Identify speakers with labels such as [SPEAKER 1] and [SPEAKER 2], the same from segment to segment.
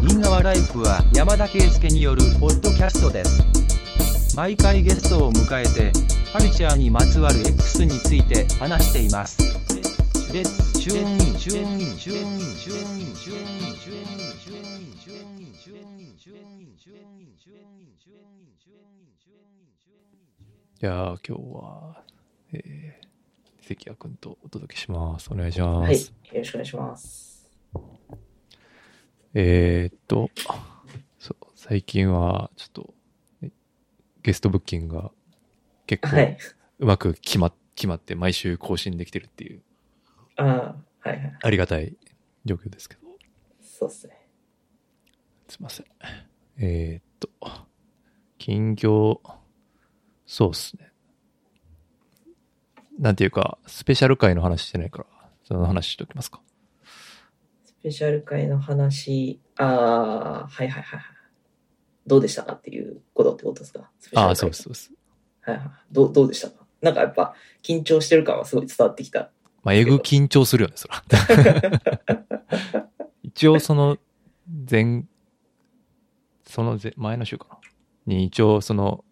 [SPEAKER 1] 品川ライフは山田圭介によるポッドキャストです。毎回ゲストを迎えて、カルチャーにまつわる X について話しています。レッツチューンインチューンインチューンインチューンインチューンインチューンインチューンインチューンインチューンインチューンインチューンインチューンインチューンインチューンインチューンイン
[SPEAKER 2] じゃあ今日は、えー、関谷くんとお届けします。お願いします。
[SPEAKER 3] はい、よろしくお願いします。
[SPEAKER 2] えーっと、そう、最近はちょっと、えゲストブッキングが結
[SPEAKER 3] は
[SPEAKER 2] 構
[SPEAKER 3] い。
[SPEAKER 2] うまく決ま,、決まって毎週更新できてるっていう、
[SPEAKER 3] ああ、はいはい。
[SPEAKER 2] ありがたい状況ですけど、
[SPEAKER 3] そうですね。
[SPEAKER 2] すいません。えーっと、近況、そうっすね。なんていうか、スペシャル回の話してないから、その話しておきますか。
[SPEAKER 3] スペシャル会の話、ああ、はいはいはいはい。どうでしたかっていうことってことですかスペシャル
[SPEAKER 2] あ
[SPEAKER 3] 会
[SPEAKER 2] あ、そうです、そうです。
[SPEAKER 3] はいはい。どう、どうでしたかなんかやっぱ、緊張してる感はすごい伝わってきた。
[SPEAKER 2] まあ、えぐ緊張するよね、そ ら。一応その、前、その前前の週かな。に一応その、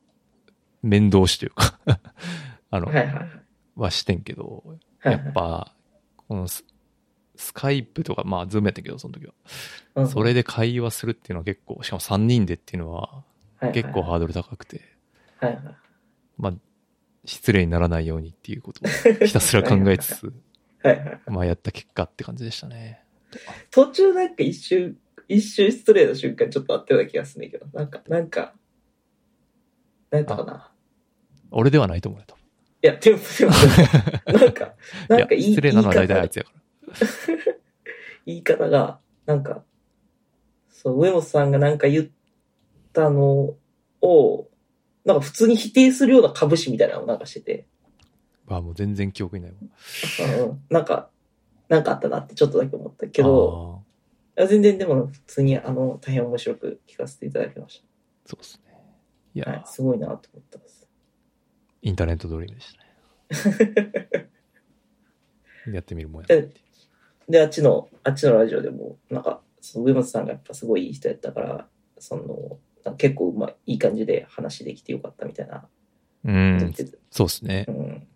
[SPEAKER 2] 面倒しというか、 あの、
[SPEAKER 3] はいはいはい。
[SPEAKER 2] はしてんけど、
[SPEAKER 3] はい
[SPEAKER 2] や
[SPEAKER 3] はい
[SPEAKER 2] っ、ぱ、このススカイプとか、まあ、ズームやったけど、その時は。
[SPEAKER 3] うん
[SPEAKER 2] それで会話するっていうのは結構、しかも3人でっていうのは、結構。ハードル高くて、
[SPEAKER 3] はいはいはい
[SPEAKER 2] まあ、失礼にならないようにっていうことをひたすら考えつつ、
[SPEAKER 3] はいはいはい。
[SPEAKER 2] まあ、やった結果って感じでしたね。
[SPEAKER 3] 途中なんか一瞬、一瞬失礼な瞬間ちょっとあったような気がするんだけど、なんか、なんか、なんだかな。
[SPEAKER 2] 俺ではないと思うよ多
[SPEAKER 3] いや、でも、でも なんか、
[SPEAKER 2] 分
[SPEAKER 3] なんかいい、
[SPEAKER 2] いや失礼なのは大体あいつやか
[SPEAKER 3] 言い方が、なんか、そう、上本さんがなんか言ったのを、なんか普通に否定するような株式みたいなのをなんかしてて、
[SPEAKER 2] ら。まあ、もう全然記憶にないもん。
[SPEAKER 3] うん、なんか、なんかあったなってちょっとだけ思ったけど、いや全然でも普通にあの、大変面白く聞かせていただきまし
[SPEAKER 2] あー、そうですね。いや、
[SPEAKER 3] た。はい、すごいなと思ったです。
[SPEAKER 2] インターネットドリームでした ね。やってみるもんやな
[SPEAKER 3] えで、あっちの、あっちのラジオでも、なんか、その上本さんがやっぱすごいいい人やったから、その、なんか結構、まあ、いい感じで話できてよかったみたいな。
[SPEAKER 2] う、
[SPEAKER 3] うん
[SPEAKER 2] そうですね。
[SPEAKER 3] うん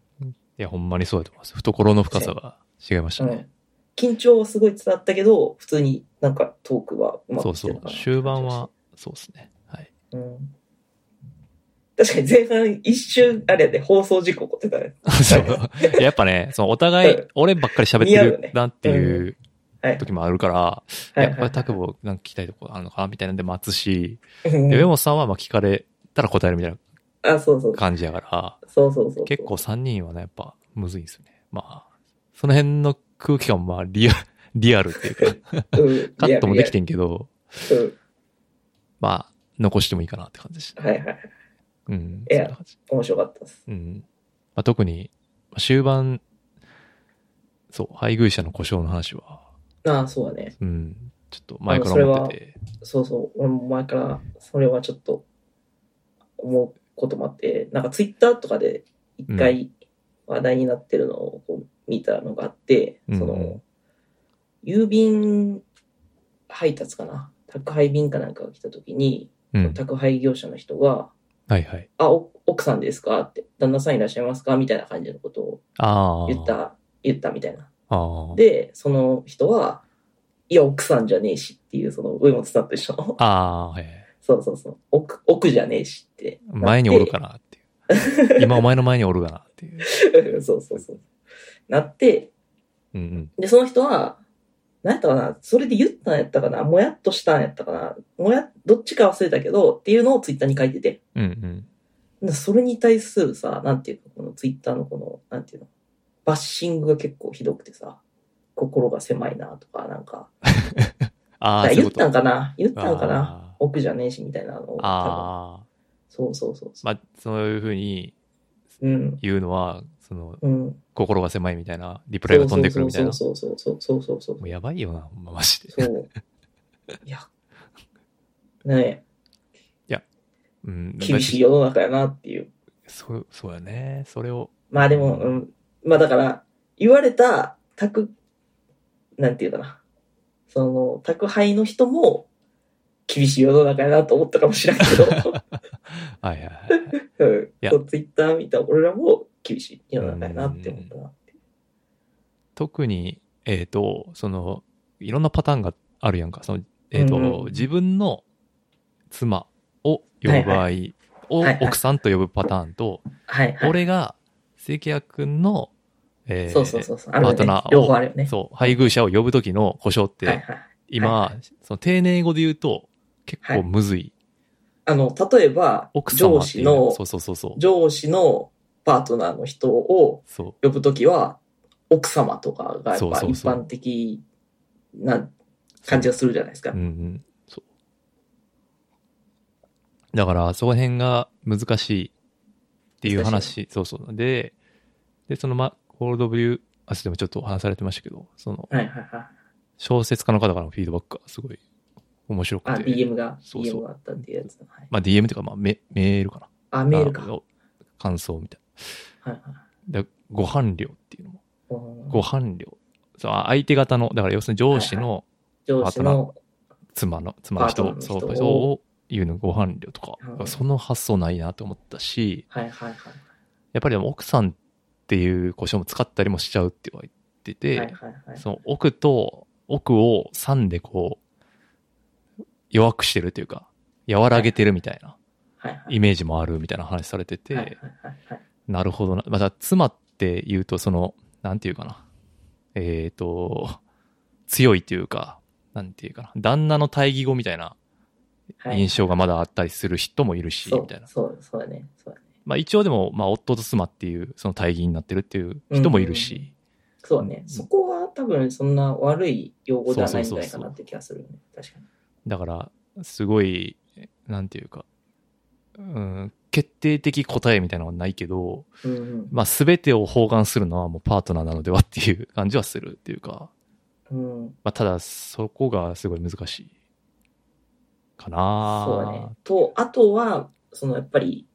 [SPEAKER 2] いや、ほんまにそうだと思います。懐の深さが違いましたね。
[SPEAKER 3] 緊張はすごい伝わったけど、普通になんかトークはうま
[SPEAKER 2] そう
[SPEAKER 3] くいって
[SPEAKER 2] そ
[SPEAKER 3] るか
[SPEAKER 2] う。
[SPEAKER 3] な
[SPEAKER 2] 終盤は、そうですね。はい。
[SPEAKER 3] うん確かに前半一瞬、あれで放送事故起こってたね。
[SPEAKER 2] そうやっぱね、そのお互い
[SPEAKER 3] うん、
[SPEAKER 2] 俺ばっかり喋って
[SPEAKER 3] 似合うよ
[SPEAKER 2] る
[SPEAKER 3] ね
[SPEAKER 2] なっていう
[SPEAKER 3] はい。
[SPEAKER 2] 時もあるから、
[SPEAKER 3] はい
[SPEAKER 2] やっぱりタクボなんか聞きたいとこあるのかなみたいなんで待つし、
[SPEAKER 3] うん
[SPEAKER 2] で、上本さんはまあ聞かれたら答えるみたい
[SPEAKER 3] あ、そうそう
[SPEAKER 2] な。感じやから、
[SPEAKER 3] そうそうそう。
[SPEAKER 2] 結構3人はね、やっぱむずいんですよね。まあ、その辺の空気感もまあリア、 リアルっていうか、
[SPEAKER 3] うん、
[SPEAKER 2] カットもできて
[SPEAKER 3] い
[SPEAKER 2] んけど、
[SPEAKER 3] や。いや
[SPEAKER 2] まあ、残してもいいかなって感じでした
[SPEAKER 3] うん。。はいはい。
[SPEAKER 2] うん。
[SPEAKER 3] いや
[SPEAKER 2] そんな感じ。
[SPEAKER 3] 面白かったです。
[SPEAKER 2] うん。まあ、特に、まあ終盤、そう、配偶者の故障の話は、
[SPEAKER 3] ああ、そうだね。
[SPEAKER 2] うん、ちょっと前から思ってて、
[SPEAKER 3] そうそう。俺も前から、それはちょっと、思うこともあって、なんかツイッターとかで一回話題になってるのをこう見たのがあって、
[SPEAKER 2] うん
[SPEAKER 3] その、郵便配達かな宅配便かなんかが来た時に、
[SPEAKER 2] うん。
[SPEAKER 3] 宅配業者の人が、
[SPEAKER 2] はいはい。
[SPEAKER 3] あ、お奥さんですかって、旦那さんいらっしゃいますかみたいな感じのことを
[SPEAKER 2] ああ。
[SPEAKER 3] 言っ。た、言ったみたいな。
[SPEAKER 2] ああ。
[SPEAKER 3] で、その人は、いや、奥さんじゃねえしっていう、その、上本さんと一緒の、
[SPEAKER 2] ああ、はいはい。
[SPEAKER 3] そうそうそう、奥、奥じゃねえしってなって。
[SPEAKER 2] 前におるかなって いう。今お前の前におるかなっていう。
[SPEAKER 3] そうそうそう。なって、
[SPEAKER 2] うんうん。
[SPEAKER 3] で、その人は、何やったかなそれで言ったんやったかなもやっとしたんやったかなもや、どっちか忘れたけど、っていうのをツイッターに書いてて。
[SPEAKER 2] うんうん。
[SPEAKER 3] でそれに対するさ、なんていうか、このツイッターのこの、なんていうの、バッシングが結構ひどくてさ、心が狭いなとか、なんか、
[SPEAKER 2] あ
[SPEAKER 3] だ
[SPEAKER 2] あ、
[SPEAKER 3] か
[SPEAKER 2] そうい
[SPEAKER 3] ら
[SPEAKER 2] う
[SPEAKER 3] 言
[SPEAKER 2] こ
[SPEAKER 3] っ
[SPEAKER 2] と
[SPEAKER 3] たんかな言ったんかな
[SPEAKER 2] あー
[SPEAKER 3] 奥じゃねえし、みたいなのを。多
[SPEAKER 2] あ
[SPEAKER 3] 分そうそうそう
[SPEAKER 2] ー。
[SPEAKER 3] そう。
[SPEAKER 2] まあ、そういうふうに
[SPEAKER 3] うん。
[SPEAKER 2] 言うのは、その、
[SPEAKER 3] うん。
[SPEAKER 2] 心が狭いみたいな、リプライが飛んでくるみたいな。
[SPEAKER 3] そうそうそうそうそうそうそう
[SPEAKER 2] も。うやばいよな、ほんまマジで。
[SPEAKER 3] そう。いや。ね
[SPEAKER 2] うん。
[SPEAKER 3] え、厳しい世の中やなっていう。
[SPEAKER 2] そう、そうやね。それ を。
[SPEAKER 3] まあでも、うん。まあだから、言われた、宅、なんていうかな。その、宅配の人も、厳しい世の中やなと思ったかもしれんけ ど、
[SPEAKER 2] はいはいはい。
[SPEAKER 3] うん
[SPEAKER 2] いや
[SPEAKER 3] そうツイッター見た俺らも厳しい世の中やなって思ったなって。
[SPEAKER 2] 特に、えっ、と、その、いろんなパターンがあるやんか。その、えっ、と、
[SPEAKER 3] うんうん
[SPEAKER 2] 自分の妻を呼ぶ場合を、
[SPEAKER 3] ははいはい
[SPEAKER 2] 奥さんと呼ぶパターンと、
[SPEAKER 3] はいはい。
[SPEAKER 2] 俺が、関谷くんの、えー
[SPEAKER 3] そうそうそうそう。あ
[SPEAKER 2] パー
[SPEAKER 3] る
[SPEAKER 2] ト
[SPEAKER 3] よね
[SPEAKER 2] ナ。ー
[SPEAKER 3] 両
[SPEAKER 2] を、
[SPEAKER 3] 方あるよね。
[SPEAKER 2] そう、配偶者を呼ぶ時の故障って、
[SPEAKER 3] はいはい。
[SPEAKER 2] 今、
[SPEAKER 3] は
[SPEAKER 2] その丁寧語で言うと、結構むずい。
[SPEAKER 3] あの、例えば、
[SPEAKER 2] 奥様っ
[SPEAKER 3] 上
[SPEAKER 2] てい
[SPEAKER 3] 司
[SPEAKER 2] う
[SPEAKER 3] の
[SPEAKER 2] そ、うそうそうそう。
[SPEAKER 3] 上司のパートナーの人を
[SPEAKER 2] そう。
[SPEAKER 3] 呼ぶときは、奥様とかがや
[SPEAKER 2] そ
[SPEAKER 3] っ
[SPEAKER 2] う
[SPEAKER 3] ぱ
[SPEAKER 2] そう
[SPEAKER 3] 一
[SPEAKER 2] そう
[SPEAKER 3] 般的な感じがするじゃないですか
[SPEAKER 2] うんう。ん。そう。だから、そこら辺が難しいっていう話。そうそう。で、で、その、ま、コールドビュー、あ、でもちょっと話されてましたけど、その、
[SPEAKER 3] はいはいはい。
[SPEAKER 2] 小説家の方からのフィードバックがすごい面白
[SPEAKER 3] あ、
[SPEAKER 2] くて。
[SPEAKER 3] DM が、
[SPEAKER 2] そうそう
[SPEAKER 3] DM があったっていうやつだ。はい
[SPEAKER 2] まあ、DM というか、まあメ、メールかな。
[SPEAKER 3] あ、メールか。はい
[SPEAKER 2] あ。感想みたい
[SPEAKER 3] はい
[SPEAKER 2] な。で、ご飯料っていうのも。
[SPEAKER 3] うん
[SPEAKER 2] ご飯料。そう、あ相手方の、だから要するに上司の、
[SPEAKER 3] 上司の、
[SPEAKER 2] 妻の妻の人
[SPEAKER 3] パートナーの人
[SPEAKER 2] そ
[SPEAKER 3] を
[SPEAKER 2] うを言うのご伴侶とか、
[SPEAKER 3] うん
[SPEAKER 2] その発想ないなと思ったし
[SPEAKER 3] はいはいはい。
[SPEAKER 2] やっぱりでも奥さんっていう故障も使ったりもしちゃうって言われてて、
[SPEAKER 3] はいはいはい。
[SPEAKER 2] その奥と奥を3でこう弱くしてるというか和らげてるみたいな
[SPEAKER 3] はいはい。
[SPEAKER 2] イメージもあるみたいな話されてて、
[SPEAKER 3] はいはいはいはい
[SPEAKER 2] なるほどな。また、妻って言うと、その、なんていうかな。えっ、と、強いというか、なんていうかな。旦那の対義語みたいな
[SPEAKER 3] はい
[SPEAKER 2] 印象がまだあったりする人もいるし、
[SPEAKER 3] そう
[SPEAKER 2] みたいな。
[SPEAKER 3] そう、そうだね。そうだね。
[SPEAKER 2] まあ一応でも、まあ夫と妻っていう、その対義になってるっていう人もいるし、
[SPEAKER 3] そうね。そこは多分そんな悪い用語ではないんじ
[SPEAKER 2] そ
[SPEAKER 3] ゃ
[SPEAKER 2] う
[SPEAKER 3] な
[SPEAKER 2] そうそ
[SPEAKER 3] い
[SPEAKER 2] うそ
[SPEAKER 3] か
[SPEAKER 2] う
[SPEAKER 3] なって気がするよね。確かに。
[SPEAKER 2] だから、すごい、なんていうか、うん、決定的答えみたいなのはないけど、
[SPEAKER 3] うんうん
[SPEAKER 2] まあ全てを包含するのはもうパートナーなのではっていう感じはするっていうか、
[SPEAKER 3] うん、
[SPEAKER 2] まあ、ただ、そこがすごい難しいか
[SPEAKER 3] そう
[SPEAKER 2] な
[SPEAKER 3] だね。と、あとは、そのやっぱり、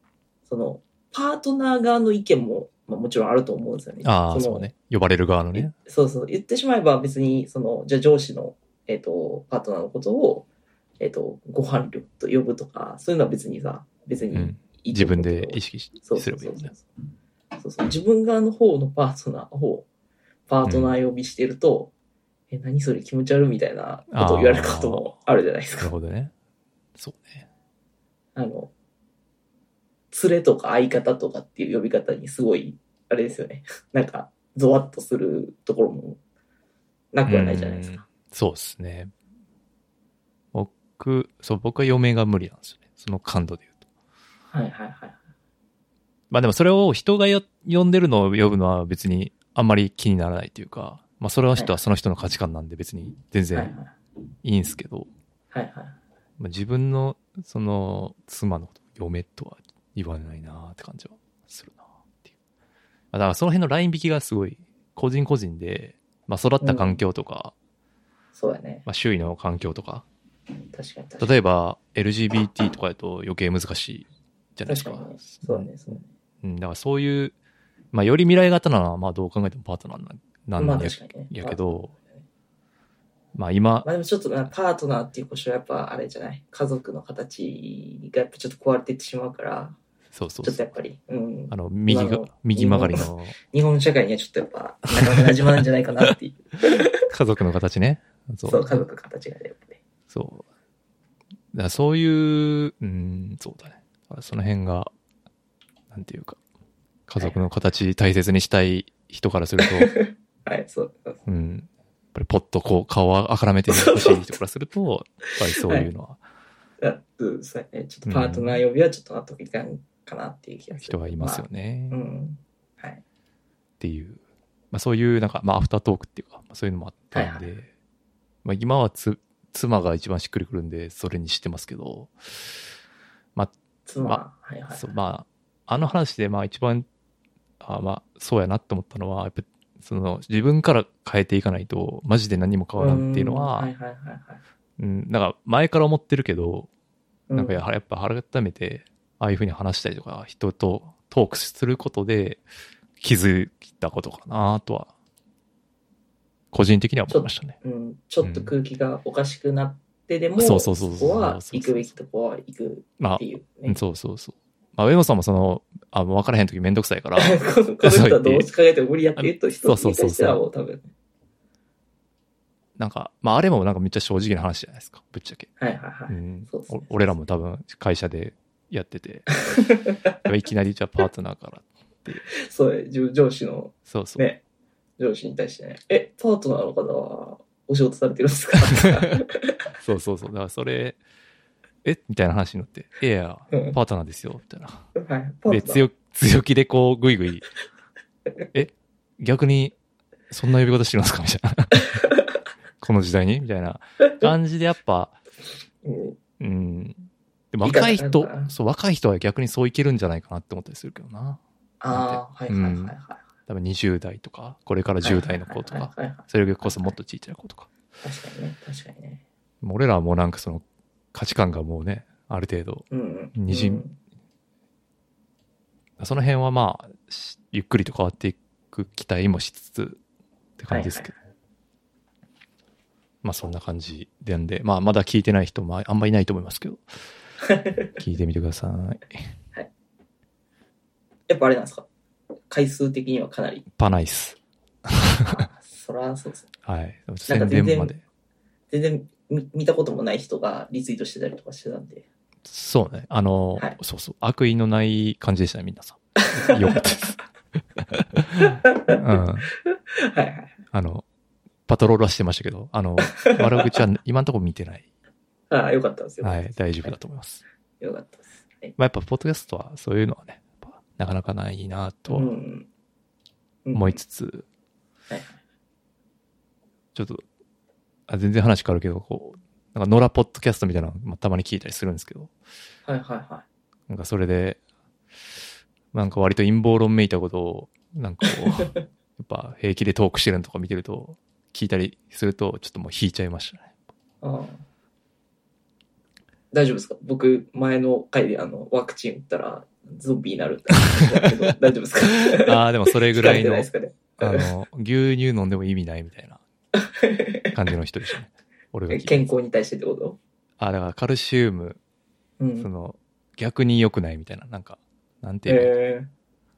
[SPEAKER 3] その、パートナー側の意見も、まあ、もちろんあると思うんですよね。
[SPEAKER 2] ああ、
[SPEAKER 3] の
[SPEAKER 2] そうね。呼ばれる側のね。
[SPEAKER 3] いそうそう。言ってしまえば別に、その、じゃあ上司の、えっ、と、パートナーのことを、えっ、と、ご伴侶と呼ぶとか、そういうのは別にさ、別
[SPEAKER 2] う
[SPEAKER 3] に
[SPEAKER 2] ん、
[SPEAKER 3] いいと
[SPEAKER 2] 自
[SPEAKER 3] 思う
[SPEAKER 2] 分
[SPEAKER 3] けど
[SPEAKER 2] で意識し
[SPEAKER 3] そう
[SPEAKER 2] す
[SPEAKER 3] そ
[SPEAKER 2] れ
[SPEAKER 3] う
[SPEAKER 2] ばいい
[SPEAKER 3] そ
[SPEAKER 2] うよ
[SPEAKER 3] そ
[SPEAKER 2] ね
[SPEAKER 3] う。そうそう自分側の方のパートナーをパートナー呼びしてると、え、何それ気持ち悪いみたいなことを言われることもあるじゃないです
[SPEAKER 2] なる
[SPEAKER 3] か。
[SPEAKER 2] ほどね。そうね。
[SPEAKER 3] あの、連れとか相方とかっていう呼び方にすごい、あれですよね。 なんか、ゾワッとするところもなくはないじゃないですか。
[SPEAKER 2] そうですね。僕、そう、僕は嫁が無理なんですよね。その感度で言うと。
[SPEAKER 3] はいはいはい。
[SPEAKER 2] まあでもそれを人がよ呼んでるのを呼ぶのは別にあんまり気にならないというか、まあそれは人はその人の価値観なんで別に全
[SPEAKER 3] はいはい
[SPEAKER 2] 然。いいんですけど、
[SPEAKER 3] はいはい。
[SPEAKER 2] まあ、自分のその妻のこと嫁とは言わないなって感じはするなっていうまあだからその辺のライン引きがすごい個人個人で、まあ、育った環境とか、
[SPEAKER 3] そうだね。
[SPEAKER 2] まあ、周囲の環境とか
[SPEAKER 3] 確かに確かに。
[SPEAKER 2] 例えば LGBT とかだと余計難しいじゃないですか
[SPEAKER 3] 確かにね。そうだね、そうだね。
[SPEAKER 2] うん、だからそういう、まあ、より未来型なのはまあどう考えてもパートナーな
[SPEAKER 3] ま
[SPEAKER 2] な
[SPEAKER 3] あ
[SPEAKER 2] んや,、
[SPEAKER 3] 確かにね。
[SPEAKER 2] やけど、まあ、今
[SPEAKER 3] まあでもちょっとな、パートナーっていう故障はやっぱあれじゃない家族の形がやっぱちょっと壊れてってしまうから、
[SPEAKER 2] そうそう
[SPEAKER 3] ち
[SPEAKER 2] そ
[SPEAKER 3] ょっと
[SPEAKER 2] う
[SPEAKER 3] やっぱり、うん
[SPEAKER 2] あ。の右
[SPEAKER 3] 今
[SPEAKER 2] が
[SPEAKER 3] の
[SPEAKER 2] 右曲がりの
[SPEAKER 3] 日本社会にはちょっとやっぱ、なかなか馴染まないんじゃないかなっていう。
[SPEAKER 2] 家族の形ね
[SPEAKER 3] そ、
[SPEAKER 2] そう
[SPEAKER 3] 家族の形がね、やっぱり。
[SPEAKER 2] そう。だからそういう、うん、そうだね。だからその辺が、なんていうか、家族の形大切にしたい人からすると、
[SPEAKER 3] はい、そう。そう
[SPEAKER 2] うん、やっぱりポッとこう顔をあからめてほしい人からすると、やっぱりそういうのは
[SPEAKER 3] あうんそうやね。ちょっとパートナー呼びはちょっと納得いかんかなっていう気がする。
[SPEAKER 2] 人はいますよね
[SPEAKER 3] まあ。うん。はい。
[SPEAKER 2] っていう、まあそういうなんか、まあアフタートークっていうか、まあそういうのもあったん
[SPEAKER 3] は
[SPEAKER 2] で、まあ今はつ、妻が一番しっくりくるんで、それにしてますけど、
[SPEAKER 3] 妻、
[SPEAKER 2] ま
[SPEAKER 3] はいはい。
[SPEAKER 2] そうまああの話でまあ一番あまあそうやなと思ったのはやっぱその自分から変えていかないとマジで何も変わらんっていうのは
[SPEAKER 3] んはいはいはいはい。
[SPEAKER 2] うん、なんか前から思ってるけど
[SPEAKER 3] う
[SPEAKER 2] なんかやはりやっぱ改めてああいうふうに話したりとか人とトークすることで気づいたことかなとは個人的には思いましたね。
[SPEAKER 3] うん、ちょっと空気がおかしくなっってでも、
[SPEAKER 2] そうそうそうそう
[SPEAKER 3] ここは行くべきとこは行く
[SPEAKER 2] まあ
[SPEAKER 3] って、いう、
[SPEAKER 2] う
[SPEAKER 3] ね
[SPEAKER 2] ん。そうそうそう。まあ、上野さんもその、あ、もう分からへんときめんどくさい から、
[SPEAKER 3] このこの人はどうし考えても無理やって言った人に
[SPEAKER 2] そうそうそうそう
[SPEAKER 3] 対してはもう多分。
[SPEAKER 2] なんか、まあ、あれもなんかめっちゃ正直な話じゃないですか、ぶっちゃけ。
[SPEAKER 3] はいはいは
[SPEAKER 2] う
[SPEAKER 3] い。
[SPEAKER 2] ん
[SPEAKER 3] そうですね
[SPEAKER 2] お俺らも多分会社でやって て、いきなりじゃあパートナーから。
[SPEAKER 3] そうね、上上司の、
[SPEAKER 2] そうそう。
[SPEAKER 3] ね、上司に対してね、え、パートナーの方はお仕事されてるんで すか
[SPEAKER 2] そうそうそう。だからそれ、えみたいな話になって、いやいや
[SPEAKER 3] うん、
[SPEAKER 2] パートナーですよ、みたいな。
[SPEAKER 3] はい、パートナ
[SPEAKER 2] で、
[SPEAKER 3] ー。
[SPEAKER 2] 強、強気でこう、ぐい ぐい、え逆に、そんな呼び方してるんですかみたい な。この時代にみたいな感じでやっぱ、
[SPEAKER 3] うん
[SPEAKER 2] うん。でも
[SPEAKER 3] いいか
[SPEAKER 2] 若い
[SPEAKER 3] な
[SPEAKER 2] 人
[SPEAKER 3] んか、
[SPEAKER 2] そう、若い人は逆にそういけるんじゃないかなって思ったりするけどな。
[SPEAKER 3] ああ、はいはいはいはいはい。
[SPEAKER 2] 多分20代とか、これから10代の子と
[SPEAKER 3] はい
[SPEAKER 2] か、
[SPEAKER 3] はいはいはい
[SPEAKER 2] それこそもっと小さい子とか。
[SPEAKER 3] 確かにね、確かにね。
[SPEAKER 2] もう俺らはもうなんかその価値観がもうね、ある程度、
[SPEAKER 3] うんうん。
[SPEAKER 2] 二次
[SPEAKER 3] うん
[SPEAKER 2] その辺はまあ、しゆっくりと変わっていく期待もしつつって感じですけど。まあそんな感じでんで、まあまだ聞いてない人もああんまりいないと思います けど、聞いてみてください。
[SPEAKER 3] やっぱあれなんですか回数的にはかな り。
[SPEAKER 2] パナイス。
[SPEAKER 3] そらそうです。
[SPEAKER 2] はい。
[SPEAKER 3] なんか
[SPEAKER 2] 宣
[SPEAKER 3] 全然
[SPEAKER 2] 伝まで。
[SPEAKER 3] 全然見見たこともない人がリツイートしてたりとかしてたんで。
[SPEAKER 2] そうね。あの、
[SPEAKER 3] はい
[SPEAKER 2] そうそう。悪意のない感じでしたね、皆 さん。よかったです。うん。
[SPEAKER 3] はいはい。
[SPEAKER 2] あの、パトロールはしてましたけど、あの、悪口は今のところ見てない。
[SPEAKER 3] ああ、よかったですよ。
[SPEAKER 2] はい、大丈夫だと思います。
[SPEAKER 3] よかったです。はい
[SPEAKER 2] まあ、やっぱ、ポッドキャストはそういうのはね、やっぱなかなかないなと
[SPEAKER 3] う
[SPEAKER 2] は
[SPEAKER 3] んうん
[SPEAKER 2] 思いつつ、
[SPEAKER 3] はい
[SPEAKER 2] ちょっと、あ全然話変わるけど、こう、なんか、野良ポッドキャストみたいなのまあたまに聞いたりするんですけど、
[SPEAKER 3] はいはいは
[SPEAKER 2] なんかそれで、なんか割と陰謀論めいたことを、なんかこ う、やっぱ平気でトークしてるのとか見てると、聞いたりすると、ちょっともう引いちゃいましたね。
[SPEAKER 3] い。ああ大丈夫ですか僕、前の回であのワクチン打ったらゾンビになるって話 したけど大丈夫ですか
[SPEAKER 2] ああ、でもそれぐらい
[SPEAKER 3] 聞かれて な
[SPEAKER 2] の
[SPEAKER 3] で、す
[SPEAKER 2] あ
[SPEAKER 3] かね
[SPEAKER 2] の、牛乳飲んでも意味ないみたいな感じの人でしたね。俺が聞い
[SPEAKER 3] 健
[SPEAKER 2] て。
[SPEAKER 3] 康に対してってこと
[SPEAKER 2] あ、だからカルシウム、
[SPEAKER 3] う
[SPEAKER 2] そ
[SPEAKER 3] ん。
[SPEAKER 2] の、逆に良くないみたいな、なんか、なんていうの、
[SPEAKER 3] え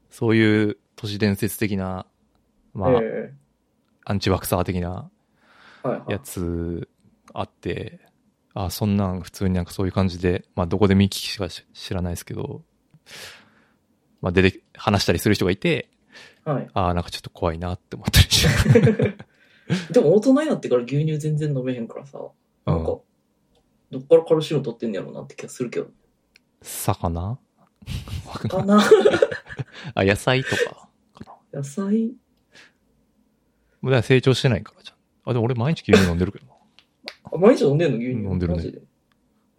[SPEAKER 2] そういう都市伝説的な、
[SPEAKER 3] ー
[SPEAKER 2] まあ、
[SPEAKER 3] え
[SPEAKER 2] アンチワクサー的な
[SPEAKER 3] ーはいはい
[SPEAKER 2] やつあって、あ、そんなん普通になんかそういう感じで、まあどこで見聞きしかし知らないですけど、まあ出て、話したりする人がいて、
[SPEAKER 3] はい。
[SPEAKER 2] ああ、なんかちょっと怖いなって思ったりして。
[SPEAKER 3] でも大人になってから牛乳全然飲めへんからさ、
[SPEAKER 2] う
[SPEAKER 3] なんか、
[SPEAKER 2] ん。
[SPEAKER 3] どっからカルシウム取ってんねやろうなって気がするけど。
[SPEAKER 2] 魚
[SPEAKER 3] かな
[SPEAKER 2] あ、野菜とかかな。
[SPEAKER 3] 野菜
[SPEAKER 2] もうだから成長してないからじゃん。あ、でも俺毎日牛乳飲んでるけどな。い
[SPEAKER 3] あ、毎日飲んでんの牛乳。
[SPEAKER 2] 飲んでるね
[SPEAKER 3] マジで。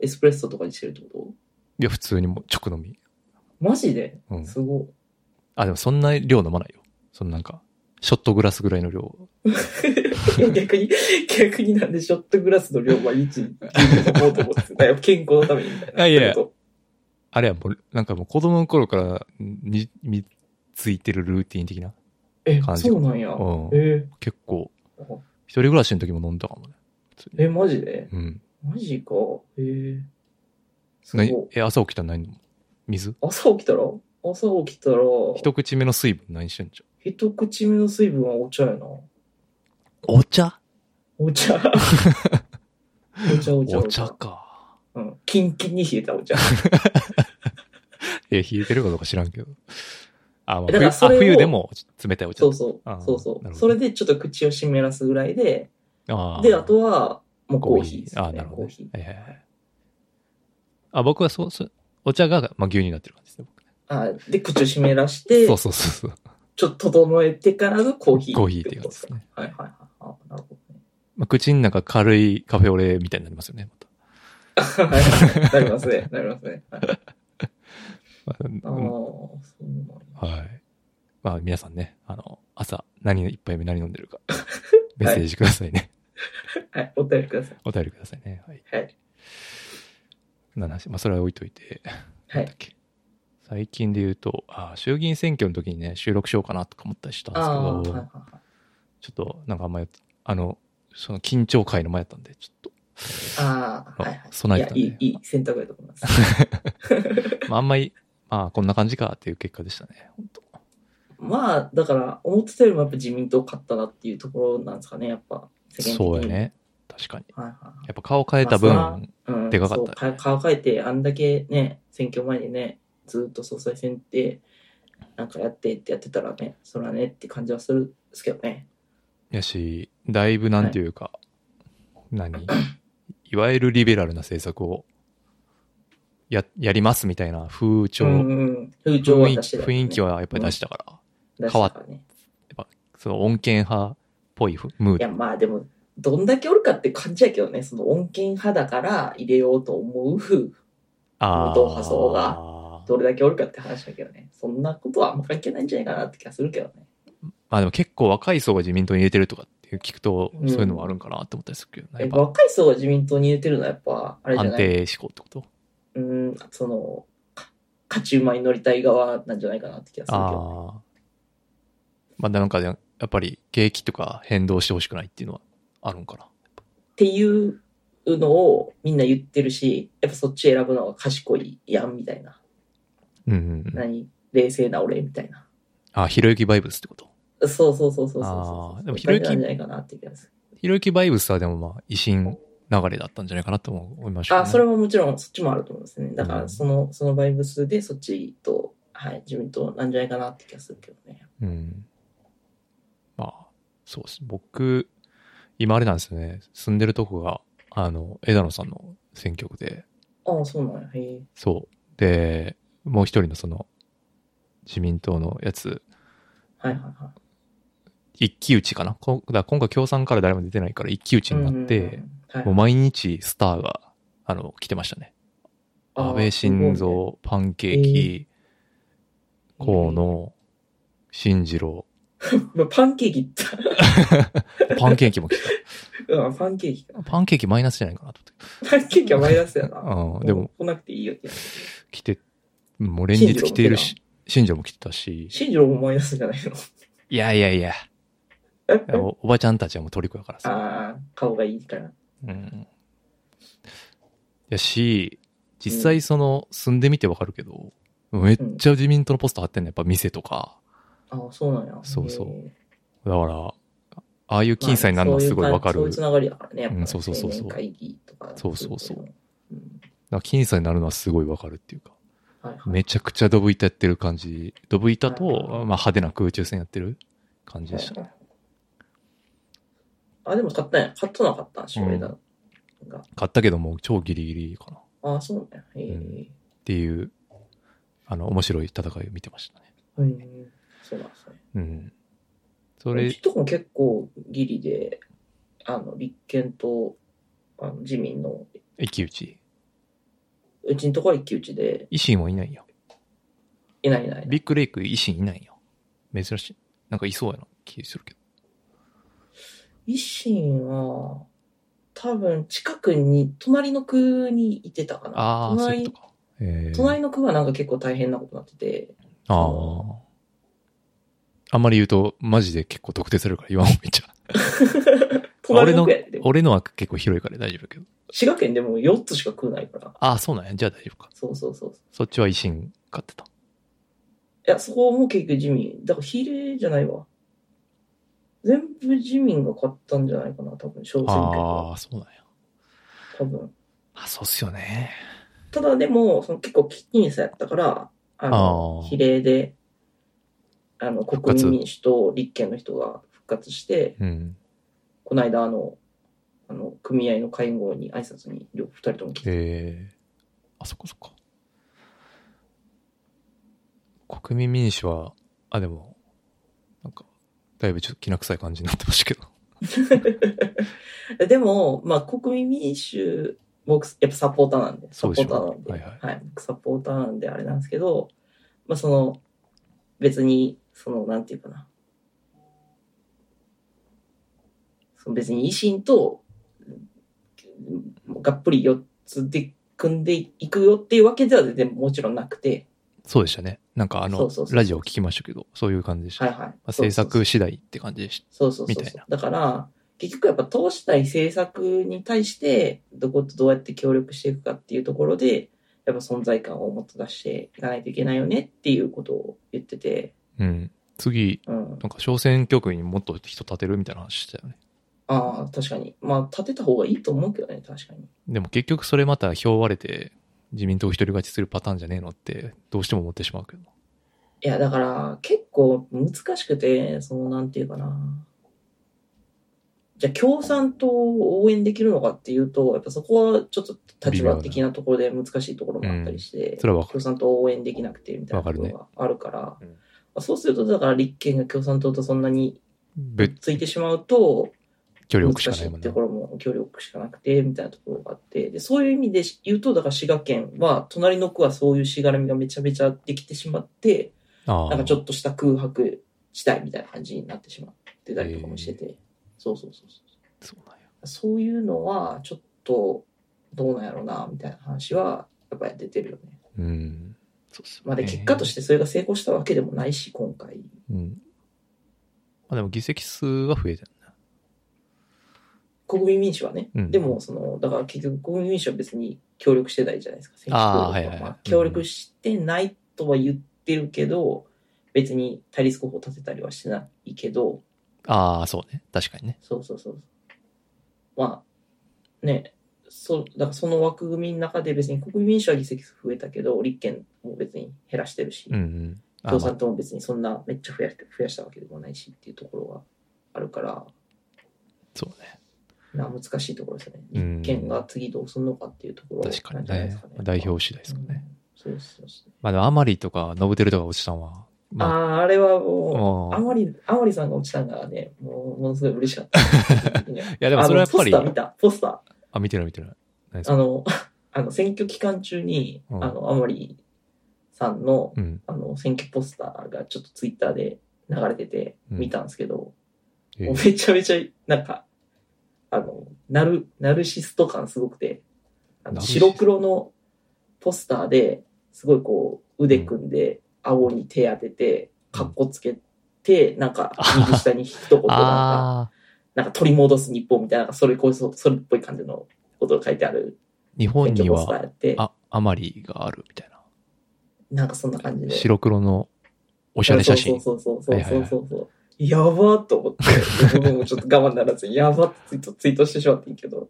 [SPEAKER 3] エスプレッソとかにしてるってこ
[SPEAKER 2] や、普通にもう直飲み。
[SPEAKER 3] とマジで
[SPEAKER 2] うん。
[SPEAKER 3] すごい。
[SPEAKER 2] あ、でもそんな量飲まないよ。そのなんか、ショットグラスぐらいの量。
[SPEAKER 3] 逆に、逆になんでショットグラスの量毎日牛乳飲もうと思ってた。やっぱ健康のためにみたいな。
[SPEAKER 2] あいやいや
[SPEAKER 3] ってこ
[SPEAKER 2] あれはもう、なんかもう子供の頃からに、についてるルーティン的な。
[SPEAKER 3] と
[SPEAKER 2] 感
[SPEAKER 3] え、
[SPEAKER 2] じ
[SPEAKER 3] そうなんや。
[SPEAKER 2] うん。
[SPEAKER 3] え
[SPEAKER 2] 結構、
[SPEAKER 3] ー
[SPEAKER 2] 一人暮らしの時も飲んだかもね。普通に
[SPEAKER 3] え、マジで
[SPEAKER 2] うん。
[SPEAKER 3] マジか。えー、すご。
[SPEAKER 2] ないえ、朝起きたら何飲む水
[SPEAKER 3] 朝起きたら朝起きたら、
[SPEAKER 2] 一口目の水分何してんじ
[SPEAKER 3] 一口目の水分はお茶やな。
[SPEAKER 2] ゃん。お茶
[SPEAKER 3] お茶。お茶、お茶。
[SPEAKER 2] お茶。か。
[SPEAKER 3] うん。キンキンに冷えたお茶。
[SPEAKER 2] え、冷えてるかどうか知らんけど。あ、まあ、
[SPEAKER 3] だか
[SPEAKER 2] 冬
[SPEAKER 3] ら
[SPEAKER 2] あ
[SPEAKER 3] それを
[SPEAKER 2] 冬でも冷たいお茶
[SPEAKER 3] そう。そ
[SPEAKER 2] あー
[SPEAKER 3] う。そう
[SPEAKER 2] なる
[SPEAKER 3] そ
[SPEAKER 2] ほど
[SPEAKER 3] う。それでちょっと口を湿らすぐらいで、
[SPEAKER 2] あー
[SPEAKER 3] で、あとは、もうコーヒーです、ね。
[SPEAKER 2] あなるほど、ね。
[SPEAKER 3] コーヒー。
[SPEAKER 2] はいはいはい。あ、僕はそう、そう、お茶が、まあ、牛乳になってる感じですね、僕ね。
[SPEAKER 3] あーで、口を湿らして、
[SPEAKER 2] そうそうそうそう。
[SPEAKER 3] ちょっと整えてからのコーヒー。
[SPEAKER 2] コーヒーっていうやつですね。
[SPEAKER 3] はいはいはい。あーなるほどね。
[SPEAKER 2] まあ、口の中軽いカフェオレみたいになりますよね、
[SPEAKER 3] はいはいなりますね。なりますね。はい、あ
[SPEAKER 2] また。まあ
[SPEAKER 3] あ、
[SPEAKER 2] うん
[SPEAKER 3] そうなんや。
[SPEAKER 2] はい。まあ、皆さんね、あの、朝、何、一杯目何飲んでる か、メッセージくださいね。
[SPEAKER 3] はい、お便りください。
[SPEAKER 2] お便りくださいね。はい。
[SPEAKER 3] はい。
[SPEAKER 2] な話、まあ、それは置いといて、
[SPEAKER 3] は
[SPEAKER 2] なんだ
[SPEAKER 3] い。
[SPEAKER 2] っけ。最近で言うと、あ衆議院選挙の時にね、収録しようかなとか思ったりしたん
[SPEAKER 3] あ
[SPEAKER 2] ですけ
[SPEAKER 3] あ、はい
[SPEAKER 2] ど、
[SPEAKER 3] はいはい。
[SPEAKER 2] ちょっと、なんかあんまやっあの、その緊張会の前だったんで、ちょっと、
[SPEAKER 3] あ
[SPEAKER 2] あ
[SPEAKER 3] あ、はいはい。
[SPEAKER 2] 備え
[SPEAKER 3] い
[SPEAKER 2] た
[SPEAKER 3] や、
[SPEAKER 2] ね
[SPEAKER 3] いい、いい選択だと思います。
[SPEAKER 2] まあ、あんまり、まあ、こんな感じかっていう結果でしたね。本当
[SPEAKER 3] まあ、だから、思ってたよりもやっぱ自民党勝ったなっていうところなんですかね、やっぱ。世間的に
[SPEAKER 2] そうや。ね。確かに。
[SPEAKER 3] はいはい
[SPEAKER 2] やっぱ顔変えた分、
[SPEAKER 3] まあうん
[SPEAKER 2] でかかったね
[SPEAKER 3] そう顔変えて、あんだけね、選挙前にね、ずっと総裁選って、なんかやってってやってたらね、そらねって感じはするんですけどね。
[SPEAKER 2] やし、だいぶなんていうか、何いわゆるリベラルな政策をや、やりますみたいな風潮、
[SPEAKER 3] うんうん、風潮は
[SPEAKER 2] 雰囲
[SPEAKER 3] 出し
[SPEAKER 2] 気
[SPEAKER 3] てた、
[SPEAKER 2] 雰囲気はやっぱり出したから、
[SPEAKER 3] 出してたね、
[SPEAKER 2] 変わっ
[SPEAKER 3] ね。
[SPEAKER 2] その穏健派っぽいふムー
[SPEAKER 3] いや、
[SPEAKER 2] ド。
[SPEAKER 3] まあでも、どんだけおるかって感じやけどね、その穏健派だから入れようと思う、
[SPEAKER 2] あー
[SPEAKER 3] 同派層がどれだけおるかって話だけどね、そんなことはあんま関係ないんじゃないかなって気がするけどね。
[SPEAKER 2] まあでも結構若い層が自民党に入れてるとかっていう聞くと、
[SPEAKER 3] うん
[SPEAKER 2] そういうのもあるんかなって思ったりするけどね、
[SPEAKER 3] え
[SPEAKER 2] やっ
[SPEAKER 3] 若い層が自民党に入れてるのはやっぱ、あれ
[SPEAKER 2] ぱ
[SPEAKER 3] じゃ
[SPEAKER 2] 安
[SPEAKER 3] ない
[SPEAKER 2] 定志向ってこと
[SPEAKER 3] うん、その、か勝ち馬に乗りたい側なんじゃないかなって気がするけ
[SPEAKER 2] あ
[SPEAKER 3] ど。
[SPEAKER 2] あ。まあなんかね、やっぱり景気とか変動してほしくないっていうのはあるんかな。
[SPEAKER 3] っていうのをみんな言ってるし、やっぱそっち選ぶのが賢いやんみたいな。
[SPEAKER 2] うんうんうん。
[SPEAKER 3] 何冷静な俺みたいな。
[SPEAKER 2] あ、ひろゆきバイブスってこと。
[SPEAKER 3] そうそうそうそうそうそう
[SPEAKER 2] あ
[SPEAKER 3] そ
[SPEAKER 2] ー
[SPEAKER 3] う。
[SPEAKER 2] でもひろゆき
[SPEAKER 3] なんじゃないかなって気がする。
[SPEAKER 2] ひろゆきバイブスはでもまあ、維新流れだったんじゃないかなと思思いました、ね。
[SPEAKER 3] あ、それももちろんそっちもあると思うんですね。だか
[SPEAKER 2] うん
[SPEAKER 3] らその、そのバイブスでそっちと、はい、自民党なんじゃないかなって気がするけどね。
[SPEAKER 2] うん。まあ、そうです。僕、今あれなんですよね。住んでるとこが、あの、枝野さんの選挙区で、
[SPEAKER 3] ああ、そうなんや。へえ。
[SPEAKER 2] そう。で、もう一人のその、自民党のやつ、
[SPEAKER 3] はいはいはい。
[SPEAKER 2] 一騎打ちかな。こだから今回共産から誰も出てないから一騎打ちになって、
[SPEAKER 3] うんうんうん、はい
[SPEAKER 2] もう毎日スターが、あの、来てましたね。
[SPEAKER 3] あー
[SPEAKER 2] 安倍晋
[SPEAKER 3] すご
[SPEAKER 2] 三、パンケーキ、
[SPEAKER 3] えー
[SPEAKER 2] 河野、進次郎、
[SPEAKER 3] まあパンケーキって、
[SPEAKER 2] パンケーキも来て
[SPEAKER 3] うん、パンケーキか
[SPEAKER 2] た。。 パンケーキマイナスじゃないかなと
[SPEAKER 3] パンケーキはマイナスや な。
[SPEAKER 2] 思って。うん、でも、
[SPEAKER 3] 来なくていいよってやつ。
[SPEAKER 2] 来て、もう連日来ているし、信者も来てたし、
[SPEAKER 3] 新庄もマイナスじゃないの。
[SPEAKER 2] いやいやいや、おおばちゃんたちはもう虜やからさ。
[SPEAKER 3] ああ、顔がいいから。
[SPEAKER 2] うん。やし、実際その、住んでみてわかるけど、めっちゃ自民党のポスター貼ってんの、やっぱ店とか。
[SPEAKER 3] ああ、そうなんや。
[SPEAKER 2] そうそう
[SPEAKER 3] へえ。
[SPEAKER 2] だから、ああいう僅差になるのはすごいわかる。
[SPEAKER 3] まあそういう感じそういうつながりだからね、やっぱ、
[SPEAKER 2] う
[SPEAKER 3] ね。
[SPEAKER 2] んそうそうそうそう
[SPEAKER 3] 青年会議とか。
[SPEAKER 2] そうそうそう
[SPEAKER 3] うん。
[SPEAKER 2] なんか僅差になるのはすごいわかるっていうか、
[SPEAKER 3] はいはい。
[SPEAKER 2] めちゃくちゃドブ板やってる感じ、ドブ板と、
[SPEAKER 3] はい
[SPEAKER 2] まあ、派手な空中戦やってる感じでしたね。
[SPEAKER 3] あ、でも買ったんや。買っとなかったんしょ、
[SPEAKER 2] うん
[SPEAKER 3] 枝が。
[SPEAKER 2] 買ったけどもう超ギリギリかなっ
[SPEAKER 3] ああ、そうなんや。へえ。
[SPEAKER 2] ていう、あの、面白い戦いを見てましたね。
[SPEAKER 3] うん。そうなんですね。
[SPEAKER 2] うん。そ
[SPEAKER 3] こ
[SPEAKER 2] れ
[SPEAKER 3] れ。、とも結構ギリで、あの、立憲と、あの、自民の、
[SPEAKER 2] 一騎打ち。
[SPEAKER 3] うちのとこは一騎打ちで、
[SPEAKER 2] 維新はいないよ。
[SPEAKER 3] いないいない。
[SPEAKER 2] ビッグレイク維新いないよ。珍しい。なんかいそうやな気するけど。
[SPEAKER 3] 維新は、多分近くに、隣の区にいてたかな。
[SPEAKER 2] ああ、そういう
[SPEAKER 3] 隣
[SPEAKER 2] ことか。えー、
[SPEAKER 3] 隣の区はなんか結構大変なことになってて、
[SPEAKER 2] ああ。あんまり言うと、マジで結構特定されるから言わんほうがいいんちゃう。
[SPEAKER 3] 隣の区やでも
[SPEAKER 2] 俺のは結構広いから大丈夫だけど。
[SPEAKER 3] 滋賀県でも4つしか区ないから。
[SPEAKER 2] ああ、そうなんや。じゃあ大丈夫か。
[SPEAKER 3] そうそうそう。い
[SPEAKER 2] そっちは維新買ってた。
[SPEAKER 3] や、そこも結局自民。だから比例じゃないわ。全部自民が勝ったんじゃないかな、多分、小選挙区は
[SPEAKER 2] ああ、そうなんや。
[SPEAKER 3] 多分。
[SPEAKER 2] あ、そうっすよね。
[SPEAKER 3] ただでも、その結構僅差やったから、あの
[SPEAKER 2] あー
[SPEAKER 3] 比例で、あの、
[SPEAKER 2] 復
[SPEAKER 3] 国
[SPEAKER 2] 活
[SPEAKER 3] 民民主と立憲の人が復活して、
[SPEAKER 2] うん。
[SPEAKER 3] この間あの、あの、組合の会合に挨拶に両二人とも来て、
[SPEAKER 2] ええあ、そっかそっか。国民民主は、あ、でも、なんか、だいぶちょっときな臭い感じになってましたけど。
[SPEAKER 3] でも、まあ、国民民主、僕、やっぱサポーターなんで、サ
[SPEAKER 2] そう
[SPEAKER 3] ポ
[SPEAKER 2] でし
[SPEAKER 3] ー
[SPEAKER 2] ょ
[SPEAKER 3] ターなんで、
[SPEAKER 2] はいはい
[SPEAKER 3] 僕サポーターなんであれなんですけど、まあ、その、別に、その、なんていうかな。その別に維新と、がっぷり4つで組んでいくよっていうわけでは全然もちろんなくて、
[SPEAKER 2] そうでしたね。なんかあの
[SPEAKER 3] そうそうそう
[SPEAKER 2] ラジオ聞きましたけど、そういう感じでした。
[SPEAKER 3] はいはい。
[SPEAKER 2] まあ、制作次第って感じでし
[SPEAKER 3] そうそうそうそう
[SPEAKER 2] みたいな
[SPEAKER 3] だから、結局やっぱ通したい政策に対してどことどうやって協力していくかっていうところでやっぱ存在感をもっと出していかないといけないよねっていうことを言ってて、
[SPEAKER 2] うん。次、
[SPEAKER 3] うん、
[SPEAKER 2] なんか小選挙区にもっと人立てるみたいな話したよね。
[SPEAKER 3] ああ確かにまあ立てた方がいいと思うけどね確かに
[SPEAKER 2] でも結局それまた票割れて自民党一人勝ちするパターンじゃねえのってどうしても思ってしまうけど。
[SPEAKER 3] いやだから結構難しくてそのなんていうかなじゃあ共産党を応援できるのかっていうとやっぱそこはちょっと立場的なところで難しいところもあったりして、
[SPEAKER 2] それはわかる
[SPEAKER 3] 共。産党を応援できなくてみたいなこと
[SPEAKER 2] わかる
[SPEAKER 3] があるから
[SPEAKER 2] うん
[SPEAKER 3] まあそうするとだから立憲が共産党とそんなに
[SPEAKER 2] ぶ
[SPEAKER 3] ついてしまうと
[SPEAKER 2] 距離
[SPEAKER 3] 難
[SPEAKER 2] 置くしか
[SPEAKER 3] し
[SPEAKER 2] ないい
[SPEAKER 3] っ
[SPEAKER 2] もん
[SPEAKER 3] て
[SPEAKER 2] ね
[SPEAKER 3] とこ。ろも協力しかなくてみたいなところがあってでそういう意味で言うとだから滋賀県は隣の区はそういうしがらみがめちゃめちゃできてしまって
[SPEAKER 2] ああ。
[SPEAKER 3] なんかちょっとした空白地帯みたいな感じになってしまってたりとかもしてて、そうそうそうそう
[SPEAKER 2] そうなんや
[SPEAKER 3] そういうのはちょっとどうなんやろうなみたいな話はやっぱり出てるよね。
[SPEAKER 2] うん。そうっすよね
[SPEAKER 3] まあ、で結果としてそれが成功したわけでもないし今回
[SPEAKER 2] うん。まあでも議席数は増えてるね。
[SPEAKER 3] 国民民主はね、
[SPEAKER 2] うん
[SPEAKER 3] でもそのだから結局国民民主は別に協力してないじゃないですか選挙
[SPEAKER 2] あー
[SPEAKER 3] 協力
[SPEAKER 2] はいはいはい
[SPEAKER 3] まあ協力してないとは言ってるけど、別に対立候補立てたりはしてないけど
[SPEAKER 2] ああ、そうね。確かにね。
[SPEAKER 3] そうそうそうまあねそだからその枠組みの中で別に国民民主は議席数増えたけど立憲も別に減らしてるし、
[SPEAKER 2] うんうん。あ
[SPEAKER 3] 共
[SPEAKER 2] あ、まあ
[SPEAKER 3] 産党も別にそんなめっちゃ増やして増やしたわけでもないしっていうところがあるから
[SPEAKER 2] そうね。
[SPEAKER 3] な難しいところですよね。
[SPEAKER 2] うん
[SPEAKER 3] 立憲が次どうするのかっていうところ
[SPEAKER 2] 確か
[SPEAKER 3] なん
[SPEAKER 2] に
[SPEAKER 3] じゃないです
[SPEAKER 2] ね
[SPEAKER 3] かね。。
[SPEAKER 2] 代表次第ですもんね。
[SPEAKER 3] うん。そうですそうです
[SPEAKER 2] まあでも、アマリとか、ノブテルとか、おじさんは、
[SPEAKER 3] あ
[SPEAKER 2] ま
[SPEAKER 3] あ、あれは
[SPEAKER 2] あ、
[SPEAKER 3] も
[SPEAKER 2] も
[SPEAKER 3] う、あ
[SPEAKER 2] う
[SPEAKER 3] まり、あまりさんが落ちたんがね、もう、ものすごい嬉しかった。い や、
[SPEAKER 2] いやでもそれはやっぱり
[SPEAKER 3] ポスター見た、ポスタ
[SPEAKER 2] あ、見てる見てる。何です
[SPEAKER 3] ー。あ
[SPEAKER 2] か
[SPEAKER 3] の、 あの、選挙期間中に、
[SPEAKER 2] うん
[SPEAKER 3] あの、あまりさんの、
[SPEAKER 2] うん。
[SPEAKER 3] あの、選挙ポスターがちょっとツイッターで流れてて、
[SPEAKER 2] うん
[SPEAKER 3] 見たんですけど、
[SPEAKER 2] え
[SPEAKER 3] もう
[SPEAKER 2] ー
[SPEAKER 3] めちゃめちゃ、なんか、あの、ナル、ナルシスト感すごくて、あ
[SPEAKER 2] ナ
[SPEAKER 3] の
[SPEAKER 2] ルシスト
[SPEAKER 3] 白黒のポスターで、すごいこう、腕組んで、青に手当てて、
[SPEAKER 2] うん
[SPEAKER 3] かっこつけて、なんか、右下に一言なんか、
[SPEAKER 2] ああ、
[SPEAKER 3] なんか取り戻す日本みたいな、なんかそれこそ、それっぽい感じのことが書いてある
[SPEAKER 2] 日本に
[SPEAKER 3] ポスター
[SPEAKER 2] は、
[SPEAKER 3] やって、
[SPEAKER 2] あ、アマリがあるみたいな。
[SPEAKER 3] なんかそんな感じで。
[SPEAKER 2] 白黒のおしゃれ写真。
[SPEAKER 3] そうそうそうそうそうそうそう。やばーと思って、自分もちょっと我慢ならず、やばってツイートツイートしてしまっていいけど、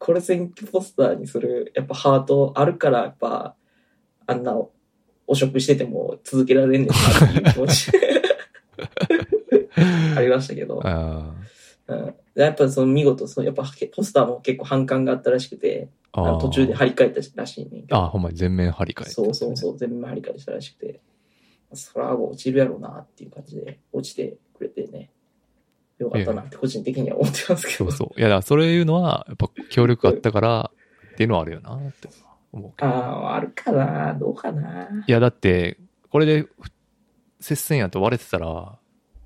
[SPEAKER 3] これ選挙ポスターにする、やっぱハートあるから、やっぱ、あんな汚職してても続けられんねんなっていう気持ち ありましたけど、
[SPEAKER 2] あ
[SPEAKER 3] うん、やっぱその見事、そのやっぱポスターも結構反感があったらしくて、
[SPEAKER 2] あ
[SPEAKER 3] あの
[SPEAKER 2] ー
[SPEAKER 3] 途中で張り替えたらしいねんけど
[SPEAKER 2] あーほんまに全面張り替えて、
[SPEAKER 3] そうそう
[SPEAKER 2] う。
[SPEAKER 3] そう、全部張り替えしたらしくて、そら落ちるやろうなっていう感じで、落ちてくれてね、よかったなって個人的には思ってますけ
[SPEAKER 2] そ
[SPEAKER 3] ど
[SPEAKER 2] う。そう。いや、だからそれいうのは、やっぱ協力があったからっていうのはあるよなって思うけ
[SPEAKER 3] あ
[SPEAKER 2] ど。
[SPEAKER 3] あ、あるかなどうかない
[SPEAKER 2] や、だって、これで接戦やと割れてたら、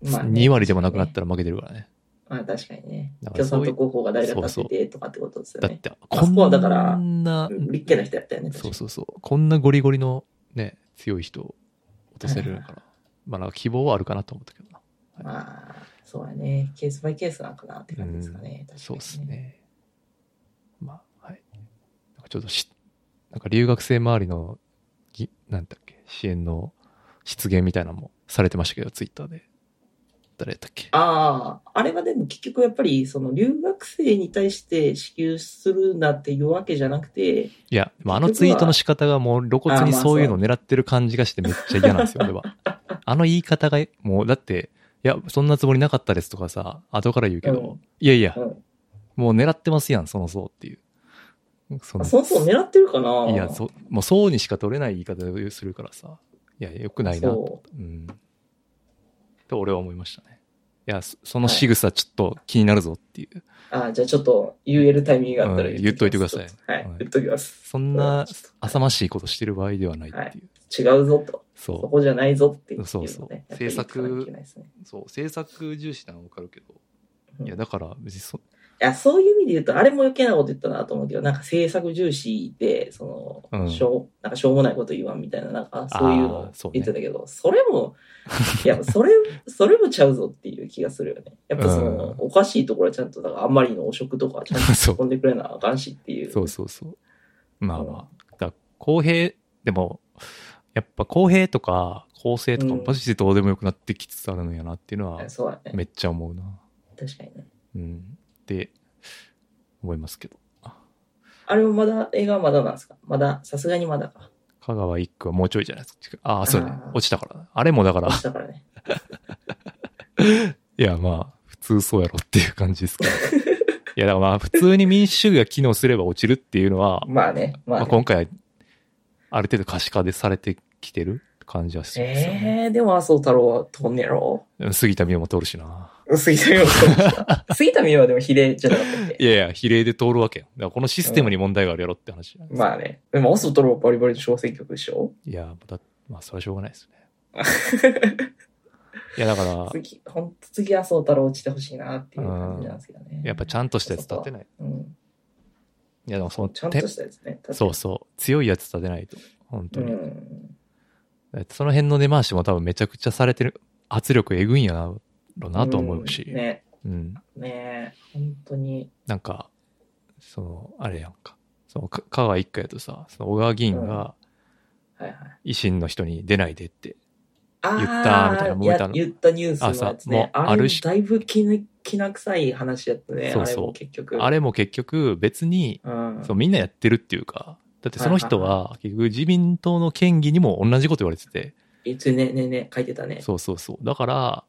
[SPEAKER 3] ね
[SPEAKER 2] 2割でもなくなったら負けてるからね。
[SPEAKER 3] まあ確かにね
[SPEAKER 2] だ。からそ
[SPEAKER 3] 共
[SPEAKER 2] うい
[SPEAKER 3] 産
[SPEAKER 2] う
[SPEAKER 3] 党候補が誰が立っててとかってことですよ
[SPEAKER 2] だっ
[SPEAKER 3] ね。
[SPEAKER 2] て、
[SPEAKER 3] あそこはだから
[SPEAKER 2] こんな、
[SPEAKER 3] 立憲の人やったよね。確か
[SPEAKER 2] そう
[SPEAKER 3] に
[SPEAKER 2] そうそう。こんなゴリゴリのね、強い人を落とせるから。まあ、なんか希望はあるかなと思ったけどな。
[SPEAKER 3] まあ、そうやね。ケースバイケースなんかなって感じですかね。確かに
[SPEAKER 2] そうです。ね。まあ、はい。なんかちょっとし、なんか留学生周りのぎ、なんだっけ、支援の失言みたいなのもされてましたけど、ツイッターで。誰だったっけ
[SPEAKER 3] ああ、あれはでも結局やっぱり、その留学生に対して支給するなっていうわけじゃなくて、
[SPEAKER 2] いや、でもあのツイートの仕方がもう露骨にそういうのを狙ってる感じがしてめっちゃ嫌なんですよ、俺は。あの言い方が、もうだって、いや、そんなつもりなかったですとかさ、後から言うけど、
[SPEAKER 3] うん
[SPEAKER 2] いやいや、
[SPEAKER 3] うん
[SPEAKER 2] もう狙ってますやん、その層っていう。そ
[SPEAKER 3] あそもそも狙ってるかない
[SPEAKER 2] いや、そ、もうそうにしか取れない言い方をするからさ。いや、よくないな。。
[SPEAKER 3] そう
[SPEAKER 2] ん。と俺は思いましたね。いや、そその仕草ちょっと気になるぞっていう。
[SPEAKER 3] あ、じゃあちょっと言えるタイミングがあったら
[SPEAKER 2] うん言っといてください
[SPEAKER 3] ちょっとはい、
[SPEAKER 2] はい
[SPEAKER 3] 言っときます。
[SPEAKER 2] そんな浅ましいことしてる場合ではないっていう。
[SPEAKER 3] はい違うぞと。そ
[SPEAKER 2] そ
[SPEAKER 3] こじゃないぞっていうのをね。
[SPEAKER 2] そうそう
[SPEAKER 3] やっぱり言っていかなきゃいけないですね
[SPEAKER 2] う。そう、制作重視なのはわかるけど、
[SPEAKER 3] うん
[SPEAKER 2] いや、だから、別にそ、
[SPEAKER 3] いや、そういう意味で言うと、あれも余計なこと言ったなと思うけど、なんか制作重視で、その、
[SPEAKER 2] うん
[SPEAKER 3] しょう、なんかしょうもないこと言わんみたいな、なんかそういうの
[SPEAKER 2] あーそうね
[SPEAKER 3] 言ってたけど、それも、 いや、それ、それもちゃうぞっていう気がするよね。やっぱその、おかしいところはちゃんと、だからあんまりの汚職とかはちゃんと
[SPEAKER 2] そう
[SPEAKER 3] 突っ込んでくれなあかんしっていう。
[SPEAKER 2] そうそうそう。まあまあ。だから公平、でも、やっぱ公平とか公正とか
[SPEAKER 3] うん
[SPEAKER 2] マジでどうでもよくなってきつつあるのやなっていうのは
[SPEAKER 3] あそうだね。
[SPEAKER 2] めっちゃ思うな。
[SPEAKER 3] 確かにね。
[SPEAKER 2] うん。って思いますけど。
[SPEAKER 3] あれもまだ、映画はまだなんですかまだ、さすがにまだか。
[SPEAKER 2] 香川一区はもうちょいじゃないですか。ああ、そうね
[SPEAKER 3] あ。ー
[SPEAKER 2] 落ちたから。あれもだから、
[SPEAKER 3] 落ちたからね。
[SPEAKER 2] いやまあ、普通そうやろっていう感じ ですから。いやだからまあ、普通に民主主義が機能すれば落ちるっていうのは、
[SPEAKER 3] まあね、
[SPEAKER 2] ま
[SPEAKER 3] まあ、
[SPEAKER 2] あ
[SPEAKER 3] ね。
[SPEAKER 2] 今回、ある程度可視化でされてきてる感じはしますよね。
[SPEAKER 3] えー、でも麻生太郎は飛んねやろ
[SPEAKER 2] 杉田美代も通るしな。
[SPEAKER 3] 杉田美は杉田美はでも比例じゃなかったっけ
[SPEAKER 2] いやいや、比例で通るわけよ。だからこのシステムに問題があるやろって話じゃないですか。
[SPEAKER 3] まあね。でも、オストロはバリバリの小選挙区で しょ
[SPEAKER 2] いや、だまあ、それはしょうがないですね。いや、だから、
[SPEAKER 3] 次、本当次麻生太郎落ちてほしいなっていう感じなんですけどね。
[SPEAKER 2] やっぱちゃんとしたやつ立てない。
[SPEAKER 3] うん、
[SPEAKER 2] いや、でもその、
[SPEAKER 3] ちゃん
[SPEAKER 2] て
[SPEAKER 3] としたやつね。
[SPEAKER 2] そう
[SPEAKER 3] そ
[SPEAKER 2] そう、強いやつ立てないと。本当に。
[SPEAKER 3] ん。
[SPEAKER 2] だってその辺の根回しも多分めちゃくちゃされてる。圧力えぐいんやな、ろなと思うし。
[SPEAKER 3] んね。
[SPEAKER 2] うん
[SPEAKER 3] ね本当に。
[SPEAKER 2] なんか、その、あれやんか。その、か香川一家やとさ、その小川議員が
[SPEAKER 3] はいはい。
[SPEAKER 2] 維新の人に出ないでって、
[SPEAKER 3] あー
[SPEAKER 2] 言ったみたいなもう言ったの
[SPEAKER 3] や言ったニュースのやつね。
[SPEAKER 2] あさもう
[SPEAKER 3] あ
[SPEAKER 2] あ
[SPEAKER 3] れ
[SPEAKER 2] る
[SPEAKER 3] も
[SPEAKER 2] し
[SPEAKER 3] だいぶきなきな臭い話やったね。
[SPEAKER 2] そうそう
[SPEAKER 3] あれも結局。
[SPEAKER 2] あれも結局別に
[SPEAKER 3] うん。
[SPEAKER 2] そうみんなやってるっていうか、だってその人は結局自民党の県議にも同じこと言われてて、
[SPEAKER 3] いつね、ね、ね、書いてたね。
[SPEAKER 2] そうそうそう。だから、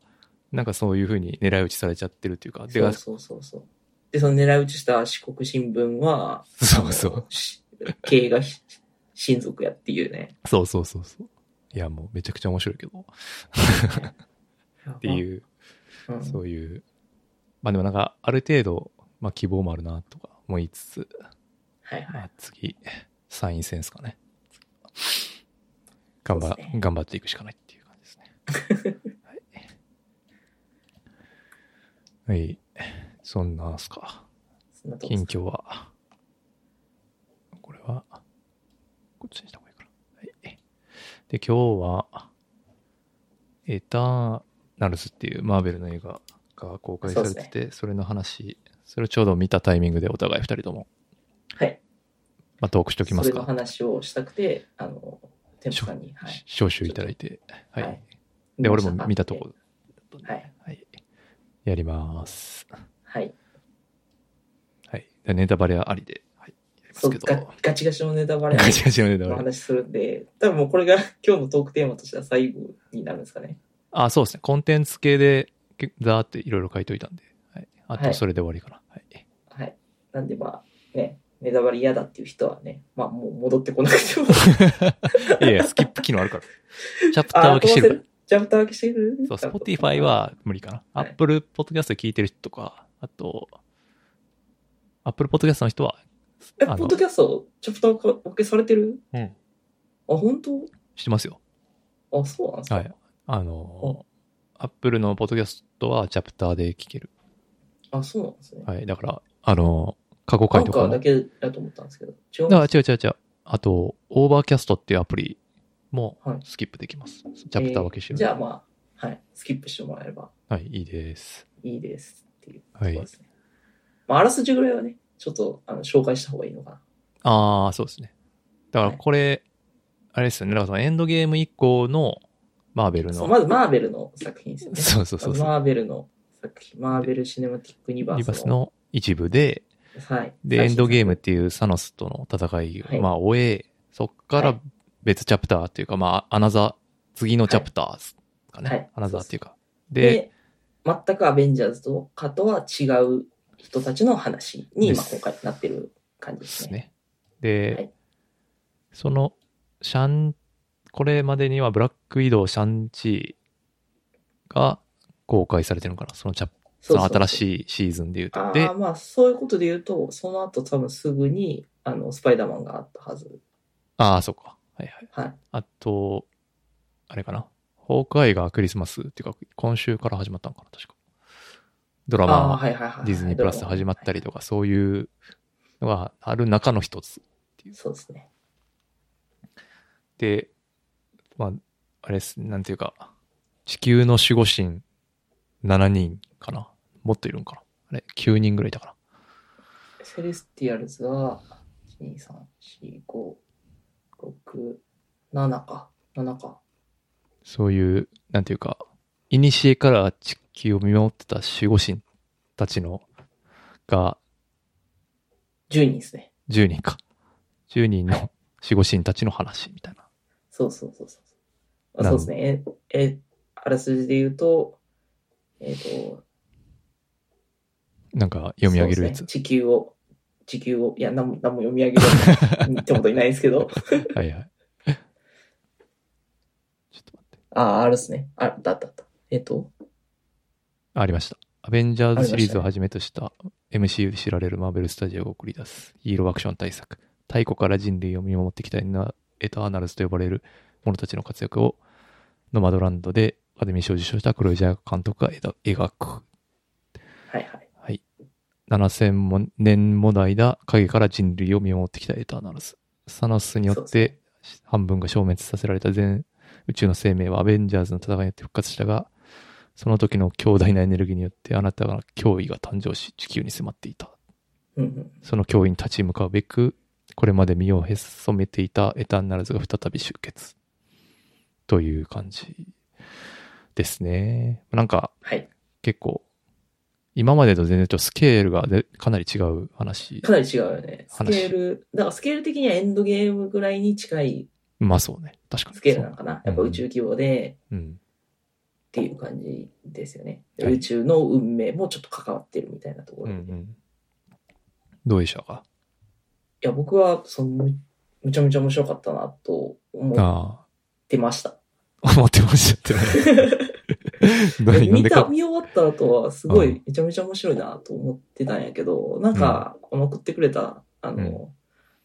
[SPEAKER 2] なんかそういうふうに狙い撃ちされちゃってるっていうか、て
[SPEAKER 3] そ
[SPEAKER 2] か
[SPEAKER 3] うそうそうそう。で、その狙い撃ちした四国新聞は、
[SPEAKER 2] そうそう
[SPEAKER 3] し。経営がひ親族やっていうね。
[SPEAKER 2] そうそうそうそう。いや、もうめちゃくちゃ面白いけど、っていう、
[SPEAKER 3] うん。
[SPEAKER 2] そういう、まあでもなんかある程度、まあ希望もあるなとか思いつつ、
[SPEAKER 3] はいは
[SPEAKER 2] ま
[SPEAKER 3] い。
[SPEAKER 2] あ次、参院選ですかね。頑
[SPEAKER 3] そう
[SPEAKER 2] 張、
[SPEAKER 3] ですね
[SPEAKER 2] 頑張っていくしかないっていう感じですね。 はい。はい。そんなんすか。
[SPEAKER 3] そんなとこで
[SPEAKER 2] 近
[SPEAKER 3] すか
[SPEAKER 2] 況は。これは、こっちにした方がいいかな。はい。で、今日は、エターナルズっていうマーベルの映画が公開されて
[SPEAKER 3] そう
[SPEAKER 2] て、そ,、れの話、それをちょうど見たタイミングでお互い二人とも、
[SPEAKER 3] はい。
[SPEAKER 2] まあ、トークしておきま
[SPEAKER 3] そ
[SPEAKER 2] す
[SPEAKER 3] れの
[SPEAKER 2] か。
[SPEAKER 3] 話をしたくて、あの、店舗さんに。はい。
[SPEAKER 2] 招集いただいて、はい。
[SPEAKER 3] はい
[SPEAKER 2] で、俺も見たとこ。
[SPEAKER 3] はい。
[SPEAKER 2] はい。やります。
[SPEAKER 3] はい。
[SPEAKER 2] はい。でネタバレはありで、はい。やりま
[SPEAKER 3] そ
[SPEAKER 2] す
[SPEAKER 3] う
[SPEAKER 2] けど。
[SPEAKER 3] ガガチガチのネタバレ
[SPEAKER 2] ガチガチのネタ
[SPEAKER 3] の
[SPEAKER 2] バレ。
[SPEAKER 3] 話するんで、多分もうこれが 今日のトークテーマとしては最後になるんですかね。
[SPEAKER 2] あ、そうですね。コンテンツ系で、けざーっていろいろ書いといたんで、はい。あ
[SPEAKER 3] は
[SPEAKER 2] と、
[SPEAKER 3] い
[SPEAKER 2] それで終わりかな。はい。
[SPEAKER 3] はい。なんでまあ、ね、ネタバレ嫌だっていう人はね、まあもう戻ってこなく ても。
[SPEAKER 2] い、やいや、スキップ機能あるから。チャプター
[SPEAKER 3] あ
[SPEAKER 2] 分けしてるか
[SPEAKER 3] ジャプター分けしてる
[SPEAKER 2] ら。そう、Spotify。は無理かな。
[SPEAKER 3] はい
[SPEAKER 2] Apple Podcast で聞いてる人とか、あと、Apple Podcast の人は、
[SPEAKER 3] え、ポ
[SPEAKER 2] あの
[SPEAKER 3] ッドキャスト、チャプター分けされてる
[SPEAKER 2] うん。
[SPEAKER 3] あ、本当
[SPEAKER 2] してますよ。
[SPEAKER 3] あ、そうなんですか
[SPEAKER 2] はい。あの、アップルのポッドキャストはチャプターで聞ける。
[SPEAKER 3] あ、そうなんですね。
[SPEAKER 2] はい。だから、あの、過去
[SPEAKER 3] ア
[SPEAKER 2] 回
[SPEAKER 3] ン
[SPEAKER 2] と
[SPEAKER 3] カ
[SPEAKER 2] か
[SPEAKER 3] ー
[SPEAKER 2] も。
[SPEAKER 3] だけだと思ったんですけど。違うん
[SPEAKER 2] あ、
[SPEAKER 3] です
[SPEAKER 2] 違う違う違う。あと、オーバーキャストっていうアプリも
[SPEAKER 3] はい
[SPEAKER 2] スキップできます。チャプター分けしてるん
[SPEAKER 3] じ
[SPEAKER 2] で、
[SPEAKER 3] ゃあまあ、はい。スキップしてもらえれば
[SPEAKER 2] はい、いいです。
[SPEAKER 3] いいですっていうとこ
[SPEAKER 2] は
[SPEAKER 3] ろ
[SPEAKER 2] い
[SPEAKER 3] ですね。まあ、あらすじぐらいはね、ちょっとあの紹介した方がいいのかな。
[SPEAKER 2] ああ、そうですね。だからこれ、あれですよね。だからそのエンドゲーム以降のマーベル
[SPEAKER 3] そう
[SPEAKER 2] の。
[SPEAKER 3] まずマーベルの作品ですよね。
[SPEAKER 2] そうそうそう
[SPEAKER 3] まず
[SPEAKER 2] そう。
[SPEAKER 3] マーベルの作品、マーベル・シネマティック・ニバ
[SPEAKER 2] リバ
[SPEAKER 3] ー
[SPEAKER 2] ー
[SPEAKER 3] ス
[SPEAKER 2] ス
[SPEAKER 3] の。
[SPEAKER 2] の一部で、
[SPEAKER 3] はい。
[SPEAKER 2] で、エンドゲー
[SPEAKER 3] ム。
[SPEAKER 2] ムっていうサノスとの戦いを、
[SPEAKER 3] はい
[SPEAKER 2] まあ終え、そっか
[SPEAKER 3] は
[SPEAKER 2] ら
[SPEAKER 3] い
[SPEAKER 2] 別チャプターっていうか、まあアナザー、次のチャプターですかね。
[SPEAKER 3] はい
[SPEAKER 2] アナザーっていうか。で、
[SPEAKER 3] で、全くアベンジャーズとかとは違う人たちの話に今
[SPEAKER 2] です
[SPEAKER 3] 今回なってる感じ
[SPEAKER 2] で
[SPEAKER 3] ですすね。
[SPEAKER 2] ね。で、
[SPEAKER 3] はい
[SPEAKER 2] その、シャン、これまでにはブラック移動シャンチーが公開されてるのかなそのチャそ
[SPEAKER 3] そ
[SPEAKER 2] う
[SPEAKER 3] そ
[SPEAKER 2] の
[SPEAKER 3] うそ
[SPEAKER 2] 新
[SPEAKER 3] う
[SPEAKER 2] しいシーズンで言う
[SPEAKER 3] あ
[SPEAKER 2] と。で
[SPEAKER 3] あ、、まあそういうことで言うと、その後多分すぐに、あの、スパイダーマンがあったはず。
[SPEAKER 2] ああ、そうか。はいはい。
[SPEAKER 3] はい。
[SPEAKER 2] あと、あれかな。ホークアイがクリスマスっていうか、今週から始まったのかな確か。ドラ
[SPEAKER 3] ああ、
[SPEAKER 2] マ
[SPEAKER 3] はいはいはい。
[SPEAKER 2] ディズニープラスで始まったりとか、そういうのがある中の一つ
[SPEAKER 3] はいそうですね。
[SPEAKER 2] で、まあ、あれです、なんていうか、地球の守護神7人かなもっといるんかなあれ、9人ぐらいいたか
[SPEAKER 3] セレスティアルズは、1、2、3、4、5、6、7か。7か。
[SPEAKER 2] なそういう、なんていうか、古から地球を見守ってた守護神たちの、が
[SPEAKER 3] 10人ですね。
[SPEAKER 2] 10人か。10人の守護神たちの話みたいな。
[SPEAKER 3] そうそうそうそう。あ
[SPEAKER 2] な
[SPEAKER 3] そ
[SPEAKER 2] ん
[SPEAKER 3] うですね。え、え、あらすじで言うと、えっ、と、
[SPEAKER 2] なんか読み上げるやつ。
[SPEAKER 3] そうですね地球を、地球を、いや、なんもなんも読み上げるやつってこといないですけ ど。
[SPEAKER 2] はいはい。ちょっと待って。
[SPEAKER 3] ああ、あるっすね。あ、だったあった。えっ、と、
[SPEAKER 2] ありました。アベンジャーズシリーズをはじめとした MCU で知られるマーベルスタジオが送り出すヒーローアクション大作。太古から人類を見守ってきたエターナルズと呼ばれる者たちの活躍をノマドランドでアカデミー賞を受賞したクロイジャー監督が描描く。
[SPEAKER 3] はいはい。
[SPEAKER 2] はい。7000も年もの間、影から人類を見守ってきたエターナルズ。サノスによ
[SPEAKER 3] そう
[SPEAKER 2] っ
[SPEAKER 3] で
[SPEAKER 2] て半分が消滅させられた全宇宙の生命はアベンジャーズの戦いによって復活したが、その時の強大なエネルギーによってあなたの脅威が誕生し地球に迫っていた。
[SPEAKER 3] うんうん。
[SPEAKER 2] その脅威に立ち向かうべく、これまで身をへそめていたエターナルズが再び集結。という感じですね。なんか、
[SPEAKER 3] はい。
[SPEAKER 2] 結構、今までと全然ちょっとスケールがでかなり違う 話。
[SPEAKER 3] かなり違うよね。ス
[SPEAKER 2] 話
[SPEAKER 3] ケール、だからスケール的にはエンドゲームぐらいに近い
[SPEAKER 2] まあそうね。確かに。
[SPEAKER 3] スケールなのかな。やっぱ宇宙規模で
[SPEAKER 2] そううん。
[SPEAKER 3] っていう感じですよね。で
[SPEAKER 2] はい
[SPEAKER 3] 宇宙の運命もちょっと関わってるみたいなところ
[SPEAKER 2] う
[SPEAKER 3] で。
[SPEAKER 2] んう
[SPEAKER 3] い
[SPEAKER 2] ん。どうでしたか
[SPEAKER 3] や、僕は、その、むむちゃむちゃ面白かったなと思っ
[SPEAKER 2] あ
[SPEAKER 3] てました。
[SPEAKER 2] あ。 思ってましたってね。 何飲ん
[SPEAKER 3] 見
[SPEAKER 2] で
[SPEAKER 3] た、
[SPEAKER 2] か。
[SPEAKER 3] 見終わった後は、すご
[SPEAKER 2] うん
[SPEAKER 3] い、めちゃめちゃ面白いなと思ってたんやけど、なんか、この送ってくれた、あの、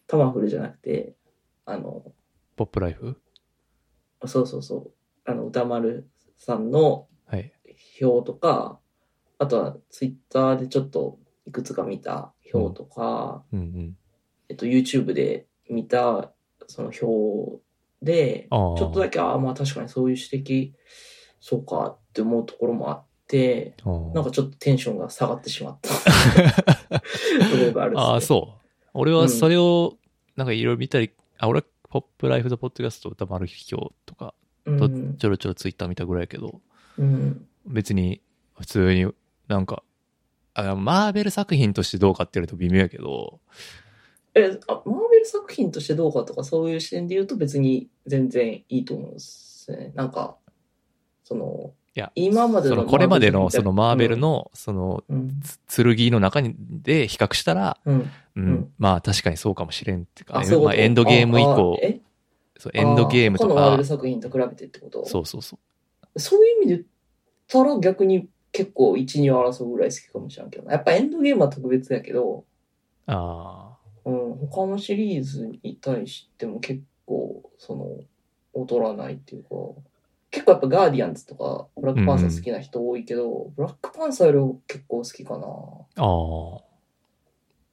[SPEAKER 3] タマフルじゃなくて、あの、
[SPEAKER 2] ポップライフ
[SPEAKER 3] そうそうそう、あの、歌丸さんの
[SPEAKER 2] はい。
[SPEAKER 3] 表とか、あとは、ツイッターでちょっと、いくつか見た表とか、
[SPEAKER 2] うんうん。
[SPEAKER 3] えっと、YouTube で見た、その表で、
[SPEAKER 2] ああ。
[SPEAKER 3] ちょっとだけ、ああ、まあ確かにそういう指摘、そうかって思うところもあって、
[SPEAKER 2] あー
[SPEAKER 3] なんかちょっとテンションが下がってし まった。ところがあるっすね
[SPEAKER 2] ああ、そう。俺はそれを、なんかいろいろ見たり、あ、俺はポップライフとポッドキャスト歌丸秘境とか、
[SPEAKER 3] うん。
[SPEAKER 2] とちょろちょろツイッター見たぐらいやけど、
[SPEAKER 3] うん。
[SPEAKER 2] 別に普通になんかあマーベル作品としてどうかって言われると微妙やけど
[SPEAKER 3] え、あ、マーベル作品としてどうかとかそういう視点で言うと別に全然いいと思うんですね。なんか、その、
[SPEAKER 2] いや
[SPEAKER 3] 今まで
[SPEAKER 2] そ
[SPEAKER 3] の
[SPEAKER 2] のこれまでの
[SPEAKER 3] マーベ
[SPEAKER 2] そ
[SPEAKER 3] ル
[SPEAKER 2] のマーベルのその
[SPEAKER 3] うん。
[SPEAKER 2] つ剣の中にで比較したら、
[SPEAKER 3] うん。
[SPEAKER 2] うん
[SPEAKER 3] うん
[SPEAKER 2] まあ確かにそうかもしれんっていうか、
[SPEAKER 3] あ、そういうこ
[SPEAKER 2] ま
[SPEAKER 3] と
[SPEAKER 2] あ、エンドゲーム以降
[SPEAKER 3] ああえ
[SPEAKER 2] そうエンドゲーム
[SPEAKER 3] あ
[SPEAKER 2] と
[SPEAKER 3] 他のマーベ
[SPEAKER 2] か
[SPEAKER 3] ル作品と比べてってこと。
[SPEAKER 2] そうそうそう
[SPEAKER 3] そういう意味で言ったら逆に結構1、2を争うぐらい好きかもしれんけどな。やっぱエンドゲームは特別やけど、
[SPEAKER 2] うあ
[SPEAKER 3] うん、他のシリーズに対しても結構その劣らないっていうか結構やっぱガーディアンズとかブラックパンサー好きな人多いけど、ブラックパンサーよりも結構好きか
[SPEAKER 2] ーあ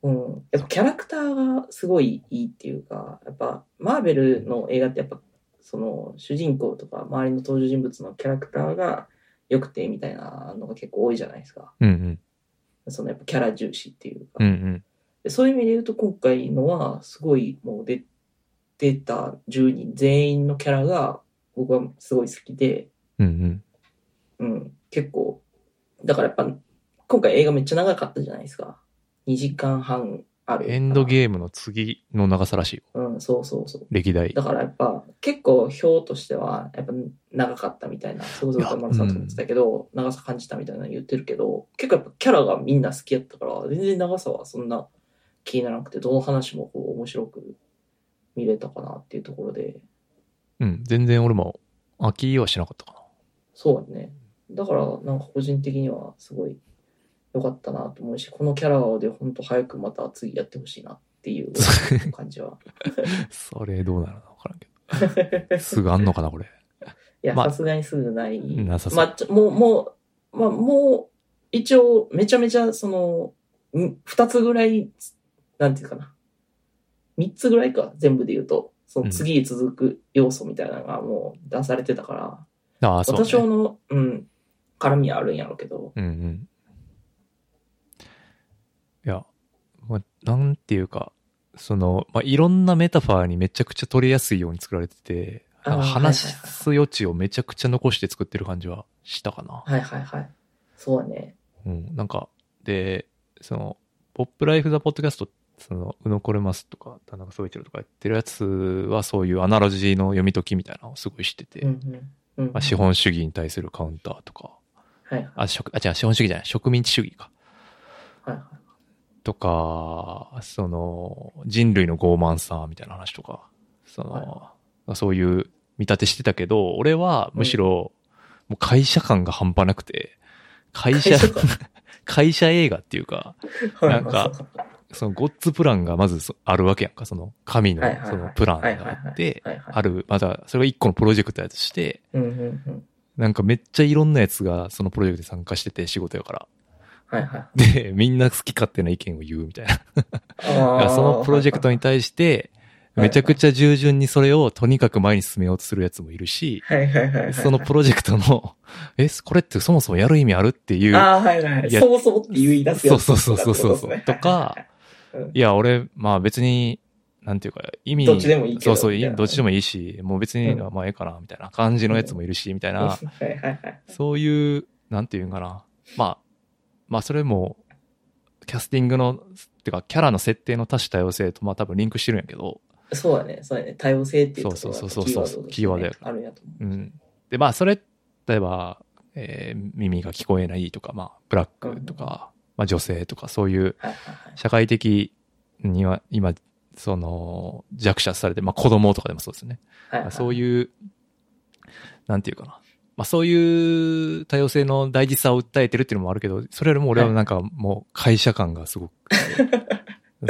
[SPEAKER 3] なうんやっぱキャラクターがすごいいいっていうかやっぱマーベルの映画ってやっぱその主人公とか周りの登場人物のキャラクターが良くてみたいなのが結構多いじゃないですか
[SPEAKER 2] ーうん
[SPEAKER 3] そのやっぱキャラ重視っていうか
[SPEAKER 2] うんうんうん
[SPEAKER 3] でそういう意味で言うと今回のはすごいもう出出た10人全員のキャラが僕はすごい好きで、
[SPEAKER 2] うんうん
[SPEAKER 3] うん、結構だからやっぱ今回映画めっちゃ長かったじゃないですか2時間半ある
[SPEAKER 2] エンド
[SPEAKER 3] ー
[SPEAKER 2] ゲームの次の長さらしいよ
[SPEAKER 3] ムうんそうそうそう
[SPEAKER 2] 歴代
[SPEAKER 3] だからやっぱ結構表としてはやっぱ長かったみたいなそれこそ歌丸さんとか言ってたけど、長さ感じたみたいなの言ってるけど結構やっぱキャラがみんな好きやったから全然長さはそんな気にならなくてどの話もこう面白く見れたかなっていうところで
[SPEAKER 2] うん全然俺も飽きはしなかったかな
[SPEAKER 3] そうだねだからなんか個人的にはすごい良かったなと思うしこのキャラで本当早くまた次やってほしいなっていう感じは
[SPEAKER 2] それどうなるのか分からん けど。すぐあんのかな、これ。
[SPEAKER 3] いや
[SPEAKER 2] まあ
[SPEAKER 3] さすがにすぐない
[SPEAKER 2] なさそう
[SPEAKER 3] まあ、ちょもう、もう、まあ、も一応、めちゃめちゃ、その、ん二つぐらい、なんていうかな。三つぐらいか、全部で言うと。その次へ続く要素みたいなのがもう出されてたから、
[SPEAKER 2] ああ、そう、ね。
[SPEAKER 3] 多少の、うん、絡みはあるんやろうけど。
[SPEAKER 2] うんうん。いや、まあ、なんていうか、その、まあ、いろんなメタファーにめちゃくちゃ取れやすいように作られてて、
[SPEAKER 3] あー
[SPEAKER 2] なんか
[SPEAKER 3] は
[SPEAKER 2] 話
[SPEAKER 3] いはいはい
[SPEAKER 2] す余地をめちゃくちゃ残して作ってる感じはしたかな。
[SPEAKER 3] はいはいはい。そうだね。
[SPEAKER 2] うん、なんか、で、その、ポップライフ・ザ・ポッドキャスト、その、宇野コレマスとか、田中総一郎とかやってるやつは、そういうアナロジーの読み解きみたいなのをすごいしてて、
[SPEAKER 3] うんうん。うん
[SPEAKER 2] まあ、資。本主義に対するカウンターとか、
[SPEAKER 3] はいはい
[SPEAKER 2] あ、食、あ、違う、資本主義じゃない、植民地主義か。
[SPEAKER 3] はいはい。
[SPEAKER 2] とか、その、人類の傲慢さみたいな話とか、その、
[SPEAKER 3] はい
[SPEAKER 2] そういう見立てしてたけど、俺はむしろ、もう会社感が半端なくて、会社、
[SPEAKER 3] 会社感
[SPEAKER 2] 会社映画っていうか、なんか
[SPEAKER 3] は
[SPEAKER 2] そのゴッツプランがまずそあるわけやんか、その神の
[SPEAKER 3] はいはいはい
[SPEAKER 2] そのプラン
[SPEAKER 3] いはい
[SPEAKER 2] があ
[SPEAKER 3] は
[SPEAKER 2] っ
[SPEAKER 3] い
[SPEAKER 2] て、
[SPEAKER 3] はいはい。
[SPEAKER 2] ある、またそれが一個のプロジェクトやとして、
[SPEAKER 3] うんうんうん。
[SPEAKER 2] なんかめっちゃいろんなやつがそのプロジェクトに参加してて仕事やから。
[SPEAKER 3] はいはい。
[SPEAKER 2] で、みんな好き勝手な意見を言うみたいな。だか
[SPEAKER 3] あ
[SPEAKER 2] らそのプロジェクトに対して、
[SPEAKER 3] はい
[SPEAKER 2] めちゃくちゃ従順にそれをとにかく前に進めようとするやつもいるし、
[SPEAKER 3] はいはいはいはい。
[SPEAKER 2] そのプロジェクトの、 え、これってそもそもやる意味あるっていう、
[SPEAKER 3] ああ、はいはいはい。
[SPEAKER 2] いや
[SPEAKER 3] そもそもって言い出すやつ
[SPEAKER 2] そうそうそうそうそう
[SPEAKER 3] ってことですね
[SPEAKER 2] とか、いや、俺、まあ別に、なんていうか、意味、
[SPEAKER 3] どっちでもいいけど
[SPEAKER 2] そうそう、
[SPEAKER 3] みたいな
[SPEAKER 2] どっちでもいいし、もう別に、
[SPEAKER 3] うん
[SPEAKER 2] まあええかな、みたいな感じのやつもいるし、みたいな、
[SPEAKER 3] はいはいはい。
[SPEAKER 2] そういう、なんていうんかな。まあ、まあそれも、キャスティングの、てか、キャラの設定の多種多様性と、まあ多分リンクしてるんやけど、
[SPEAKER 3] そうだね、そうだね。多様性っていうところが
[SPEAKER 2] そうそうそうそう
[SPEAKER 3] キーワードとして
[SPEAKER 2] キー
[SPEAKER 3] ね
[SPEAKER 2] ワードや
[SPEAKER 3] あるんやと思う。
[SPEAKER 2] うん。で、まあ、それ、例えば、えー耳が聞こえないとか、まあ、ブラックとか、まあ、女性とか、そういう
[SPEAKER 3] はいはいはい。
[SPEAKER 2] 社会的には、今、その、弱者視されて、まあ、子供とかでもそうですね。
[SPEAKER 3] はいは
[SPEAKER 2] まあ
[SPEAKER 3] い
[SPEAKER 2] そういう、なんていうかな。まあ、そういう多様性の大事さを訴えてるっていうのもあるけど、それよりも俺はなんかもう会社感がすごく。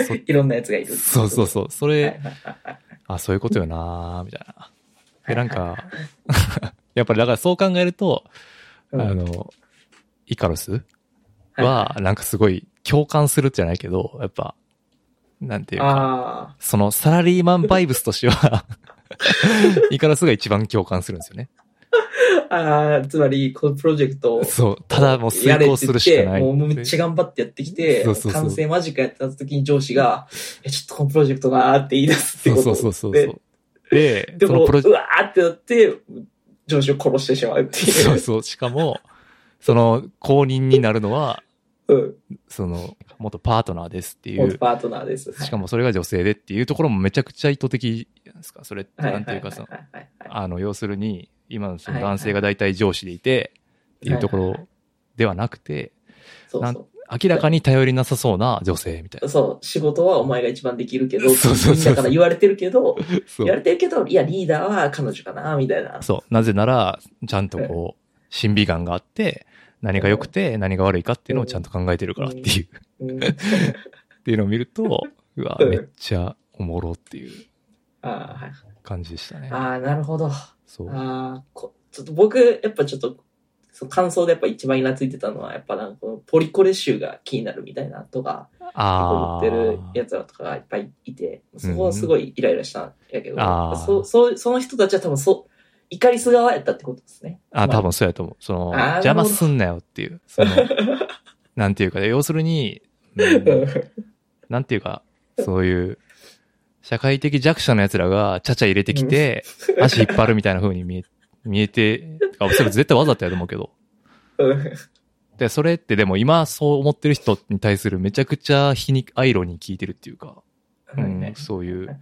[SPEAKER 2] そ
[SPEAKER 3] いろんなやつがいる。
[SPEAKER 2] そうそうそう。それ、
[SPEAKER 3] はいはいはいはい
[SPEAKER 2] あ、そういうことよなーみたいな。で、なんか、やっぱりだから そう考えると、
[SPEAKER 3] うん
[SPEAKER 2] あの、イカロス
[SPEAKER 3] はい
[SPEAKER 2] は、なんかすごい共感するじゃないけど、やっぱ、なんていうか、
[SPEAKER 3] あ
[SPEAKER 2] そのサラリーマンバイブスとして は、イカロスが一番共感するんですよね。
[SPEAKER 3] あ、ああ、つまり、このプロジェクトを
[SPEAKER 2] そう、ただもう遂行するしか
[SPEAKER 3] やれ
[SPEAKER 2] な
[SPEAKER 3] って
[SPEAKER 2] い。
[SPEAKER 3] 言ってもうめっちゃ頑張ってやってきて、
[SPEAKER 2] そうそうそう
[SPEAKER 3] 完成間近やってた時に上司が、え、ちょっとこのプロジェクトがーって言い出すってこと
[SPEAKER 2] そうそうそうそう。で、
[SPEAKER 3] で
[SPEAKER 2] そ
[SPEAKER 3] も
[SPEAKER 2] の
[SPEAKER 3] う、
[SPEAKER 2] プロジェ
[SPEAKER 3] うわーってなって、上司を殺してしまうっていう。
[SPEAKER 2] そうそう、しかも、その、公認になるのは、
[SPEAKER 3] うん。
[SPEAKER 2] その、元パートナーですってい
[SPEAKER 3] 元
[SPEAKER 2] う、
[SPEAKER 3] パートナーです。
[SPEAKER 2] しかもそれが女性でっていうところもめちゃくちゃ意図的じゃないですか。それって、
[SPEAKER 3] はい、
[SPEAKER 2] なんていうかその、
[SPEAKER 3] はいはいはいはい
[SPEAKER 2] あの、要するに、今のそ
[SPEAKER 3] は
[SPEAKER 2] の
[SPEAKER 3] いはい
[SPEAKER 2] 男性が大体上司でいて、っていうとこ
[SPEAKER 3] はいはいは
[SPEAKER 2] ろではなくて、
[SPEAKER 3] そう
[SPEAKER 2] なん
[SPEAKER 3] そ。
[SPEAKER 2] 明らかに頼りなさそうな女性みたいうな。
[SPEAKER 3] そう、仕事はお前が一番できるけど、
[SPEAKER 2] そうそうそうそう
[SPEAKER 3] みんなから言われてるけど、
[SPEAKER 2] そ
[SPEAKER 3] 言わ
[SPEAKER 2] う。
[SPEAKER 3] れてるけど、いや、リーダーは彼女かな、みたいな。
[SPEAKER 2] そうなぜなら、ちゃんとこう、審美眼があって、何が良くて何が悪いかっていうのをちゃんと考えてるからっていう、
[SPEAKER 3] うん、
[SPEAKER 2] っていうのを見ると、うわ、
[SPEAKER 3] うん
[SPEAKER 2] めっちゃおもろっていう
[SPEAKER 3] あーはい
[SPEAKER 2] 感じでしたね。
[SPEAKER 3] あー、なるほど。あ
[SPEAKER 2] そう。
[SPEAKER 3] あこちょっと僕、やっぱちょっと、その感想でやっぱ一番イラついてたのは、やっぱなんかこのポリコレ集が気になるみたいなとか、思
[SPEAKER 2] あ
[SPEAKER 3] っ
[SPEAKER 2] あ
[SPEAKER 3] てるやつらとかがいっぱいいて、そこ
[SPEAKER 2] う
[SPEAKER 3] は
[SPEAKER 2] ん
[SPEAKER 3] すごいイライラしたんやけど、
[SPEAKER 2] あー
[SPEAKER 3] そそうその人たちは多分そう、怒りす側やったってことですね。
[SPEAKER 2] あ、
[SPEAKER 3] ま
[SPEAKER 2] 多分そうやと思う。その、
[SPEAKER 3] あー
[SPEAKER 2] 邪魔すんなよっていう。 その、なんていうか、要するに、うんなんていうか、そういう、社会的弱者の奴らがちゃちゃ入れてきて、足引っ張るみたいな風に見え、見えて、あそれ絶対わざとやと思うけど。
[SPEAKER 3] うん
[SPEAKER 2] で、それってでも今そう思ってる人に対するめちゃくちゃ皮肉、アイロに効いてるっていうか、う
[SPEAKER 3] はいはい
[SPEAKER 2] ん、そういう、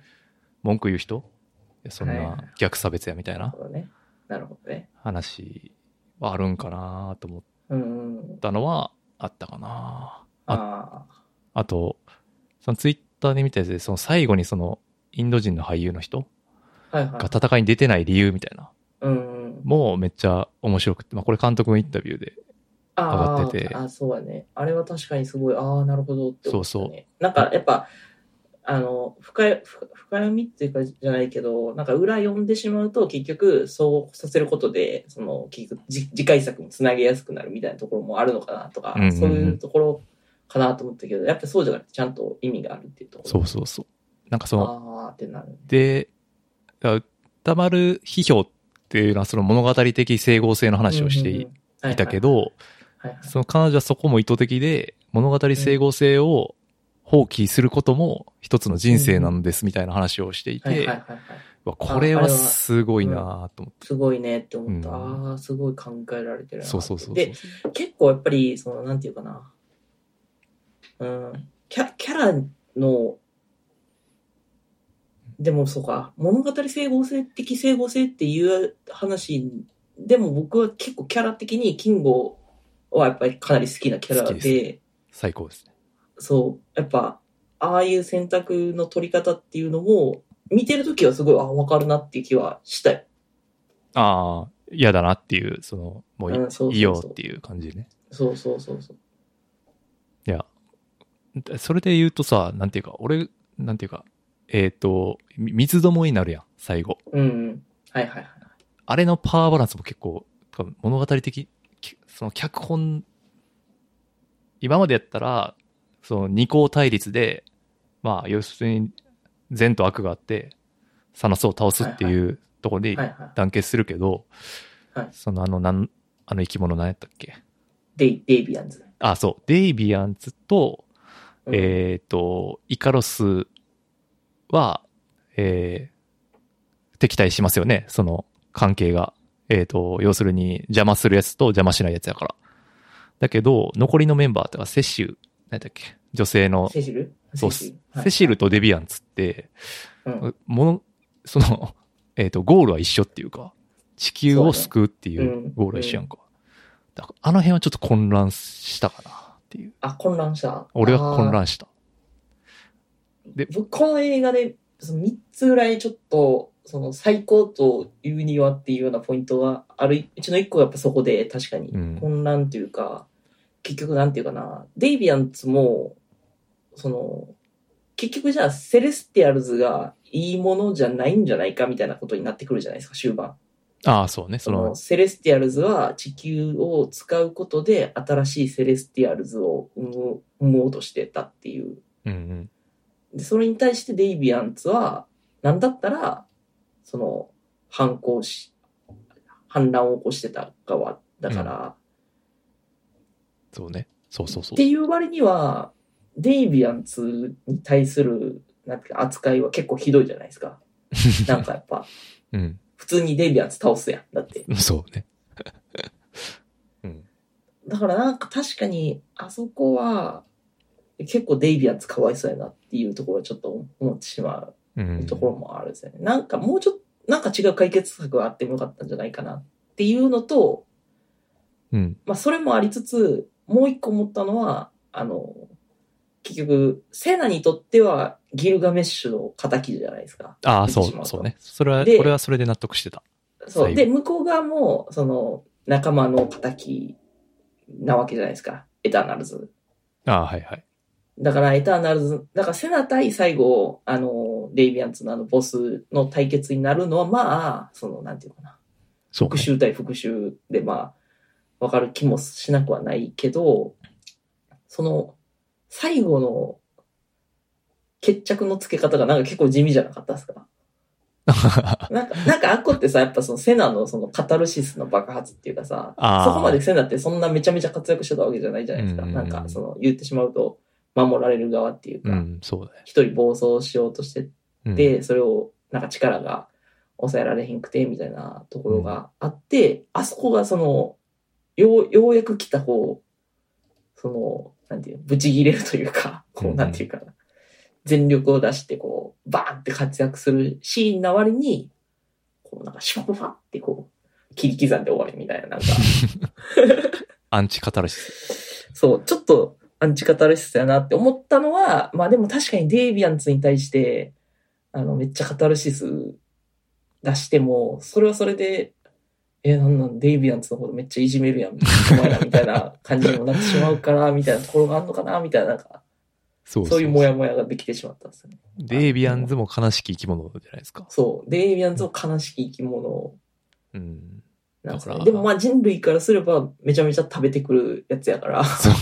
[SPEAKER 2] 文句言う人いやそん
[SPEAKER 3] はい
[SPEAKER 2] な逆差別やみたい
[SPEAKER 3] なる
[SPEAKER 2] な
[SPEAKER 3] ほどね。なるほどね。
[SPEAKER 2] 話はあるんかなと思っ
[SPEAKER 3] うんうん。
[SPEAKER 2] たのはあったかな
[SPEAKER 3] あ
[SPEAKER 2] あと、そのツイッターで見たやつで、その最後にそのインド人の俳優の人
[SPEAKER 3] あ。はいは
[SPEAKER 2] が
[SPEAKER 3] い。
[SPEAKER 2] 戦いに出てない理由みたいな、
[SPEAKER 3] うんうん。
[SPEAKER 2] もうめっちゃ面白くて、まあこれ監督のインタビューで、
[SPEAKER 3] あー
[SPEAKER 2] 上がってて
[SPEAKER 3] あ、そうだね。あれは確かにすごい、ああ、なるほどって思ったね
[SPEAKER 2] そうそ
[SPEAKER 3] なんかやっぱ、あの、深い、深深読みっていうかじゃないけど、なんか裏読んでしまうと結局そうさせることで、その、結局じ次回作につなげやすくなるみたいなところもあるのかなとか、
[SPEAKER 2] うんうんうん
[SPEAKER 3] そういうところかなと思ったけど、やっぱそうじゃなくてちゃんと意味があるっていうところ。
[SPEAKER 2] そうそうそう。なんかその、
[SPEAKER 3] あーってなる。
[SPEAKER 2] で、だ歌丸批評っていうのはその物語的整合性の話をして
[SPEAKER 3] うんうん
[SPEAKER 2] い
[SPEAKER 3] うん
[SPEAKER 2] いたけ、ど、
[SPEAKER 3] はいはいはいはい
[SPEAKER 2] その彼女はそこも意図的で、物語整合性を放棄することも一つの人生なんですみたいな話をしてい
[SPEAKER 3] はいはいはい
[SPEAKER 2] て
[SPEAKER 3] は、いはい。
[SPEAKER 2] うわこれはすごいなと思って。
[SPEAKER 3] すごいねって思った。
[SPEAKER 2] うん
[SPEAKER 3] ああ、すごい考えられてるなって
[SPEAKER 2] そうそうそう
[SPEAKER 3] で、
[SPEAKER 2] そう。
[SPEAKER 3] 結構やっぱり、その、なんていうかな。うん。キャキャラの、でもそうか、物語整合性的整合性っていう話、でも僕は結構キャラ的にキンゴはやっぱりかなり好きなキャラ
[SPEAKER 2] 好
[SPEAKER 3] で、
[SPEAKER 2] きで最高ですね。
[SPEAKER 3] そう、やっぱ、ああいう選択の取り方っていうのも、見てるときはすごい、あ、わかるなっていう気はしたよ。
[SPEAKER 2] ああ、嫌だなっていう、その、もうい
[SPEAKER 3] うんそうそうそう
[SPEAKER 2] いいよっていう感じね。
[SPEAKER 3] そうそうそうそう。
[SPEAKER 2] いや、それで言うとさ、なんていうか、俺、なんていうか、えっ、と、み三つどもえになるやん、最後。
[SPEAKER 3] うんうん。はいはいはい。
[SPEAKER 2] あれのパワーバランスも結構、多分物語的、きその脚本、今までやったら、その二項対立で、まあ、要するに善と悪があって、サナスを倒すっていうところで
[SPEAKER 3] はいはい。
[SPEAKER 2] 団結するけど、
[SPEAKER 3] はい
[SPEAKER 2] そのあの、なん、あの生き物何やったっけ
[SPEAKER 3] デイ、デイビアンズ。
[SPEAKER 2] あ、そう、デイビアンツと、
[SPEAKER 3] うん
[SPEAKER 2] えっ、と、イカロスは、えー敵対しますよね、その関係が。えっ、と、要するに邪魔するやつと邪魔しないやつだから。だけど、残りのメンバーとか、セシル、何だっけ、女性の、
[SPEAKER 3] セシル
[SPEAKER 2] そう
[SPEAKER 3] セシル。
[SPEAKER 2] セシルとデビアンツって、
[SPEAKER 3] はいうん
[SPEAKER 2] もの、その、 えっ、と、ゴールは一緒っていうか、地球を救うってい
[SPEAKER 3] そうだねう
[SPEAKER 2] うんゴールは一緒やんか。だからあの辺はちょっと混乱したかなっていう。
[SPEAKER 3] あ、混乱した。
[SPEAKER 2] 俺は混
[SPEAKER 3] あ
[SPEAKER 2] 乱した。
[SPEAKER 3] ー。僕、この映画で、その3つぐらいちょっと、その最高というにはっていうようなポイントがある、うちの1個はやっぱそこで、確かに
[SPEAKER 2] うん。
[SPEAKER 3] 混乱というか、結局なんていうかな、デイビアンツも、その、結局じゃあセレスティアルズがいいものじゃないんじゃないかみたいなことになってくるじゃないですか、終盤。
[SPEAKER 2] ああ、そうね。そ
[SPEAKER 3] そ
[SPEAKER 2] の
[SPEAKER 3] の、セレスティアルズは地球を使うことで新しいセレスティアルズを生む生もうとしてたっていう
[SPEAKER 2] うんうん。
[SPEAKER 3] でそれに対してデイビアンツは何だったらその反抗し反乱を起こしてた側だから、
[SPEAKER 2] そうね。そうそうそ
[SPEAKER 3] って
[SPEAKER 2] う。
[SPEAKER 3] いう割にはデイビアンツに対するなんていうか扱いは結構ひどいじゃないです かなんかやっぱ
[SPEAKER 2] うん。
[SPEAKER 3] 普通にデイビアンツ倒すやんだって
[SPEAKER 2] そうね。うん。
[SPEAKER 3] だからなんか確かに、あそこは、結構デイビアンツかわいそうやなっていうところはちょっと思ってしま
[SPEAKER 2] う。
[SPEAKER 3] うんところもあるんですよね。なんかもうちょっと、なんか違う解決策があってもよかったんじゃないかなっていうのと、
[SPEAKER 2] うん。
[SPEAKER 3] まあそれもありつつ、もう一個思ったのは、あの、結局、セナにとってはギルガメッシュの仇じゃないですか。
[SPEAKER 2] ああ、そ
[SPEAKER 3] 言ってし
[SPEAKER 2] う、
[SPEAKER 3] まうと
[SPEAKER 2] そうね。それは、
[SPEAKER 3] で
[SPEAKER 2] 俺はそれで納得してた。
[SPEAKER 3] そ
[SPEAKER 2] は
[SPEAKER 3] う。
[SPEAKER 2] い
[SPEAKER 3] で、向こう側も、その、仲間の仇なわけじゃないですか。エターナルズ。
[SPEAKER 2] ああ、はいはい。
[SPEAKER 3] だから、エターナルズ、だから、セナ対最後、あの、デイビアンツのあの、ボスの対決になるのは、まあ、その、なんていうかな、
[SPEAKER 2] そう、
[SPEAKER 3] 復
[SPEAKER 2] ね。
[SPEAKER 3] 讐対復讐で、まあ、わかる気もしなくはないけど、その、最後の、決着のつけ方がなんか結構地味じゃなかったですかなんか、なんかあっこってさ、やっぱそのセナのそのカタルシスの爆発っていうかさ、
[SPEAKER 2] あー
[SPEAKER 3] そこまでセナってそんなめちゃめちゃ活躍してたわけじゃないじゃないですか。
[SPEAKER 2] うんうん
[SPEAKER 3] な
[SPEAKER 2] うんん
[SPEAKER 3] か、その言ってしまうと、守られる側っていうか、
[SPEAKER 2] うん、そうだよ
[SPEAKER 3] 一人暴走しようとして
[SPEAKER 2] うん。
[SPEAKER 3] て、それをなんか力が抑えられへんくてみたいなところがあって、あそこがそのようようやく来た方そのなんていうのブチギレるというかこ
[SPEAKER 2] う
[SPEAKER 3] うんなんていうかな、全力を出してこうバーンって活躍するシーンな割にこうなんかシュパパパってこう切り刻んで終わりみたいななんか
[SPEAKER 2] アンチカタルシス。
[SPEAKER 3] そうちょっとアンチカタルシスやなって思ったのはまあでも確かにデイビアンツに対してあのめっちゃカタルシス出してもそれはそれでえなんなんデイビアンツのことめっちゃいじ めるやんお前らみたいな感じにもなってしまうからみたいなところがあるのかなみたいななんか
[SPEAKER 2] そう
[SPEAKER 3] そういうモヤモヤができてしまったんですよね。
[SPEAKER 2] デービアンズも悲しき生き物じゃないですか。
[SPEAKER 3] そう。デイビアンズも悲しき生き物
[SPEAKER 2] うん。
[SPEAKER 3] なんです
[SPEAKER 2] だか
[SPEAKER 3] ね。
[SPEAKER 2] ら
[SPEAKER 3] でもまあ人類からすればめちゃめちゃ食べてくるやつやから、
[SPEAKER 2] そう。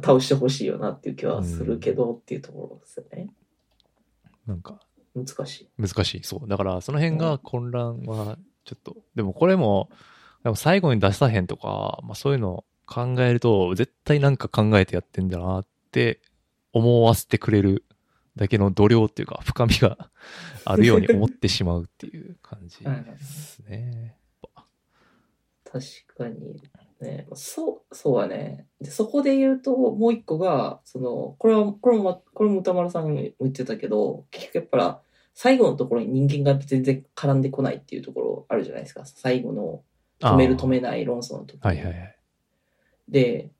[SPEAKER 3] 倒してほしいよなっていう気はするけどっていうところですよね。
[SPEAKER 2] なんか、
[SPEAKER 3] 難しい。
[SPEAKER 2] 難しい。そう。だから、その辺が混乱は、ちょっと、でもこれも、でも最後に出さへんとか、まあそういうの考えると、絶対なんか考えてやってんだなって思わせてくれるだけの度量っていうか、深みがあるように思ってしまうっていう感じですね。
[SPEAKER 3] 確かに。ね、そう、そうはね。で、そこで言うと、もう一個が、その、これは、これもま、これも歌丸さんが言ってたけど、結局やっぱら、最後のところに人間が全然絡んでこないっていうところあるじゃないですか。最後の
[SPEAKER 2] あー
[SPEAKER 3] 止める止めない論争のところ。
[SPEAKER 2] はいはいはい。
[SPEAKER 3] で、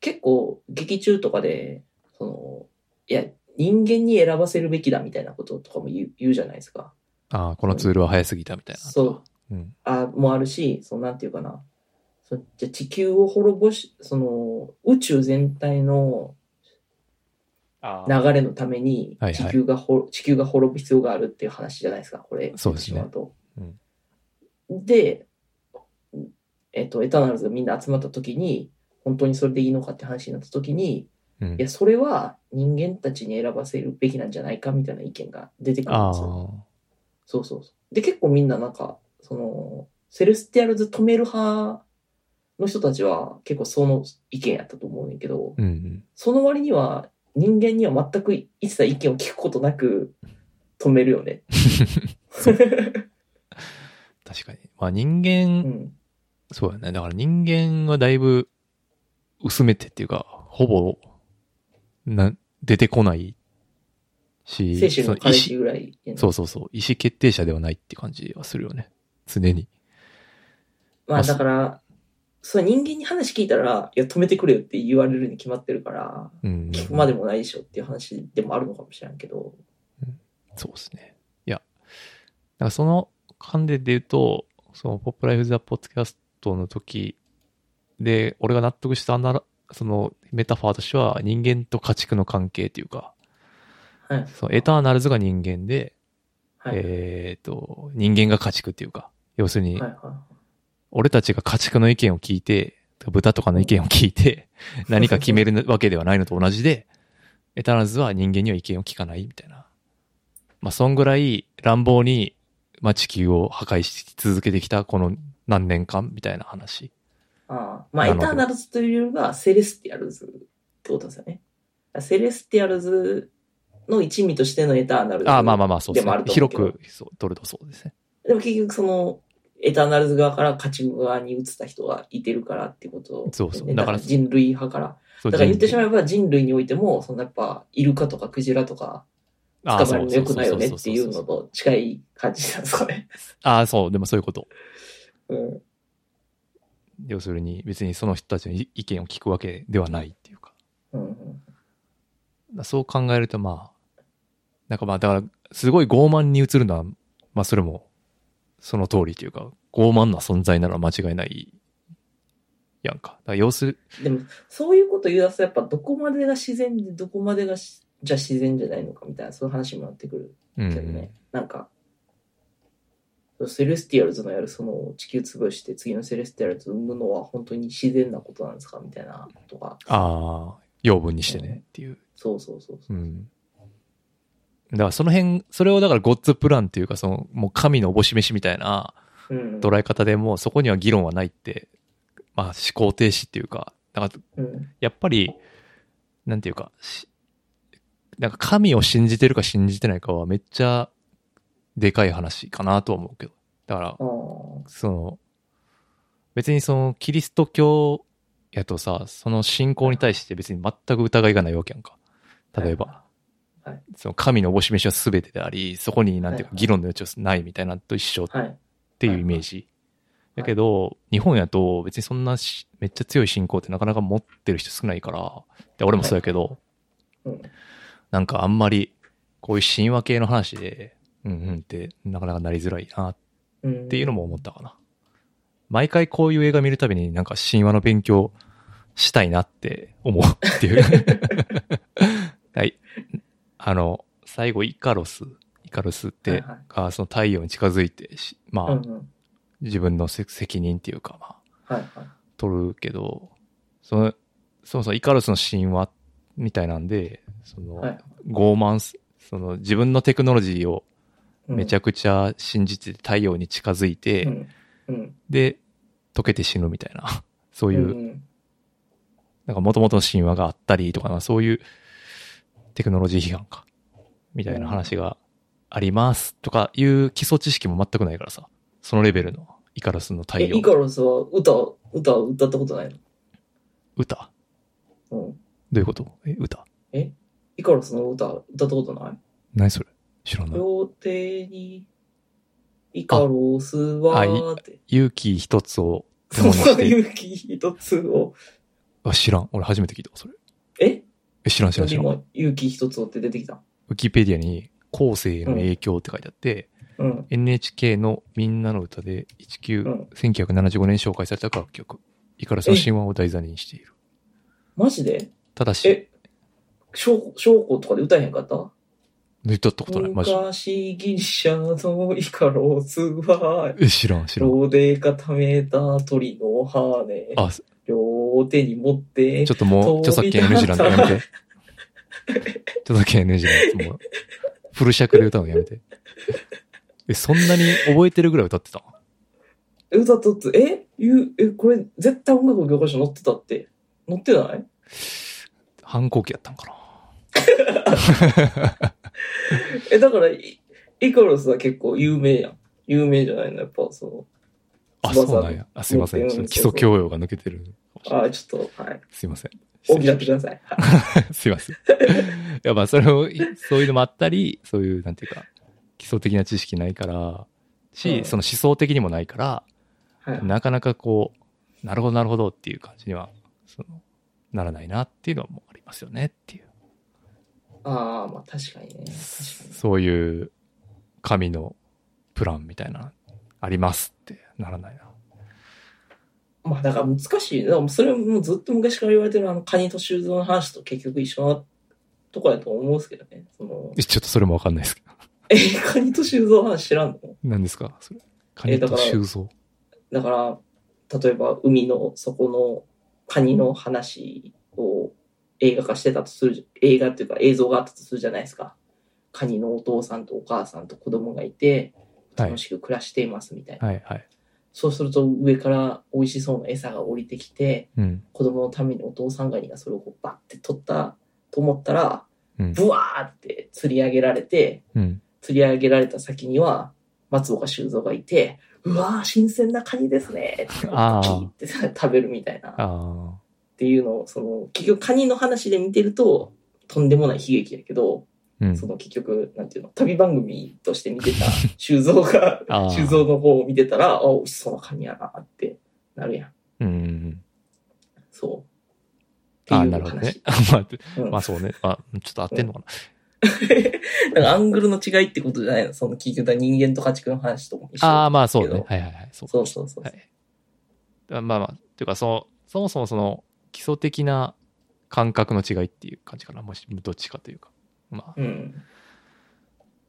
[SPEAKER 3] 結構劇中とかで、その、いや、人間に選ばせるべきだみたいなこととかも言う言うじゃないですか。
[SPEAKER 2] ああ、このツールは早すぎたみたいな。
[SPEAKER 3] そ
[SPEAKER 2] う
[SPEAKER 3] う。
[SPEAKER 2] ん。
[SPEAKER 3] あもあるし、そのなんていうかな。そじゃあ地球を滅ぼし、その宇宙全体の
[SPEAKER 2] ああ。
[SPEAKER 3] 流れのために
[SPEAKER 2] はいはい
[SPEAKER 3] 地球がほ、地球が滅ぶ必要があるっていう話じゃないですか、これ。
[SPEAKER 2] そうですね
[SPEAKER 3] 言ってしまうとで、えっと、エターナルズがみんな集まった時に、本当にそれでいいのかって話になった時に、
[SPEAKER 2] うん
[SPEAKER 3] いや、それは人間たちに選ばせるべきなんじゃないかみたいな意見が出てくるん
[SPEAKER 2] あ
[SPEAKER 3] ですよ。
[SPEAKER 2] あ。
[SPEAKER 3] そうそうそう。で、結構みんななんか、その、セレスティアルズ止める派の人たちは結構その意見やったと思うねんけど、
[SPEAKER 2] うんうん。
[SPEAKER 3] その割には人間には全く一切意見を聞くことなく止めるよね。
[SPEAKER 2] 確かに。まあ人間、
[SPEAKER 3] うん。
[SPEAKER 2] そうやね。だから人間はだいぶ薄めてっていうか、ほぼ、な、出てこないし、
[SPEAKER 3] 精神
[SPEAKER 2] そ
[SPEAKER 3] の
[SPEAKER 2] の意
[SPEAKER 3] 彼氏
[SPEAKER 2] 思
[SPEAKER 3] ぐらいやね。
[SPEAKER 2] そうそうそう、意思決定者ではないって感じはするよね。常に。
[SPEAKER 3] まあだから、そう人間に話聞いたら、いや止めてくれよって言われるに決まってるから、
[SPEAKER 2] うん。
[SPEAKER 3] 聞くまでもないでしょっていう話でもあるのかもしれんけど、
[SPEAKER 2] そうですね。いや、だからその観点で言うと、そのポップライフ・ザ・ポッドキャストの時で、俺が納得したなら、そのメタファーとしては人間と家畜の関係というか、
[SPEAKER 3] はい。
[SPEAKER 2] そのエターナルズが人間で、
[SPEAKER 3] はい。
[SPEAKER 2] えっ、と、人間が家畜っていうか、要するに
[SPEAKER 3] はい、は
[SPEAKER 2] 俺たちが家畜の意見を聞いて、豚とかの意見を聞い て、何か決めるわけではないのと同じで、エターナルズは人間には意見を聞かないみたいな。まあ、そんぐらい乱暴に、まあ、地球を破壊し続けてきたこの何年間みたいな話。
[SPEAKER 3] い。ああま
[SPEAKER 2] な
[SPEAKER 3] あ、エ
[SPEAKER 2] るほど
[SPEAKER 3] ターナルズというよりは、セレスティアルズってことですよね。セレスティアルズの一味としてのエターナルズ。
[SPEAKER 2] ああ、まあまあまあ、そうです
[SPEAKER 3] でもあ
[SPEAKER 2] ね
[SPEAKER 3] る。と思う
[SPEAKER 2] 広
[SPEAKER 3] けど
[SPEAKER 2] く、そう、取るとそうですね。
[SPEAKER 3] でも結局、その、エターナルズ側から勝ち側に移った人がいてるからっていうこと、
[SPEAKER 2] そうそう
[SPEAKER 3] ね
[SPEAKER 2] だから
[SPEAKER 3] 人類派から。
[SPEAKER 2] そう
[SPEAKER 3] だから言ってしまえ
[SPEAKER 2] う。
[SPEAKER 3] ば人類においても、そのやっぱ、イルカとかクジラとか、捕まえるの良くないよねっていうの
[SPEAKER 2] と。
[SPEAKER 3] と近い感じなんですかね。
[SPEAKER 2] ああ、そう、でもそういうこと。
[SPEAKER 3] うん。
[SPEAKER 2] 要するに別にその人たちの意見を聞くわけではないっていうか
[SPEAKER 3] うんうん。
[SPEAKER 2] そう考えるとまあなんかまあだからすごい傲慢に映るのはまあそれもその通りというか傲慢な存在なら間違いないやんかだから要する
[SPEAKER 3] でも、そういうこと言い出すと、やっぱどこまでが自然で、どこまでがしじゃあ自然じゃないのかみたいな、そういう話にもなってくる
[SPEAKER 2] う
[SPEAKER 3] けど
[SPEAKER 2] ん
[SPEAKER 3] ね。なんか、セレスティアルズのやるその地球潰して次のセレスティアルズを生むのは本当に自然なことなんですかみたいなとか。
[SPEAKER 2] ああ養分にしてねっていう
[SPEAKER 3] そうそうそうそうう。
[SPEAKER 2] んだからその辺それをだからゴッズプランっていうかそのもう神のおぼし飯みたいな
[SPEAKER 3] うん。
[SPEAKER 2] 捉え方でもうそこには議論はないってまあ思考停止っていうかだから
[SPEAKER 3] うん。
[SPEAKER 2] やっぱり、なんていうか、しなんか神を信じてるか信じてないかはめっちゃでかい話かなとは思うけど。だから
[SPEAKER 3] あ、ー
[SPEAKER 2] その、別にそのキリスト教やとさ、その信仰に対して別に全く疑いがないわけやんか。例えば、
[SPEAKER 3] はい
[SPEAKER 2] その神のおぼし飯は全てであり、そこになんていうか
[SPEAKER 3] はい
[SPEAKER 2] 議論の余地はないみたいなのと一緒
[SPEAKER 3] はい。
[SPEAKER 2] っていうイメージ。
[SPEAKER 3] はい
[SPEAKER 2] だけど、日本やと別にそんなしめっちゃ強い信仰ってなかなか持ってる人少ないから、で俺もそうやけど、
[SPEAKER 3] うん。
[SPEAKER 2] なんかあんまりこういう神話系の話で、うんうんってなかなかなりづらいなっ
[SPEAKER 3] うん。
[SPEAKER 2] ていうのも思ったかな。毎回こういう映画見るたびになんか神話の勉強したいなって思うって いう。はい。あの、最後、イカロス。イカロスって、
[SPEAKER 3] はいはい
[SPEAKER 2] がその太陽に近づいてし、まあ、
[SPEAKER 3] うんうん。
[SPEAKER 2] 自分のせ責任っていうか、まあ、
[SPEAKER 3] はいはい。
[SPEAKER 2] 取るけど、その、そもそもイカロスの神話みたいなんで、その、
[SPEAKER 3] はい
[SPEAKER 2] 傲慢す、その自分のテクノロジーを
[SPEAKER 3] うん
[SPEAKER 2] めちゃくちゃ信じて太陽に近づいて、
[SPEAKER 3] うんうん。
[SPEAKER 2] で、溶けて死ぬみたいな、 そう
[SPEAKER 3] こ
[SPEAKER 2] いう、なんか元々の神話があったりとかな、そういうテクノロジー批判か、みたいな話がありますとかいう基礎知識も全くないからさ、そのレベルのイカロスの太
[SPEAKER 3] え、
[SPEAKER 2] 陽
[SPEAKER 3] イカロスは歌、歌を歌ったことない
[SPEAKER 2] 歌
[SPEAKER 3] のうん。
[SPEAKER 2] どういうことえ、歌
[SPEAKER 3] イカロスの歌、歌ったことない
[SPEAKER 2] 何それ知らない。
[SPEAKER 3] 両手に、イカロスは
[SPEAKER 2] あ
[SPEAKER 3] ーって。
[SPEAKER 2] 勇気一つを手
[SPEAKER 3] そ
[SPEAKER 2] 物
[SPEAKER 3] う
[SPEAKER 2] に
[SPEAKER 3] そ
[SPEAKER 2] し
[SPEAKER 3] う、
[SPEAKER 2] て。
[SPEAKER 3] 勇気一つを。
[SPEAKER 2] あ、知らん。俺初めて聞いたわそれ。
[SPEAKER 3] え
[SPEAKER 2] え、知らん知らん知らん。ウ
[SPEAKER 3] 今、勇気一つをって出てきた。
[SPEAKER 2] ィキペディアに後世への影響って書いてあって、
[SPEAKER 3] うん。
[SPEAKER 2] NHK のみんなの歌で19、
[SPEAKER 3] うん
[SPEAKER 2] 1975年紹介された楽曲。イカロスの神話を題材にしている。
[SPEAKER 3] マジで
[SPEAKER 2] ただし、
[SPEAKER 3] え、小、小校とかで歌えへんかった
[SPEAKER 2] 言ったったことない、マジで。
[SPEAKER 3] 昔ギリシャのイカロスは、
[SPEAKER 2] え、知らん、知らん。
[SPEAKER 3] 両手固めた鳥の羽、
[SPEAKER 2] あ、ち
[SPEAKER 3] 両手に持って
[SPEAKER 2] ょ、っともう、著作権 NG なんでやめて。著作権 NG なんで、もう、フル尺で歌うのやめて。え、そんなに覚えてるぐらい歌ってた
[SPEAKER 3] 歌っとって、えゆえ、これ絶対音楽の教科書載ってたって。載ってない
[SPEAKER 2] 反抗期やったんかな。
[SPEAKER 3] え、だから、イイカロスは結構有名やん。有名じゃないのやっぱ、その、
[SPEAKER 2] あ、そ
[SPEAKER 3] 翼
[SPEAKER 2] うなんや。あすいません。
[SPEAKER 3] 持っ
[SPEAKER 2] ち
[SPEAKER 3] て
[SPEAKER 2] ょ
[SPEAKER 3] る
[SPEAKER 2] っと基礎教養が抜けてる。
[SPEAKER 3] あーちょっと、はい。
[SPEAKER 2] すいません。
[SPEAKER 3] 補ってください。はい
[SPEAKER 2] すいません。いや、まあ、それを、いそういうのもあったり、そういう、なんていうか、基礎的な知識ないから、し、
[SPEAKER 3] うん
[SPEAKER 2] その思想的にもないから、
[SPEAKER 3] はい。
[SPEAKER 2] なかなかこう、なるほど、なるほどっていう感じには、その、ならないなっていうのはもうありますよねっていう。
[SPEAKER 3] ああ、まあ確かにね。
[SPEAKER 2] そういう、神のプランみたいな、ありますってならないな。
[SPEAKER 3] まあだから難しい。だからもうそれはもうずっと昔から言われてるあの、カニと修造の話と結局一緒なとこやと思うんですけどね。その、
[SPEAKER 2] えちょっとそれもわかんないですけど。
[SPEAKER 3] え、カニと修造の話知らんの
[SPEAKER 2] 何ですかそれ。カ
[SPEAKER 3] え
[SPEAKER 2] ニ
[SPEAKER 3] だ
[SPEAKER 2] と
[SPEAKER 3] から
[SPEAKER 2] 修造。
[SPEAKER 3] だから、例えば海の底のカニの話を映画化してたとするじ、映画っていうか映像があったとするじゃないですか。カニのお父さんとお母さんと子供がいて、
[SPEAKER 2] はい
[SPEAKER 3] 楽しく暮らしていますみたいな。
[SPEAKER 2] はい、はい。
[SPEAKER 3] そうすると上から美味しそうな餌が降りてきて、
[SPEAKER 2] うん。
[SPEAKER 3] 子供のためにお父さんガニがそれをこうバッて取ったと思ったら、
[SPEAKER 2] うん。
[SPEAKER 3] ブワーって釣り上げられて、
[SPEAKER 2] うん。
[SPEAKER 3] 釣り上げられた先には松岡修造がいて、うわー、新鮮なカニですねって
[SPEAKER 2] あー
[SPEAKER 3] キーって食べるみたいな。っ
[SPEAKER 2] ああ。
[SPEAKER 3] ていうのを、その、結局カニの話で見てると、とんでもない悲劇やけど、
[SPEAKER 2] うん。
[SPEAKER 3] その結局、なんていうの、旅番組として見 てた修造が、
[SPEAKER 2] あー
[SPEAKER 3] 修造の方を見てたら、あ、美味しそうなカニやなってなるやん。
[SPEAKER 2] うん。
[SPEAKER 3] そう。って
[SPEAKER 2] あ
[SPEAKER 3] い
[SPEAKER 2] あ、
[SPEAKER 3] う
[SPEAKER 2] なるほどね
[SPEAKER 3] 話。。
[SPEAKER 2] ま
[SPEAKER 3] う
[SPEAKER 2] あ、
[SPEAKER 3] ん
[SPEAKER 2] まあそうね。あ、ちょっと合ってんのかな。
[SPEAKER 3] だからアングルの違いってことじゃないのその結局だから人間と家畜の話とも一緒。
[SPEAKER 2] ああ、まあそう
[SPEAKER 3] け
[SPEAKER 2] ね
[SPEAKER 3] ど。
[SPEAKER 2] はいはいはい。そう
[SPEAKER 3] そうそうそう。
[SPEAKER 2] はい。あまあまあ、というか、その、そもそもその、基礎的な感覚の違いっていう感じかな。もし、どっちかというか。まあ、っ
[SPEAKER 3] うん。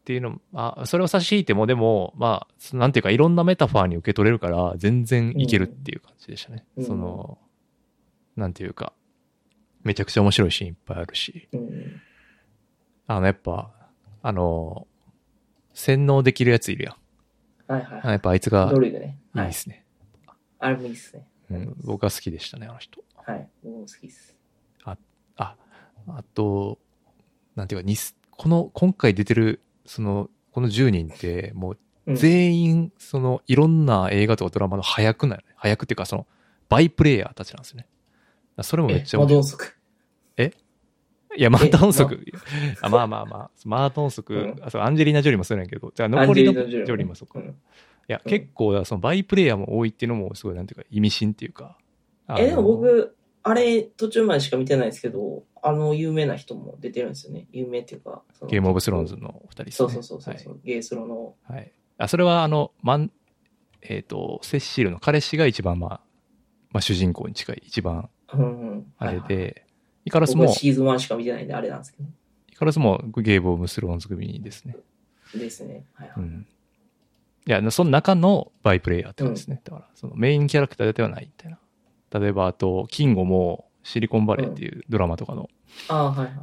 [SPEAKER 2] ていうのも、あ、それを差し引いても、でも、まあ、そなんていうか、いろんなメタファーに受け取れるから、全然いけるっていう感じでしたね。
[SPEAKER 3] うん
[SPEAKER 2] その、なんていうか、めちゃくちゃ面白いシーンいっぱいあるし。
[SPEAKER 3] うん。
[SPEAKER 2] あの、やっぱ、あの、洗脳できるやついるやん。
[SPEAKER 3] はいはい
[SPEAKER 2] あ。やっぱあいつが
[SPEAKER 3] ドリルね。
[SPEAKER 2] いい
[SPEAKER 3] はい
[SPEAKER 2] で。すね。
[SPEAKER 3] あれもいいっすね。
[SPEAKER 2] うん、僕は好きでしたね、あの人。
[SPEAKER 3] はい。僕も好きっす。
[SPEAKER 2] あと、なんていうか、にすこの、今回出てる、その、この10人って、もう
[SPEAKER 3] うん
[SPEAKER 2] 全員、その、いろんな映画とかドラマの早くなる。早くっていうか、その、バイプレイヤーたちなんですよね。それもめっ
[SPEAKER 3] え
[SPEAKER 2] ち、ゃ
[SPEAKER 3] マ
[SPEAKER 2] 面白
[SPEAKER 3] ドン
[SPEAKER 2] い。
[SPEAKER 3] ソク。
[SPEAKER 2] いや、マートンソ
[SPEAKER 3] え
[SPEAKER 2] ク。あまあまあまあ、マートンソ
[SPEAKER 3] う
[SPEAKER 2] ク
[SPEAKER 3] ん、
[SPEAKER 2] あそうアンジェリーナ・ジョリーもそうなんやけど、じゃあ
[SPEAKER 3] アン
[SPEAKER 2] 残
[SPEAKER 3] ジ
[SPEAKER 2] り
[SPEAKER 3] ェリ
[SPEAKER 2] の
[SPEAKER 3] ーナ・
[SPEAKER 2] ジョリーもそうか
[SPEAKER 3] う。ん
[SPEAKER 2] いや、
[SPEAKER 3] うん
[SPEAKER 2] 結構だ、そのバイプレイヤーも多いっていうのも、すごい、なんていうか、意味深っていうか。あの
[SPEAKER 3] え、でも、僕、あれ、途中までしか見てないですけど、あの、有名な人も出てるんですよね。有名っていうか。その
[SPEAKER 2] ゲームオブスローンズ。のお二人です
[SPEAKER 3] そ
[SPEAKER 2] ね。
[SPEAKER 3] うそうそうそうそう、
[SPEAKER 2] は
[SPEAKER 3] ゲースロの。
[SPEAKER 2] い。はいあ、それは、あの、マン、えっ、と、セッシールの彼氏が一番、まあ、まあ、主人公に近い、一番
[SPEAKER 3] うん。
[SPEAKER 2] あれ
[SPEAKER 3] はいはい。
[SPEAKER 2] で、イカロス
[SPEAKER 3] 僕は
[SPEAKER 2] も、
[SPEAKER 3] シーズン1しか見てないんで、あれなんですけど。
[SPEAKER 2] イカロスもゲームオブスローンズ組ですね。
[SPEAKER 3] ですね。はいは
[SPEAKER 2] う
[SPEAKER 3] い。
[SPEAKER 2] ん。いや、その中のバイプレイヤーってことですね。だから、そのメインキャラクターではないみたいな。例えば、あと、キングもシリコンバレーっていうドラマとかの、
[SPEAKER 3] ああ、はいはいはい。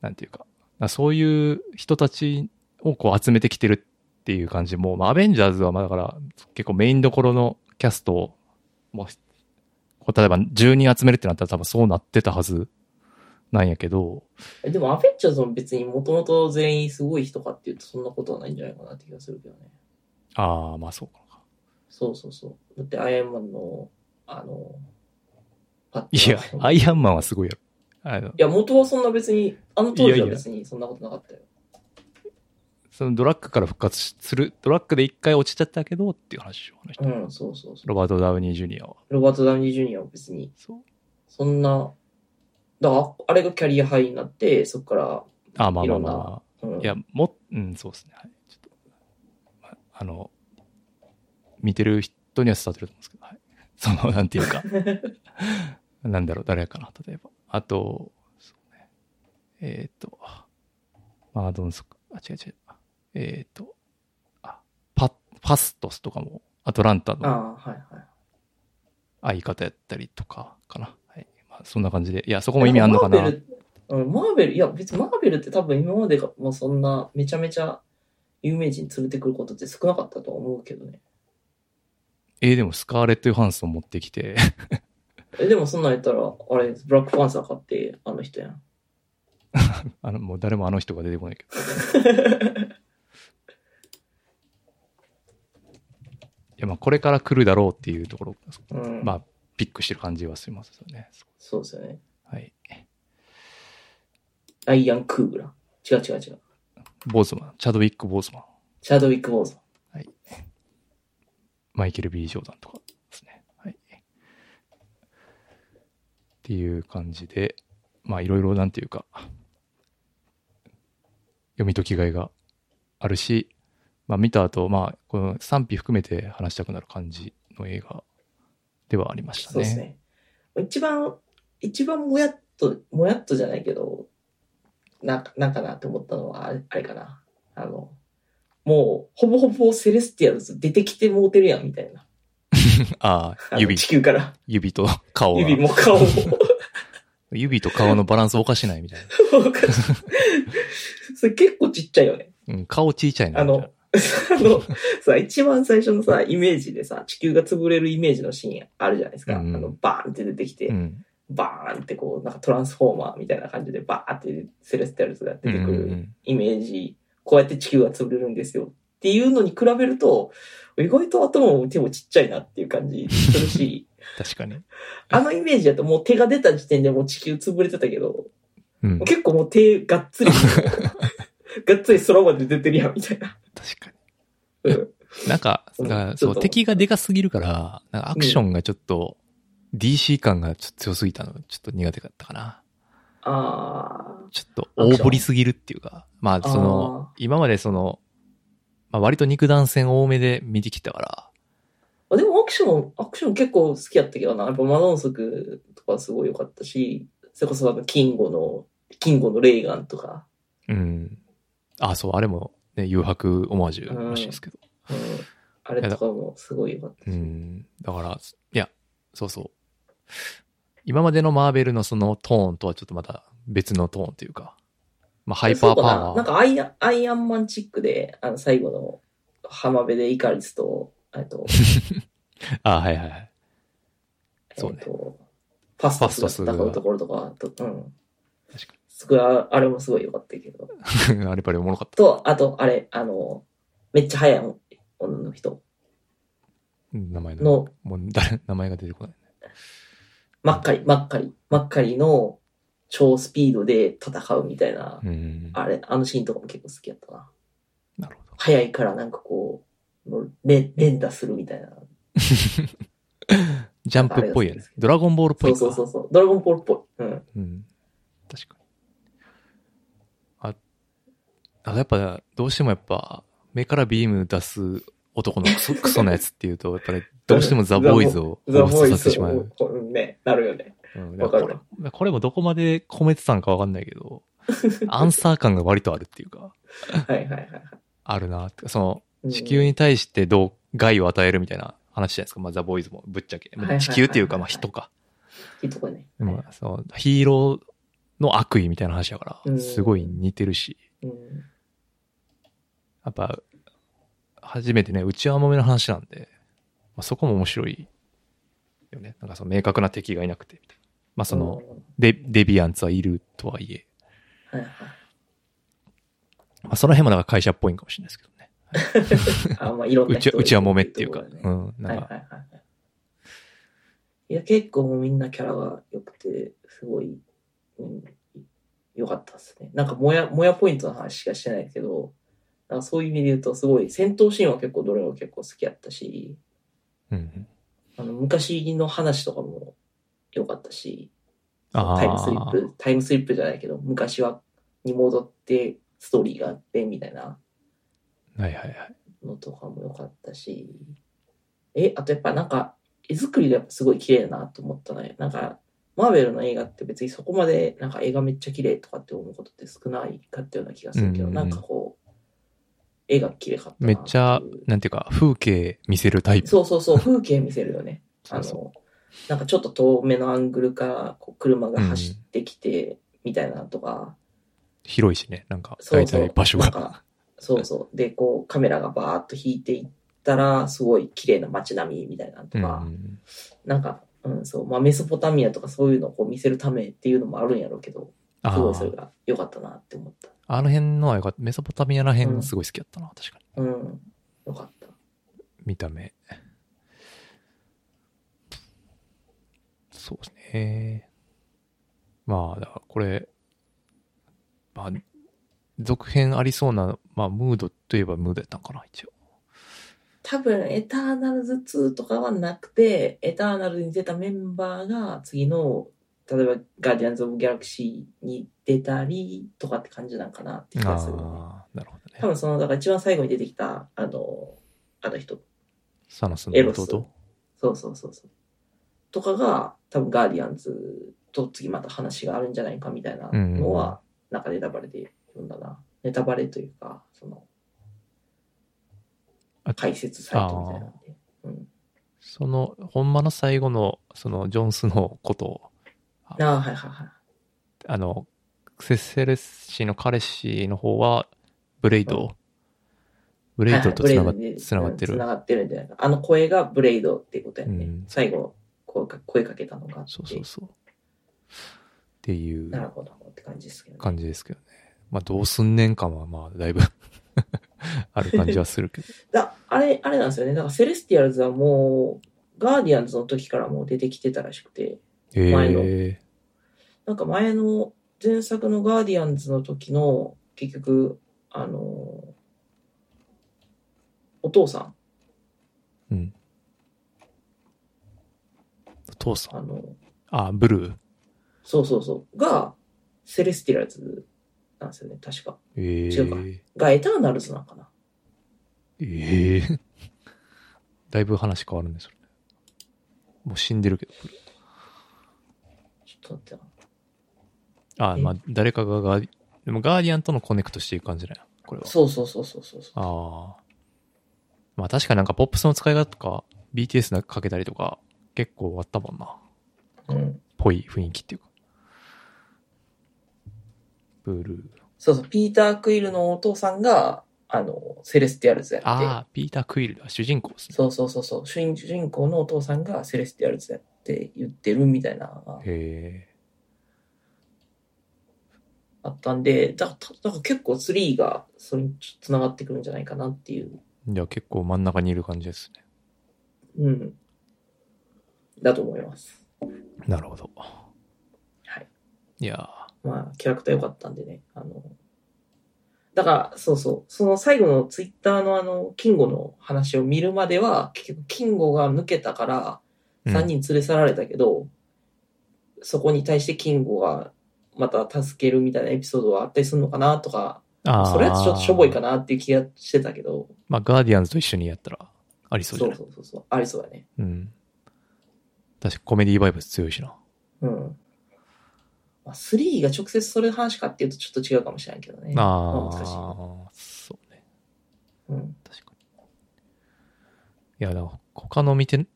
[SPEAKER 2] なんていうか、まあそういう人たちをこう集めてきてるっていう感じも、まあ、アベンジャーズはまあだから結構メインどころのキャストを、もうこう例えば10人集めるってなったら多分そうなってたはずなんやけど、
[SPEAKER 3] えでも、アベンジャーズも別にもともと全員すごい人かっていうと、そんなことはないんじゃないかなって気がするけどね。
[SPEAKER 2] ああ、まあそうか。
[SPEAKER 3] そうそうそう。だって、アイアンマンの、あの、パッ
[SPEAKER 2] いや、アイアンマンはすごいやろ。あの
[SPEAKER 3] いや、元はそんな別に、あの当
[SPEAKER 2] いや
[SPEAKER 3] 時はい
[SPEAKER 2] や
[SPEAKER 3] 別にそんなことなかったよ。
[SPEAKER 2] そのドラッグから復活する、ドラッグで一回落ちちゃったけどっていう話を話した。
[SPEAKER 3] うん、そうそうそう。
[SPEAKER 2] ロバート・ダウニー・ジュニアは。
[SPEAKER 3] ロバート・ダウニー・ジュニアは別に、
[SPEAKER 2] そう。
[SPEAKER 3] そんな、だから、あれがキャリアハイになって、そこから、
[SPEAKER 2] あーまあまあま
[SPEAKER 3] い
[SPEAKER 2] あ
[SPEAKER 3] ろん
[SPEAKER 2] まあ。
[SPEAKER 3] うん、
[SPEAKER 2] いや、も、うん、そうですね。はい。ちょっと、まああの、見てる人には伝わってると思うんですけど、はい。 その、なんていうか、 なんだろう、誰やかな、例えば。あと、そうね。えーっ、と、まあ、どんそか、あ、違う違う。えーっ、と、あ、パ、パストスとかも、アトランタ
[SPEAKER 3] あ
[SPEAKER 2] の
[SPEAKER 3] あ、はいはい。
[SPEAKER 2] 相方やったりとか、かな。はい。まあ、そんな感じで。いや、そこも意味あんのかな。
[SPEAKER 3] マーベルうん、マーベル、いや、別にマーベルって多分今までが、もうそんな、めちゃめちゃ、有名人連れてくることって少なかったとは思うけどね。
[SPEAKER 2] えーでも、スカーレット・ヨハンソン持ってきて、
[SPEAKER 3] え、でもそんなんやったら、あれ、ブラックパンサー買って、あの人やん。
[SPEAKER 2] あの、もう誰もあの人が出てこないけど。いやまあこれから来るだろうっていうところ、
[SPEAKER 3] うん。
[SPEAKER 2] まあ、ピックしてる感じはしますよね。
[SPEAKER 3] そうですよね。
[SPEAKER 2] はい。
[SPEAKER 3] アイアン・クーブラ。違う違う違う。
[SPEAKER 2] ボーズマン、チャドウィック・ボーズマン、
[SPEAKER 3] シャドウィック・ボーズ。
[SPEAKER 2] マイケル・ B ・ジョーダンとかですね。はい。っていう感じで、まあ、いろいろなんていうか、読み解きがいがあるし、まあ、見た後、まあ、この賛否含めて話したくなる感じの映画ではありました
[SPEAKER 3] そうですね。一番、一番もやっと、もやっとじゃないけど、なんか、なんかなって思ったのは、あれあれかな。あの、もう、ほぼほぼセレスティアルズ出てきてもうてるやん、みたいな。
[SPEAKER 2] あ
[SPEAKER 3] あ
[SPEAKER 2] あ、
[SPEAKER 3] の
[SPEAKER 2] 指
[SPEAKER 3] 地、球から。
[SPEAKER 2] 指と顔が
[SPEAKER 3] 指も顔も。
[SPEAKER 2] 指と顔のバランスおかしないみたいな。
[SPEAKER 3] それ結構ちっちゃいよね。
[SPEAKER 2] うん、顔ちいちゃいな
[SPEAKER 3] あ
[SPEAKER 2] みたい
[SPEAKER 3] の
[SPEAKER 2] な。、
[SPEAKER 3] あの、さ、一番最初のさ、イメージでさ、地球が潰れるイメージのシーンあるじゃないですか。
[SPEAKER 2] うん
[SPEAKER 3] あの、バーンって出てきて、
[SPEAKER 2] うん。
[SPEAKER 3] バーンってこう、なんかトランスフォーマーみたいな感じでバーンってセレスティアルズが出
[SPEAKER 2] うん
[SPEAKER 3] てく
[SPEAKER 2] うんう
[SPEAKER 3] る
[SPEAKER 2] ん
[SPEAKER 3] イメージ、こうやって地球が潰れるんですよっていうのに比べると、意外と頭も手もちっちゃいなっていう感じす るし、
[SPEAKER 2] 確かに。
[SPEAKER 3] あのイメージだともう手が出た時点でもう地球潰れてたけど、
[SPEAKER 2] うん。
[SPEAKER 3] 結構もう手がっつ り、がっつり空まで出てるやんみたいな。
[SPEAKER 2] 確か
[SPEAKER 3] うん
[SPEAKER 2] に。なんか、
[SPEAKER 3] うん
[SPEAKER 2] だから
[SPEAKER 3] ちょ
[SPEAKER 2] そう、
[SPEAKER 3] っと
[SPEAKER 2] 敵がでかすぎるから、なんかアクションがちょっと、DC 感がちょっと強すぎたの、ちょっと苦手だったかな。
[SPEAKER 3] あ
[SPEAKER 2] ちょっと大ぶりすぎるっていうか、まあ、その、今までその、まあ、割と肉弾戦多めで見てきたから、
[SPEAKER 3] ーあ。でもアクション、アクション結構好きやったけどな。やっぱマドンソクとかすごい良かったし、それこそなんかキンゴの、キンゴのレイガンとか。
[SPEAKER 2] うん。あ、そう、あれも、ね、誘白オマージュらしいですけど。
[SPEAKER 3] うんあれとかもすごい良かった
[SPEAKER 2] う
[SPEAKER 3] し。
[SPEAKER 2] ん。だから、いや、そうそう。今までのマーベルのそのトーンとはちょっとまた別のトーンというか、まあハイパーパ
[SPEAKER 3] そうかななん
[SPEAKER 2] ワー。
[SPEAKER 3] かアイアンアイアンマンチックで、あの最後の浜辺でイカリスと、えっと、
[SPEAKER 2] あ、はいはいはい。 そうね
[SPEAKER 3] えっと、パスタスが戦うところとか、とうん。
[SPEAKER 2] 確か
[SPEAKER 3] すごい、ああれもすごい良かったけど。
[SPEAKER 2] に。あれぱりおもろかった。
[SPEAKER 3] と、あと、あれ、あの、めっちゃ速い女の人。
[SPEAKER 2] 名前の。
[SPEAKER 3] の、
[SPEAKER 2] もう誰、名前が出てこない。
[SPEAKER 3] マッカリ、マッカリ、マッカリの超スピードで戦うみたいな、
[SPEAKER 2] うん。
[SPEAKER 3] あれ、あのシーンとかも結構好きやったな。
[SPEAKER 2] なるほど。
[SPEAKER 3] 速いからなんかこう、もう連連打するみたいな。
[SPEAKER 2] ジャンプっぽいよね。ドラゴンボールっぽ
[SPEAKER 3] そ
[SPEAKER 2] いうか。
[SPEAKER 3] そうそうそう。ドラゴンボールっぽい。うん。
[SPEAKER 2] うん。確かに。あ、あやっ ぱ、どうしてもやっぱ、目からビーム出す男のクソクソなやつっていうと、やっぱりどうしてもザ・ボーイズを
[SPEAKER 3] ザ・
[SPEAKER 2] 彷
[SPEAKER 3] ボ
[SPEAKER 2] 彿
[SPEAKER 3] ーイ
[SPEAKER 2] させて
[SPEAKER 3] ズ
[SPEAKER 2] しまう。
[SPEAKER 3] を、ね、なるよね。
[SPEAKER 2] うん、だ
[SPEAKER 3] わ
[SPEAKER 2] か
[SPEAKER 3] からる
[SPEAKER 2] これこれもどこまで込めてたんかわかんないけ ど、アンサー感が割とあるっていうか、
[SPEAKER 3] はいはいはいはい
[SPEAKER 2] あるなってかその、
[SPEAKER 3] うん。
[SPEAKER 2] 地球に対してどう害を与えるみたいな話じゃないですか。まあ、ザ・ボーイズもぶっちゃけ。まあ
[SPEAKER 3] はいはいはい
[SPEAKER 2] 地球っていうか、まあ、人か。
[SPEAKER 3] いいとこね。
[SPEAKER 2] まあ、そのヒーローの悪意みたいな話だか
[SPEAKER 3] う
[SPEAKER 2] ら、
[SPEAKER 3] ん
[SPEAKER 2] すごい似てるし、
[SPEAKER 3] うん
[SPEAKER 2] やっぱ、初めてね、内輪もめの話なんで、まあ、そこも面白いよね。なんかその明確な敵がいなくて、みたいな。まあ、その、デデビアンツはいるとはいえ、
[SPEAKER 3] うんはいは
[SPEAKER 2] まあ、その辺もなんか会社っぽいんかもしれないですけどね。
[SPEAKER 3] いあまあいろん
[SPEAKER 2] う
[SPEAKER 3] な
[SPEAKER 2] ち
[SPEAKER 3] 人
[SPEAKER 2] は、うちはもめっていうか、
[SPEAKER 3] ところだね
[SPEAKER 2] うん、なん
[SPEAKER 3] はい
[SPEAKER 2] か、
[SPEAKER 3] はいはいはい。いや、結構もうみんなキャラが良くて、すごい、うん、良かったですね。なんか、もや、もやポイントの話しかしてないけど、なんかそういう意味で言うと、すごい、戦闘シーンは結構どれも結構好きやったし、
[SPEAKER 2] うんうん。
[SPEAKER 3] あの、昔の話とかも良かったし、
[SPEAKER 2] あ
[SPEAKER 3] タイムスリッ
[SPEAKER 2] あ、
[SPEAKER 3] プ、タイムスリップじゃないけど、昔は、に戻って、ストーリーがあって、みたい
[SPEAKER 2] は
[SPEAKER 3] な
[SPEAKER 2] いはいはい。
[SPEAKER 3] のとかも良かったし、え、あとやっぱなんか、絵作りがやっぱすごい綺麗だなと思ったね。なんか、マーベルの映画って別にそこまでなんか映画めっちゃ綺麗とかって思うことって少ないかったような気がするけど、
[SPEAKER 2] うんうんう
[SPEAKER 3] なんんかこう、絵が綺麗かったな
[SPEAKER 2] めっちゃ
[SPEAKER 3] ていう、
[SPEAKER 2] なんていうか、風景見せるタイプ。
[SPEAKER 3] そうそうそう、風景見せるよね。
[SPEAKER 2] そ
[SPEAKER 3] あ
[SPEAKER 2] うそ
[SPEAKER 3] の、なんかちょっと遠目のアングルからこう車が走ってきて、みたいなのとか、
[SPEAKER 2] 広いしね、なんか、
[SPEAKER 3] そ
[SPEAKER 2] 大
[SPEAKER 3] うそう
[SPEAKER 2] 体場所
[SPEAKER 3] なん
[SPEAKER 2] が
[SPEAKER 3] か。そうそう。で、こう、カメラがバーッと引いていったら、すごい綺麗な街並みみたいなの
[SPEAKER 2] う
[SPEAKER 3] と
[SPEAKER 2] んう
[SPEAKER 3] か、
[SPEAKER 2] ん。
[SPEAKER 3] なんか、うん、そう、まあ、メソポタミアとかそういうのをこう見せるためっていうのもあるんやろうけど、
[SPEAKER 2] あ
[SPEAKER 3] すごいそれ
[SPEAKER 2] ー
[SPEAKER 3] が良かったなって思った。
[SPEAKER 2] あの辺のはよかった。メソポタミアら辺すごい好きだったな、確かに。
[SPEAKER 3] うん、良かった。
[SPEAKER 2] 見た目。そうですね。まあ、だからこれ、まあ、続編ありそうな、まあ、ムードといえばムードやったんかな、一応。
[SPEAKER 3] 多分、エターナルズ2とかはなくて、エターナルズに出たメンバーが次の、例えば、ガーディアンズ・オブ・ギャラクシーに出たりとかって感じなんかなって気がする、ね。
[SPEAKER 2] ああ、なるほ
[SPEAKER 3] 多
[SPEAKER 2] どね。
[SPEAKER 3] 分、その、だから一番最後に出てきた、あの、あの人、
[SPEAKER 2] サノス
[SPEAKER 3] エ
[SPEAKER 2] の
[SPEAKER 3] ロス
[SPEAKER 2] 弟
[SPEAKER 3] そうそうそうそう。とかが、多分ガーディアンズと次また話があるんじゃないかみたいなのは、なんかネタバレで読んだな。ネタバレというか、その
[SPEAKER 2] あ、
[SPEAKER 3] 解説サイトみたいなんで。うん、
[SPEAKER 2] その、ほんまの最後の、その、ジョンスのことを、
[SPEAKER 3] ああ、はいはいはい。
[SPEAKER 2] あの、セッセル氏の彼氏の方は、ブレイド、ブレイドとつなが
[SPEAKER 3] はいはいブレイドに
[SPEAKER 2] つながって
[SPEAKER 3] うん
[SPEAKER 2] る
[SPEAKER 3] つな。がってるんじゃないか。あの声がブレイドっていうことやね。
[SPEAKER 2] うん
[SPEAKER 3] 最後声か、声かけたのがあって。
[SPEAKER 2] そうそうそう。っていう
[SPEAKER 3] なるほどって感じですけど、ね。
[SPEAKER 2] 感じですけどね。まあ、どうすんねん感は、まあ、だいぶ、 ある感じはするけど。
[SPEAKER 3] だあれ、あれなんですよね。だからセレスティアルズはもう、ガーディアンズの時からもう出てきてたらしくて。
[SPEAKER 2] え
[SPEAKER 3] 前の
[SPEAKER 2] え
[SPEAKER 3] なんか前の前作のガーディアンズの時の結局あのお父さん
[SPEAKER 2] うん。お父さん。
[SPEAKER 3] あの
[SPEAKER 2] あ、ブルー。
[SPEAKER 3] そうそうそうがセレスティラルズなんですよね確か
[SPEAKER 2] ええ
[SPEAKER 3] 違うかがエターナルズなんかな
[SPEAKER 2] ええ だいぶ話変わるんですよね。もう死んでるけど。ブルー
[SPEAKER 3] ちょっと待ってな
[SPEAKER 2] あ、
[SPEAKER 3] え
[SPEAKER 2] まあ、誰かがガーディ、でもガーディアンとのコネクトしていく感じだよ。これは。
[SPEAKER 3] そうそうそうそうそうそう
[SPEAKER 2] ああ。まあ確かになんかポップスの使い方とか、BTS なんかかけたりとか、結構あったもんな。
[SPEAKER 3] うん
[SPEAKER 2] ぽい雰囲気っていうか。ブルー。
[SPEAKER 3] そうそうピーター・クイルのお父さんがあのセレスティアルズやって
[SPEAKER 2] ああ、ピーター・クイルだ。主人公ですね。
[SPEAKER 3] そうそうそうそう主人主人公のお父さんがセレスティアルズやって言ってるみたいなのが
[SPEAKER 2] へ
[SPEAKER 3] あったんで、だただから結構3がそれにつながってくるんじゃないかなっていう、
[SPEAKER 2] え。じゃあ結構真ん中にいる感じですね。
[SPEAKER 3] うん、だと思います。
[SPEAKER 2] なるほど。
[SPEAKER 3] はい。
[SPEAKER 2] いや
[SPEAKER 3] まあ、キャラクター良かったんでね。あの、だから、そうそう、その最後のツイッターのあの、キンゴの話を見るまでは、結局、キンゴが抜けたから、
[SPEAKER 2] ー。
[SPEAKER 3] 3人連れ去られたけど、そこに対してキンゴがまた助けるみたいなエピソードはあったりするのかなとか、
[SPEAKER 2] うん、ああ。
[SPEAKER 3] それはちょっとしょぼいかなっていう気がしてたけど、
[SPEAKER 2] まあ、ガーディアンズと一緒にやったら、あありそうじゃ
[SPEAKER 3] そ
[SPEAKER 2] な
[SPEAKER 3] う
[SPEAKER 2] い
[SPEAKER 3] そうそうそう。ありそうだね。
[SPEAKER 2] うん。確かコメディバイブス強いしな。
[SPEAKER 3] うん。まあ、3が直接それの話かっていうとちょっと違うかもしれないけどね。
[SPEAKER 2] あ
[SPEAKER 3] 難しい。
[SPEAKER 2] あ、そうね。
[SPEAKER 3] うん。
[SPEAKER 2] 確かに。いや、だから他の見て、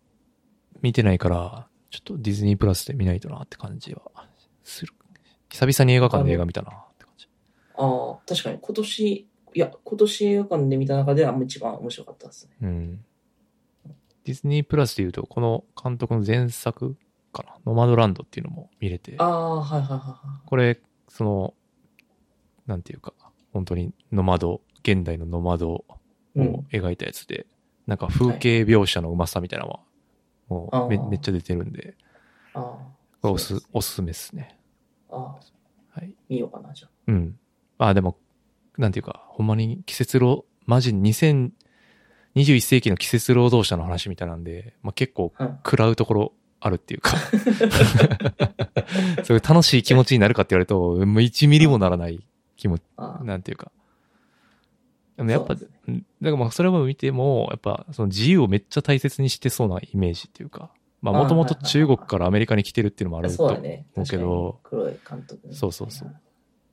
[SPEAKER 2] 見てないから、ちょっとディズニープラスで見ないとなって感じはする。久々に映画館で映画見たなって感じ。
[SPEAKER 3] ああ、確かに今年、いや、今年映画館で見た中では一番面白かったですね。
[SPEAKER 2] うん。ディズニープラスで言うと、この監督の前作かな、ノマドランドっていうのも見れて
[SPEAKER 3] あ、あ、はいはいはいは
[SPEAKER 2] これ、その、なんていうか、本当にノマド、現代のノマド
[SPEAKER 3] い。う
[SPEAKER 2] を
[SPEAKER 3] ん。
[SPEAKER 2] 描いたやつで、なんか風景描写のうまさみたいなのは、もうめ
[SPEAKER 3] あー
[SPEAKER 2] めっちゃ出てるんで、
[SPEAKER 3] ああ。
[SPEAKER 2] これおす
[SPEAKER 3] そうです
[SPEAKER 2] おすすめですね。
[SPEAKER 3] ああ、
[SPEAKER 2] はい。
[SPEAKER 3] 見ようかな、じゃ
[SPEAKER 2] うん。あ、でも、なんていうか、ほんまに季節労、マジに2021世紀の季節労働者の話みたいなんで、まあ、結構
[SPEAKER 3] あ。はい。
[SPEAKER 2] 食らうところあるっていう か、 そういう楽しい気持ちになるかって言われると、もう1ミリもならない気持ち、
[SPEAKER 3] ああ。
[SPEAKER 2] なんていうか。でもやっぱ、
[SPEAKER 3] そうで
[SPEAKER 2] うんだからまあそれも見ても、やっぱその自由をめっちゃ大切にしてそうなイメージっていうか、まあ
[SPEAKER 3] あー
[SPEAKER 2] もともと中国からアメリカに来てるっていうのもあると
[SPEAKER 3] そう
[SPEAKER 2] 思
[SPEAKER 3] だ
[SPEAKER 2] う
[SPEAKER 3] ね。
[SPEAKER 2] け
[SPEAKER 3] 確かに
[SPEAKER 2] ど、
[SPEAKER 3] 黒い監督ね
[SPEAKER 2] そうそうそう。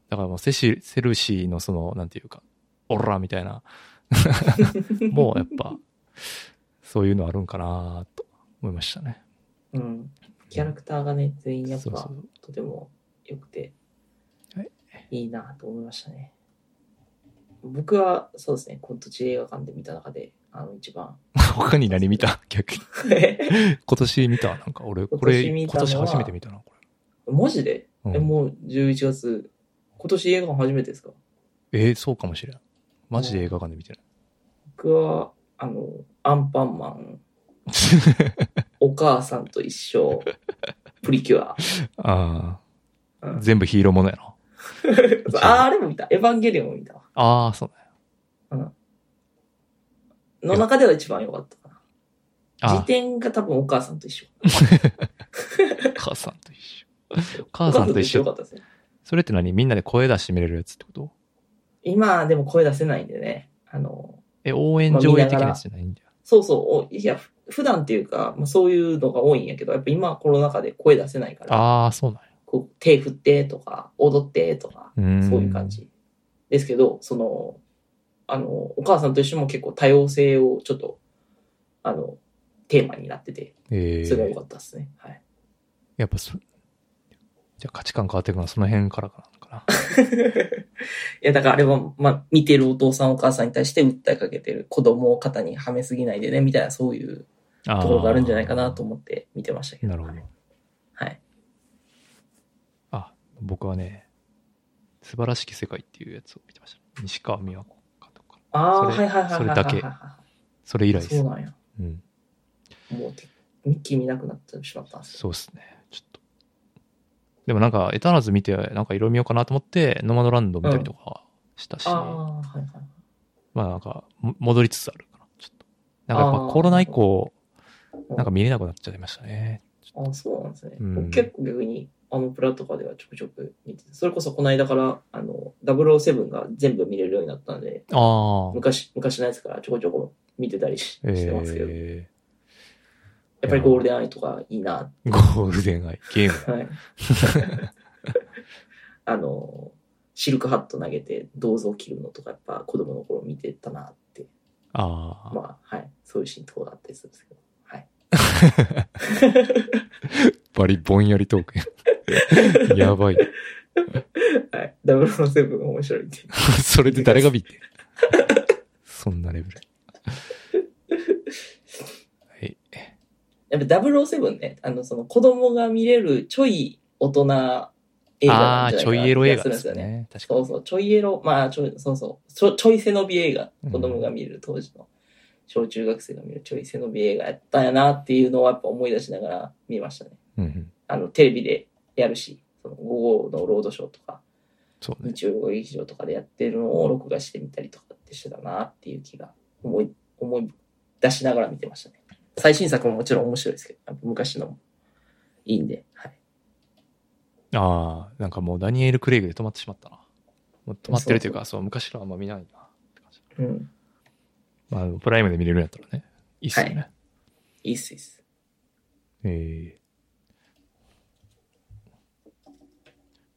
[SPEAKER 2] だからもうセシ、セルシーのその、なんていうか、オラみたいな、 もうやっぱ、そういうのあるんかなと思いましたね。
[SPEAKER 3] うん。キャラクターがね、全員やっ
[SPEAKER 2] そう
[SPEAKER 3] ぱ
[SPEAKER 2] そう
[SPEAKER 3] とても良くて
[SPEAKER 2] は、
[SPEAKER 3] いいなと思いましたね。僕はそうですね、今年映画館で見た中で、あの一番。
[SPEAKER 2] 他に何見た逆に。今年見たなんか俺、これ、
[SPEAKER 3] 今年見
[SPEAKER 2] 今
[SPEAKER 3] たのは
[SPEAKER 2] 年初めて見たな、こ
[SPEAKER 3] マジで、
[SPEAKER 2] れ。
[SPEAKER 3] え
[SPEAKER 2] うん
[SPEAKER 3] もう11月、今年映画館初めてですか
[SPEAKER 2] えーそうかもしれん。マジで映画館で見てない。
[SPEAKER 3] 僕は、あの、アンパンマン、お母さんと一 緒、プリキュア。
[SPEAKER 2] あ
[SPEAKER 3] う
[SPEAKER 2] あ、
[SPEAKER 3] ん
[SPEAKER 2] 全部ヒーローものやな。
[SPEAKER 3] ああれも見た。エヴァンゲリオンも見たわ。
[SPEAKER 2] ああ、そうだよ。
[SPEAKER 3] の中では一番良かったかな。
[SPEAKER 2] あ
[SPEAKER 3] 辞典が多分お母さんと一緒。
[SPEAKER 2] あ、お母さんと一緒。 お母さんと一
[SPEAKER 3] 良か
[SPEAKER 2] 緒。
[SPEAKER 3] ったですね。
[SPEAKER 2] それって何みんなで声出して見れるやつってこと
[SPEAKER 3] 今でも声出せないんでね。あの、
[SPEAKER 2] え、応援上映的なやつじゃないんだよ。
[SPEAKER 3] そうそう、おいや、ふ普段っていうか、まあ、そういうのが多いんやけど、やっぱ今はコロナ禍で声出せないから、
[SPEAKER 2] ああ、そうなんや
[SPEAKER 3] こう手振ってとか、踊ってとか、
[SPEAKER 2] うーん
[SPEAKER 3] そういう感。じ。ですけど、その、あの、お母さんと一緒も結構多様性をちょっと、あの、テーマになってて、
[SPEAKER 2] ええ
[SPEAKER 3] それが良かったですね。はい。
[SPEAKER 2] やっぱそ、じゃあ価値観変わってくのはその辺からかなのかな。
[SPEAKER 3] いや、だからあれは、まあ、見てるお父さんお母さんに対して訴えかけてる子供を肩にはめすぎないでね、みたいなそういう
[SPEAKER 2] あー
[SPEAKER 3] ところがあるんじゃないかなと思って見てましたけど。
[SPEAKER 2] なるほど。
[SPEAKER 3] はい。
[SPEAKER 2] あ、僕はね、素晴らしき世界っていうやつを見てました。西川美和子監督か
[SPEAKER 3] ああ、は
[SPEAKER 2] それ
[SPEAKER 3] いはいはいはいはいはい。
[SPEAKER 2] それだけそれ以来で
[SPEAKER 3] そ
[SPEAKER 2] す
[SPEAKER 3] う。なんや。
[SPEAKER 2] うん。
[SPEAKER 3] もうて、ミッキー見なくなってしまったんですよ。
[SPEAKER 2] そうですね。ちょっと。でもなんか、エターナズ見て、なんか色々見ようかなと思って、ノマドランド見たりとかしたし、
[SPEAKER 3] ああ、はいはい。
[SPEAKER 2] まあなんか、も戻りつつあるかな。ちょっと。なんかやっぱコロナ以降、なんか見れなくなっちゃいましたね。
[SPEAKER 3] ああ、そうなんですね。
[SPEAKER 2] うん
[SPEAKER 3] 僕結構逆に、あのプラとかではちょくちょく見てて、それこそこの間から、あの、007が全部見れるようになったんで、
[SPEAKER 2] ああ。
[SPEAKER 3] 昔、昔のやつからちょこちょこ見てたりししてますけど、
[SPEAKER 2] え
[SPEAKER 3] やっぱりゴールデンアイとかいいな、
[SPEAKER 2] ー、ゴールデンアイ、ゲーム。
[SPEAKER 3] はい。 あの、シルクハット投げて銅像切るのとか、やっぱ子供の頃見てたなって、
[SPEAKER 2] ああ。
[SPEAKER 3] まあ、はい、そういうシーンとかがあったりするんですけど、はい。
[SPEAKER 2] バリぼんやりトー クや。やばい。
[SPEAKER 3] はい、ダブルのセブン面白いんで。
[SPEAKER 2] それで誰が見てそんなレベル。はい。
[SPEAKER 3] やっぱダブルセブンね、あの、その子供が見れるちょい大人映画なんじゃないかなって
[SPEAKER 2] あーちょいエロ映画
[SPEAKER 3] 気が
[SPEAKER 2] ですす
[SPEAKER 3] るんですよね
[SPEAKER 2] ね。確か
[SPEAKER 3] そ
[SPEAKER 2] に
[SPEAKER 3] う。そう、ちょいエロ、まあ、ちょい、そうそう、ちょちょい背伸び映画
[SPEAKER 2] う、ん
[SPEAKER 3] 子供が見る当時の、小中学生が見るちょい背伸び映画やったんやなっていうのをやっぱ思い出しながら見ましたね。
[SPEAKER 2] うんうん。
[SPEAKER 3] あの、テレビでやるし、その午後のロードショーとか、
[SPEAKER 2] そうね。
[SPEAKER 3] 日曜劇場とかでやってるのを録画してみたりとかってしてたなっていう気が思い、思い出しながら見てましたね。最新作ももちろん面白いですけど、やっぱ昔のもいいんで、はい。
[SPEAKER 2] ああ、なんかもうダニエル・クレイグで止まってしまったな。もう止まってるというか、そう昔のはあんま見ないなって感じ。
[SPEAKER 3] うん。
[SPEAKER 2] まあ、プライムで見れるんやったらね。いいっすよね。
[SPEAKER 3] はいいいっす、いいっす。
[SPEAKER 2] え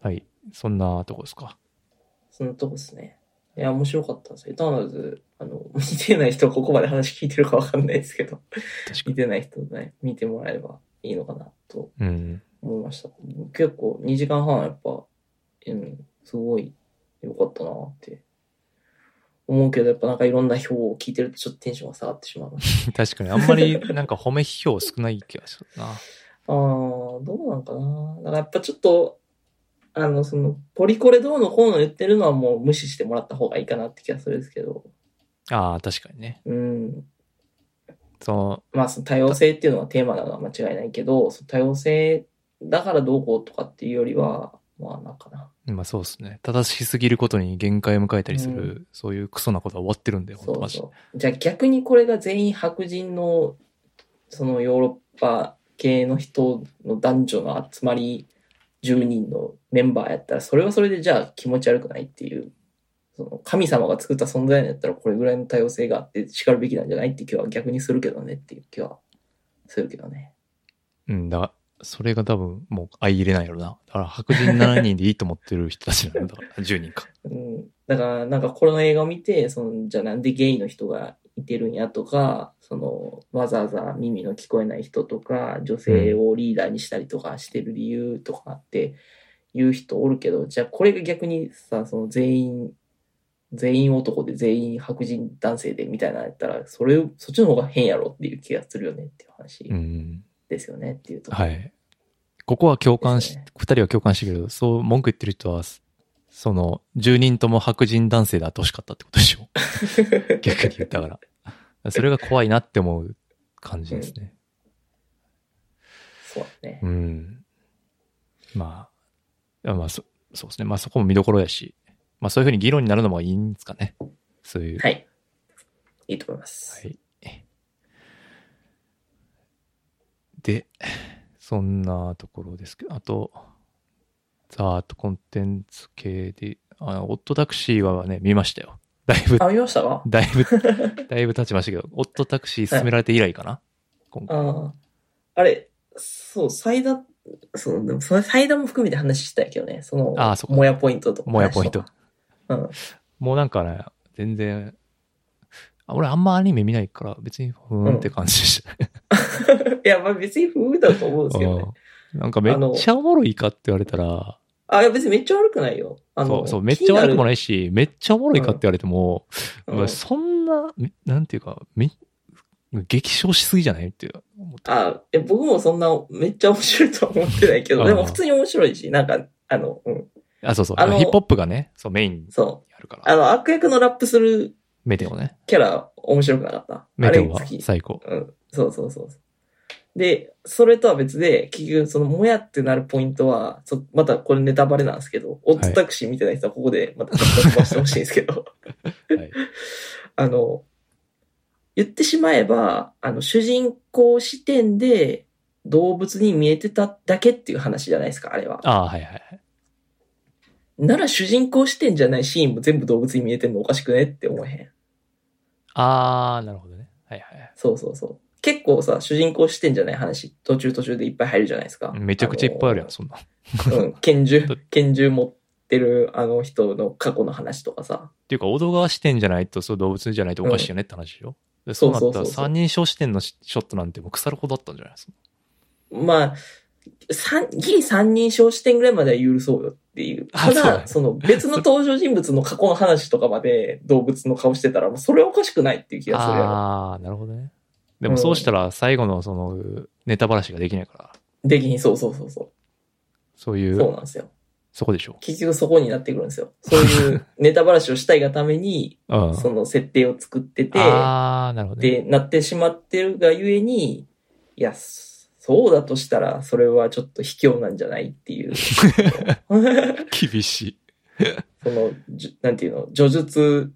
[SPEAKER 2] ーはい。そんなとこですか。
[SPEAKER 3] そのとこですね。いや、面白かったです。エターナルズ、あの、見てない人、ここまで話聞いてるかわかんないですけど、
[SPEAKER 2] 確か
[SPEAKER 3] 見
[SPEAKER 2] に。
[SPEAKER 3] てない人ね、見てもらえればいいのかなと
[SPEAKER 2] うん。
[SPEAKER 3] 思いました。結構、2時間半はやっぱ、うん、すごい良かったなって思うけど、やっぱなんかいろんな表を聞いてるとちょっとテンションが下がってしまうな。
[SPEAKER 2] 確かに。あんまり、なんか褒め批評少ない気がするな。
[SPEAKER 3] ああ、どうなんかな。だからやっぱちょっと、あの、その、ポリコレどうのこうの言ってるのはもう無視してもらった方がいいかなって気がするんですけど、
[SPEAKER 2] ああ、確かにね。
[SPEAKER 3] うん。
[SPEAKER 2] その、
[SPEAKER 3] まあ、その多様性っていうのはテーマなのは間違いないけど、その多様性だからどうこうとかっていうよりは、まあ、なんかな。
[SPEAKER 2] まあそうですね。正しすぎることに限界を迎えたりする、そういうクソなことは終わってるんで、ほん
[SPEAKER 3] そ
[SPEAKER 2] とマ
[SPEAKER 3] う
[SPEAKER 2] ジで。
[SPEAKER 3] そう。じゃあ逆にこれが全員白人の、そのヨーロッパ系の人の男女の集まり10人のメンバーやったら、それはそれでじゃあ気持ち悪くないっていう、その神様が作った存在やったらこれぐらいの多様性があって叱るべきなんじゃないって気は 逆にするけどねっていう気はするけどね。
[SPEAKER 2] うんだ、それが多分もう相入れないやろな。だから白人7人でいいと思ってる人たちなんだ から、10人か。
[SPEAKER 3] うん、だからなんかこの映画を見てそのじゃあなんでゲイの人がいてるんやとかそのわざわざ耳の聞こえない人とか女性をリーダーにしたりとかしてる理由とかっていう人おるけどじゃあこれが逆にさその全員全員男で全員白人男性でみたいなのやったらそれそっちの方が変やろっていう気がするよねっていう話
[SPEAKER 2] うん。
[SPEAKER 3] ですよねっていうところ、
[SPEAKER 2] はい。ここは共感
[SPEAKER 3] です
[SPEAKER 2] し
[SPEAKER 3] ね、
[SPEAKER 2] 二人は共感してるけど、そう文句言ってる人は、その、10人とも白人男性であってほしかったってことで しょ。逆に言ったから。それが怖いなって思う感じですね。
[SPEAKER 3] そうだね
[SPEAKER 2] う、ん。まあ、いやまあそ、そうですね。まあそこも見どころやし、まあそういうふうに議論になるのもいいんですかね。そういう。
[SPEAKER 3] はいいいと思います、
[SPEAKER 2] はい。で、そんなところですけど、あと、ざーっとコンテンツ系で、あオットタクシーはね、見ましたよ。だいぶ、
[SPEAKER 3] あ見ましたか
[SPEAKER 2] だいぶ、だいぶ経ちましたけど、オットタクシー勧められて以来かな、今回。
[SPEAKER 3] ああ。あれ、そう、サ田、そう、でもそのサイダも含めて話したいけどね、その、
[SPEAKER 2] ああそこ
[SPEAKER 3] もやポイントとか。
[SPEAKER 2] もやポイント。。
[SPEAKER 3] うん。
[SPEAKER 2] もうなんかね、全然、あ俺あんまアニメ見ないから、別にふーんって感じでした。
[SPEAKER 3] いや、まあ別に不遇だと思うんですけどね。
[SPEAKER 2] うんなんかめっちゃおもろいかって言われたら、
[SPEAKER 3] あ、いや別にめっちゃ悪くないよ。あの、。
[SPEAKER 2] そうそう、めっちゃ悪くもないいし、めっちゃおもろいかって言われても、
[SPEAKER 3] うん
[SPEAKER 2] まあそんな、めなんていうか、め激昇しすぎじゃないっていう思った。
[SPEAKER 3] あいや僕もそんなめっちゃ面白いとは思ってないけ
[SPEAKER 2] う
[SPEAKER 3] ど、
[SPEAKER 2] ん
[SPEAKER 3] でも普通に面白いし、なんか、あの、うん、
[SPEAKER 2] あ、そうそう、
[SPEAKER 3] あの
[SPEAKER 2] ヒップホップがね、そう、メインに
[SPEAKER 3] そう。
[SPEAKER 2] あるか
[SPEAKER 3] あ
[SPEAKER 2] ら。
[SPEAKER 3] の、悪役のラップする
[SPEAKER 2] メテオね。
[SPEAKER 3] キャラ面白くなかった。
[SPEAKER 2] メ
[SPEAKER 3] あ
[SPEAKER 2] テ
[SPEAKER 3] れ
[SPEAKER 2] オ
[SPEAKER 3] 好
[SPEAKER 2] は
[SPEAKER 3] き。
[SPEAKER 2] 最高。
[SPEAKER 3] うん、そうそうそうそう。で、それとは別で、結局、その、もやってなるポイントは、そまたこれネタバレなんですけど、オッズタクシー見てない人はここでまたちょっと飛ばしてほしいんですけど、
[SPEAKER 2] はい。
[SPEAKER 3] あの、言ってしまえば、あの、主人公視点で動物に見えてただけっていう話じゃないですか、あれは。
[SPEAKER 2] ああ、はいはいはい。
[SPEAKER 3] なら主人公視点じゃないシーンも全部動物に見えてんのおかしくねって思えへん。
[SPEAKER 2] ああ、なるほどね。はいはいはい。
[SPEAKER 3] そうそうそう。結構さ、主人公視点じゃない話、途中途中でいっぱい入るじゃないですか。
[SPEAKER 2] めちゃくちゃいっぱいあるやん、
[SPEAKER 3] の
[SPEAKER 2] そんな。
[SPEAKER 3] うん、 拳銃、拳銃持ってるあの人の過去の話とかさ。
[SPEAKER 2] っていうか、小戸川視点じゃないと、そう動物じゃないとおかしいよねって話でしょ。でそうな
[SPEAKER 3] そ
[SPEAKER 2] っ
[SPEAKER 3] う
[SPEAKER 2] たら、
[SPEAKER 3] そうそうそう
[SPEAKER 2] 三人称視点のシショットなんてもう腐るほどあったんじゃないですか。
[SPEAKER 3] まあ、三、ギリ三人称視点ぐらいまでは許そうよっていう。
[SPEAKER 2] あそ
[SPEAKER 3] た
[SPEAKER 2] うだね
[SPEAKER 3] だ、その別の登場人物の過去の話とかまで動物の顔してたら、もうそれはおかしくないっていう気がするやろ。
[SPEAKER 2] ああ、なるほどね。でもそうしたら、最後のその、ネタばらしができないから、
[SPEAKER 3] できひん、そうそうそうそ。
[SPEAKER 2] そういうう、
[SPEAKER 3] そうなんですよ。
[SPEAKER 2] そこでしょ。
[SPEAKER 3] 結局そこになってくるんですよ。そういうネタバラシをしたいがために、
[SPEAKER 2] うん。
[SPEAKER 3] その設定を作ってて、
[SPEAKER 2] ああ、なるほど、ね。
[SPEAKER 3] でなってしまってるがゆえに、いや、そそうだとしたら、それはちょっと卑怯なんじゃないっていう。そ
[SPEAKER 2] 厳しい。
[SPEAKER 3] の、じゅなんていうの、叙述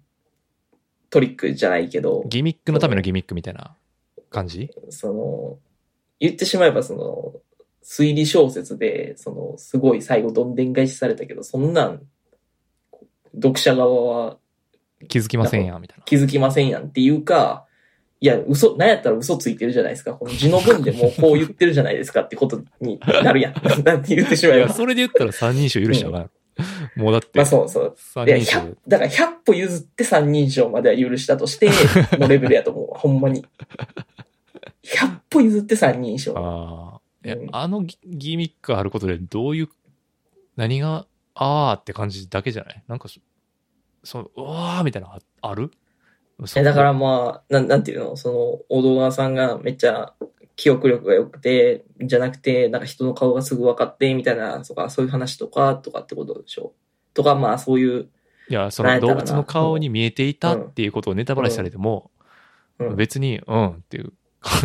[SPEAKER 3] トリックじゃないけど、
[SPEAKER 2] ギミックのためのギミックみたいな感じ
[SPEAKER 3] その、言ってしまえばその、推理小説で、その、すごい最後どんでん返しされたけど、そんなん、読者側は
[SPEAKER 2] 気づきませんや、みたいな。
[SPEAKER 3] 気づきませんやんっていうか、いや、嘘、なんやったら嘘ついてるじゃないですか。この字の文でもうこう言ってるじゃないですかってことにな るやん。なんて言ってしま
[SPEAKER 2] い
[SPEAKER 3] えば
[SPEAKER 2] や、。それで言ったら三人称許しちゃうから。もうだって、
[SPEAKER 3] まあそうそう。
[SPEAKER 2] 三
[SPEAKER 3] いや、
[SPEAKER 2] 人称
[SPEAKER 3] 100だから100歩譲って三人称までは許した として、のレベルやと思うわ。ほんまに。100歩譲って三人称。
[SPEAKER 2] ああ、いや
[SPEAKER 3] うん
[SPEAKER 2] あのギギミックがあることで、どういう、何が、あーって感じだけじゃないなんかそ、その、うわーみたいなのあある
[SPEAKER 3] えだから
[SPEAKER 2] も
[SPEAKER 3] まあ、なん、なんていうのその、大道川さんがめっちゃ記憶力が良くて、じゃなくて、なんか人の顔がすぐ分かって、みたいな、とか、そういう話とか、とかってことでしょとか、まあそういう、
[SPEAKER 2] いや、そ
[SPEAKER 3] な
[SPEAKER 2] の
[SPEAKER 3] んやっ
[SPEAKER 2] 動
[SPEAKER 3] たらな
[SPEAKER 2] 物の顔に見えていたっていうことをネタバラシされても、
[SPEAKER 3] うん
[SPEAKER 2] 別に、うんって いう感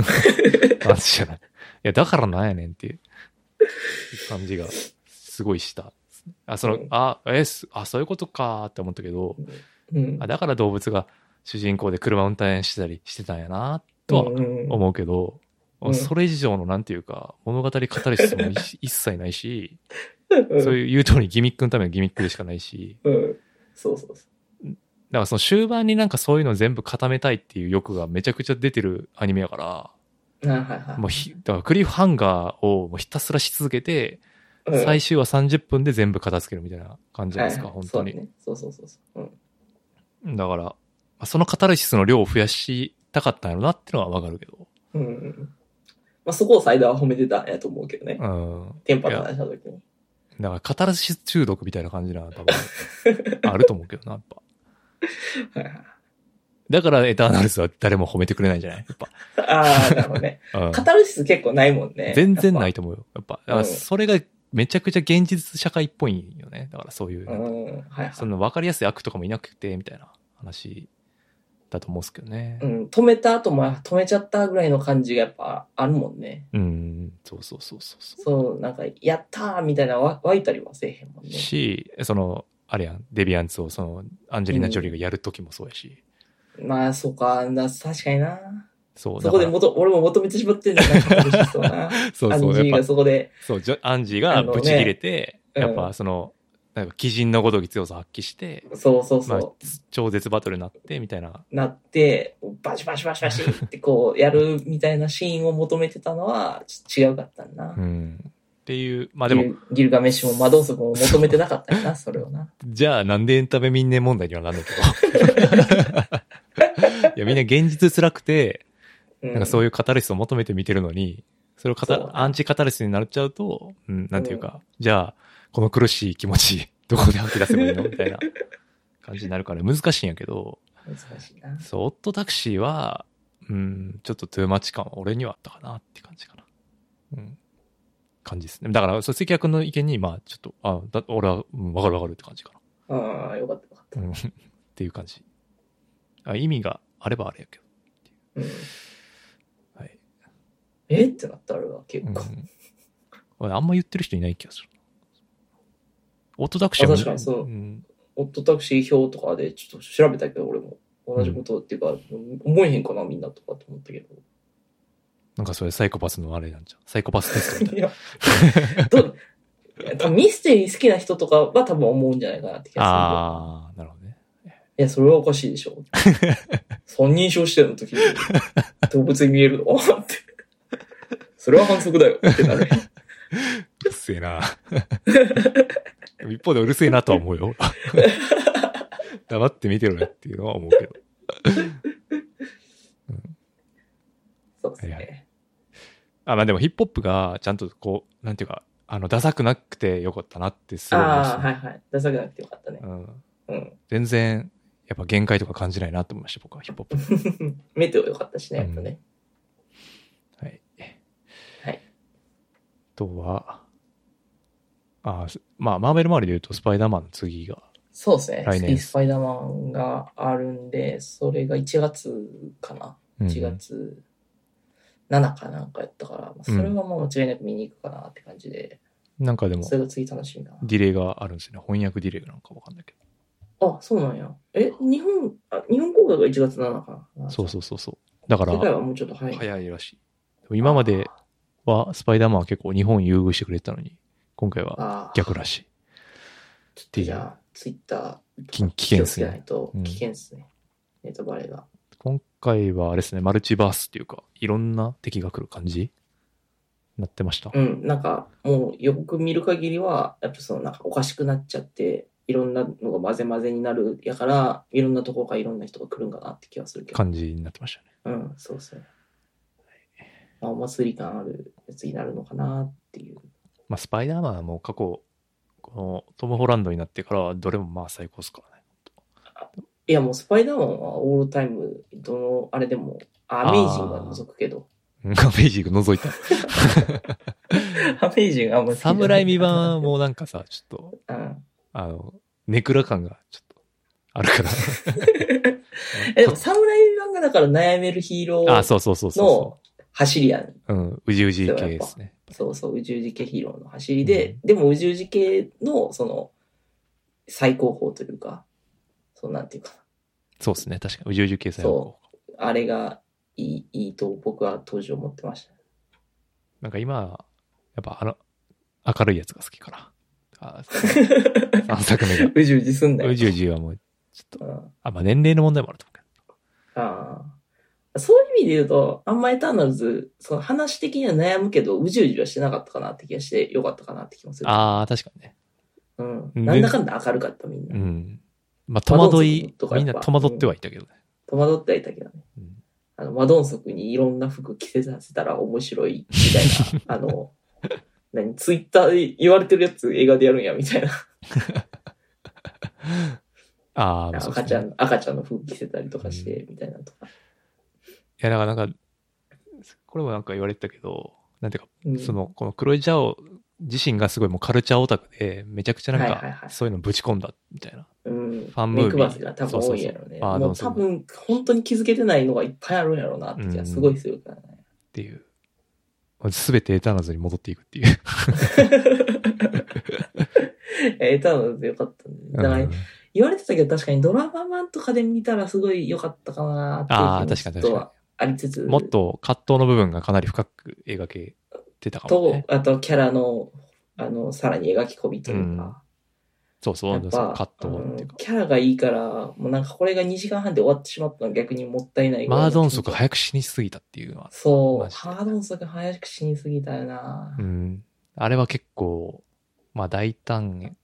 [SPEAKER 2] 感じじゃない。いや、だからなんやねんっていう感じがすごいした。あ、その
[SPEAKER 3] うん、
[SPEAKER 2] あ、え、すあ、そういうことかーって思ったけど、
[SPEAKER 3] うん
[SPEAKER 2] あ。だから動物が主人公で車運転してたりしてたんやなとは
[SPEAKER 3] うん
[SPEAKER 2] 思うけど、
[SPEAKER 3] うん
[SPEAKER 2] それ以上のなんていうか物語語る質もい 一切ないし、
[SPEAKER 3] うん
[SPEAKER 2] そういう言う通りギミックのためのギミックでしかないし
[SPEAKER 3] うん。そうそうそ
[SPEAKER 2] だからその終盤になんかそういうの全部固めたいっていう欲がめちゃくちゃ出てるアニメやか
[SPEAKER 3] う。はいはいは
[SPEAKER 2] ら
[SPEAKER 3] い。
[SPEAKER 2] もうひだからクリフハンガーをもうひたすらし続けて、
[SPEAKER 3] うん
[SPEAKER 2] 最終は30分で全部片付けるみたいな感じじゃないですか、
[SPEAKER 3] はいはい
[SPEAKER 2] 本当に
[SPEAKER 3] そう,、ね、そうそうそうそう。うん。
[SPEAKER 2] だからまあそのカタルシスの量を増やしたかったんやろなっていうのはわかるけど
[SPEAKER 3] うんうんうん。まあそこを最大は褒めてたんやと思うけどね。
[SPEAKER 2] うん
[SPEAKER 3] テンパの話した時に。
[SPEAKER 2] だから、カタルシス中毒みたいな感じな、多 分、あると思うけどな、やっぱ。
[SPEAKER 3] はいはい。
[SPEAKER 2] だから、エターナルズは誰も褒めてくれないんじゃないやっ
[SPEAKER 3] ああ、なるほどね。
[SPEAKER 2] ぱ。うん
[SPEAKER 3] カタルシス結構ないもんね。。
[SPEAKER 2] 全然ないいと思うよ。やっぱ、だから
[SPEAKER 3] うん
[SPEAKER 2] それがめちゃくちゃ現実社会っぽいよね。だから、そういう
[SPEAKER 3] う
[SPEAKER 2] なんか、
[SPEAKER 3] ん。はいはい。
[SPEAKER 2] その分かりやすい悪とかもいなくて、みたいな話だと思うんですけどね
[SPEAKER 3] う。ん、止めた後も止めちゃったぐらいの感じがやっぱあるもんね。
[SPEAKER 2] うん、そうそうそうそうそ
[SPEAKER 3] そう、なんか、やったーみたいなわ湧いたりはせえへんもん
[SPEAKER 2] う。
[SPEAKER 3] ね。
[SPEAKER 2] し、その、あれやん、デビアンツを、その、アンジェリーナ・ジョリーがやるときもそうやし。
[SPEAKER 3] まあ、そうか、な確かにな。
[SPEAKER 2] そう、
[SPEAKER 3] そこで
[SPEAKER 2] だか
[SPEAKER 3] もと、俺も求めてしまってんだな、カタルシスをな。
[SPEAKER 2] ら そう
[SPEAKER 3] アン
[SPEAKER 2] そう、
[SPEAKER 3] ジ
[SPEAKER 2] やっ
[SPEAKER 3] ー
[SPEAKER 2] ぱ
[SPEAKER 3] がそこで。
[SPEAKER 2] そう、ジョアンジーがブチ切れて、
[SPEAKER 3] あの
[SPEAKER 2] や
[SPEAKER 3] ね
[SPEAKER 2] っぱその、なんか鬼人のごとき強さを発揮して、
[SPEAKER 3] そうそうそ
[SPEAKER 2] まあ
[SPEAKER 3] う。、
[SPEAKER 2] 超絶バトルになって、みたいな。
[SPEAKER 3] なって、バシバシバシバシってこう、やるみたいなシーンを求めてたのは、ちょっと違うかったんだな
[SPEAKER 2] う。ん。っていう、まあで
[SPEAKER 3] ギ
[SPEAKER 2] も、
[SPEAKER 3] ルギルガメッシュもマドンソクも求めてなかったよな、それをな。
[SPEAKER 2] じゃあなんでエンタメ民年問題にはなんだけ ど。いや、みんな現実辛くて、
[SPEAKER 3] な
[SPEAKER 2] なんかそう
[SPEAKER 3] い
[SPEAKER 2] いうカタルシスを求めて見てるのに、それをカタ
[SPEAKER 3] そう
[SPEAKER 2] アンチカタルシスになっちゃうと、うん、なんていうか、じゃあ、この苦しい気持ち、 どこで吐き出せばいいのみたいな感じになるから難しいんやけど、
[SPEAKER 3] うん。難しいな。
[SPEAKER 2] そう、オットタクシーは、うん、ちょっとトゥーマッチ感は俺にはあったかなって感じかな。うん。感じですね。だから、そう、関谷君の意見に、まあ、ちょっと、あ、だ俺は、うん、わかるわかるって感じか
[SPEAKER 3] ああ、よかったよかった。
[SPEAKER 2] な。うん。っていう感じ。あ意味があればあれやけど。
[SPEAKER 3] うん
[SPEAKER 2] はい。
[SPEAKER 3] えってなった、あれは結
[SPEAKER 2] うん
[SPEAKER 3] 構。。
[SPEAKER 2] 俺、あんま言ってる人いない気がする。オットタクシー。
[SPEAKER 3] あ確かにそうんオットタクシー表とかでちょっと調べたけど、俺も。同じことっていうか、思えへんかな、みんなとかと思ったけど。
[SPEAKER 2] なんかそれサイコパスのあれなんじゃん。サイコパステストみたい
[SPEAKER 3] い
[SPEAKER 2] な。
[SPEAKER 3] や、どう多分ミステリー好きな人とかは多分思うんじゃないかなって気がするんだよ。
[SPEAKER 2] ああ、なるほどね。
[SPEAKER 3] いや、それはおかしいでしょ。三人称してるの時に、動物に見えるのって。それは反則だよ。ってなる。
[SPEAKER 2] うるせえな。 一方でうるせえなとは思うよ。 黙って見てろよっていうのは思うけど。
[SPEAKER 3] そうで
[SPEAKER 2] は
[SPEAKER 3] す
[SPEAKER 2] い
[SPEAKER 3] ね。
[SPEAKER 2] あ、まあでもヒップホップがちゃんとこう、なんていうか、あの、ダサくなくてよかったなってすごい思いまし
[SPEAKER 3] あ
[SPEAKER 2] た
[SPEAKER 3] あ、はいはい。ダサくなくてよかったね。
[SPEAKER 2] うん。
[SPEAKER 3] うん。
[SPEAKER 2] 全然、やっぱ限界とか感じないなと思いました、僕はヒップホップ。
[SPEAKER 3] メテオよかったしね、やっぱね。
[SPEAKER 2] はい。
[SPEAKER 3] はい。
[SPEAKER 2] あとは、あすまあ、マーベル周りで言うとスパイダーマンの次が、
[SPEAKER 3] そうですね。
[SPEAKER 2] 来年
[SPEAKER 3] スティースパイダーマンがあるんで、それが1月かな。
[SPEAKER 2] うん
[SPEAKER 3] 1月7かなんかやったから、まあそれはまあ間違いなく見に行くかなって感じで、
[SPEAKER 2] なんかでも
[SPEAKER 3] そ、れが次楽しみだな。
[SPEAKER 2] ディレイがあるんですよね。翻訳ディレイがなんかわかんないけ
[SPEAKER 3] あ、そうなんや。え、日本、あ日本公開が1月7かな。
[SPEAKER 2] ど。そうそうそうそう。だから
[SPEAKER 3] 世、界はもうちょっと早い。
[SPEAKER 2] 早いらしい。でも今まではスパイダーマンは結構日本優遇してくれてたのに、今回は
[SPEAKER 3] あー
[SPEAKER 2] 逆らしい。
[SPEAKER 3] ちょっとじゃあ、ツイッター
[SPEAKER 2] き危険っ
[SPEAKER 3] 気をつ
[SPEAKER 2] す
[SPEAKER 3] けない
[SPEAKER 2] ね。
[SPEAKER 3] と
[SPEAKER 2] うん
[SPEAKER 3] 危険っすね。ネタバレが。
[SPEAKER 2] 今回はあれですね、マルチバースっていうか、いろんな敵が来る感じなってました。
[SPEAKER 3] うん、なんかもうよく見る限りは、やっぱそのなんかおかしくなっちゃって、いろんなのが混ぜ混ぜになるやから、いろんなところからいろんな人が来るんかなって気がするけど。
[SPEAKER 2] 感じになってましたね。
[SPEAKER 3] うん、そうですね。まあ、お祭り感あるやつになるのかなっていう。
[SPEAKER 2] まあ、スパイダーマンはもう過去、このトム・ホランドになってからはどれもまあ最高ですからね。
[SPEAKER 3] いや、もうスパイダーマンはオールタイム、どの、あれでも、あアメイジングは除くけど。
[SPEAKER 2] うん アメージング覗いた。
[SPEAKER 3] アメイジングあんま好きじ
[SPEAKER 2] サ
[SPEAKER 3] ゃない
[SPEAKER 2] ムライミ版もなんかさ、ちょっと、
[SPEAKER 3] うん。
[SPEAKER 2] あの、ネクラ感がちょっとあるから。
[SPEAKER 3] え、でもサムライミ版がだから悩めるヒーロ
[SPEAKER 2] あ、
[SPEAKER 3] ー
[SPEAKER 2] そうそうそうそう
[SPEAKER 3] の
[SPEAKER 2] そ
[SPEAKER 3] 走りやん。
[SPEAKER 2] う。うん、うじうじ系ですね。
[SPEAKER 3] そうそう、宇宙時系ヒーローの走りで、でも宇宙時系の、その、最高峰というか、そうなんていうか
[SPEAKER 2] そうですね、確かに。うじうじ系最高。
[SPEAKER 3] な、あれがいい、いいと僕は当時思ってました。
[SPEAKER 2] なんか今、やっぱあの、明るいやつが好きから。あ 三作目が。
[SPEAKER 3] 宇宙時すんなよ。
[SPEAKER 2] うじうじはもう、ちょっと、
[SPEAKER 3] うん
[SPEAKER 2] あ、まあ年齢の問題もあると思うけど。
[SPEAKER 3] ああ。そういう意味で言うと、あんまエターナルズ、その話的には悩むけど、うじうじはしてなかったかなって気がして、よかったかなって気もする。
[SPEAKER 2] ああ、確かにね。
[SPEAKER 3] うん。
[SPEAKER 2] ね
[SPEAKER 3] なんだかんだ明るかった、みんな。
[SPEAKER 2] うん。まあ戸惑い
[SPEAKER 3] 戸惑うと、かや
[SPEAKER 2] みん
[SPEAKER 3] っぱ
[SPEAKER 2] な戸惑ってはいたけどね。
[SPEAKER 3] 戸惑ってはいたけどね。
[SPEAKER 2] うん
[SPEAKER 3] あの、マドンソクにいろんな服着せさせたら面白い、み たいな。あの、何、ツイッターで言われてるやつ映画でやるんや、みたいな。
[SPEAKER 2] ああ、まあそう
[SPEAKER 3] 赤
[SPEAKER 2] で
[SPEAKER 3] ち
[SPEAKER 2] す
[SPEAKER 3] ゃ
[SPEAKER 2] ね。
[SPEAKER 3] ん、赤ちゃんの服着せたりとかして、みたいなとか。
[SPEAKER 2] いや、だからなんか、これもなんか言われてたけど、なんていうか、
[SPEAKER 3] うん
[SPEAKER 2] その、この黒いジャオ自身がすごいもうカルチャーオタクで、めちゃくちゃなん
[SPEAKER 3] はいはいは
[SPEAKER 2] か、
[SPEAKER 3] い
[SPEAKER 2] そういうのぶち込んだみたいな。
[SPEAKER 3] うん。
[SPEAKER 2] ァンムービー
[SPEAKER 3] 目配せが多分多い
[SPEAKER 2] そうそう
[SPEAKER 3] やろね。
[SPEAKER 2] そうああ
[SPEAKER 3] もう
[SPEAKER 2] そ
[SPEAKER 3] 多
[SPEAKER 2] う
[SPEAKER 3] 分、本当に気づけてないのがいっぱいあるんやろうなって気がすごいするからね。
[SPEAKER 2] っていう。すべてエターナルズに戻っていくっていう。
[SPEAKER 3] えー、多分よかったね。だから、
[SPEAKER 2] うん
[SPEAKER 3] 言われてたけど確かにドラマ版とかで見たらすごい良かったかなって
[SPEAKER 2] ああ、
[SPEAKER 3] いう
[SPEAKER 2] 確
[SPEAKER 3] 気
[SPEAKER 2] か
[SPEAKER 3] も
[SPEAKER 2] に
[SPEAKER 3] ちょ
[SPEAKER 2] 確
[SPEAKER 3] っ
[SPEAKER 2] かに
[SPEAKER 3] とは。ありつつ、
[SPEAKER 2] もっと葛藤の部分がかなり深く描けてたかも
[SPEAKER 3] と
[SPEAKER 2] ね。、
[SPEAKER 3] あとキャラの、あの、さらに描き込みというか、
[SPEAKER 2] そうそう、
[SPEAKER 3] や
[SPEAKER 2] そう
[SPEAKER 3] っ
[SPEAKER 2] 葛藤
[SPEAKER 3] ぱ、
[SPEAKER 2] っていううんか。
[SPEAKER 3] キャラがいいから、もうなんかこれが2時間半で終わってしまったのは逆にもったいないぐらい
[SPEAKER 2] マ
[SPEAKER 3] の
[SPEAKER 2] ードンソク
[SPEAKER 3] 緊張
[SPEAKER 2] 早く死にすぎたっていうのは。
[SPEAKER 3] そう、
[SPEAKER 2] マジで
[SPEAKER 3] ハードンソク早く死にすぎたよな
[SPEAKER 2] う。ん。あれは結構、まあ大胆、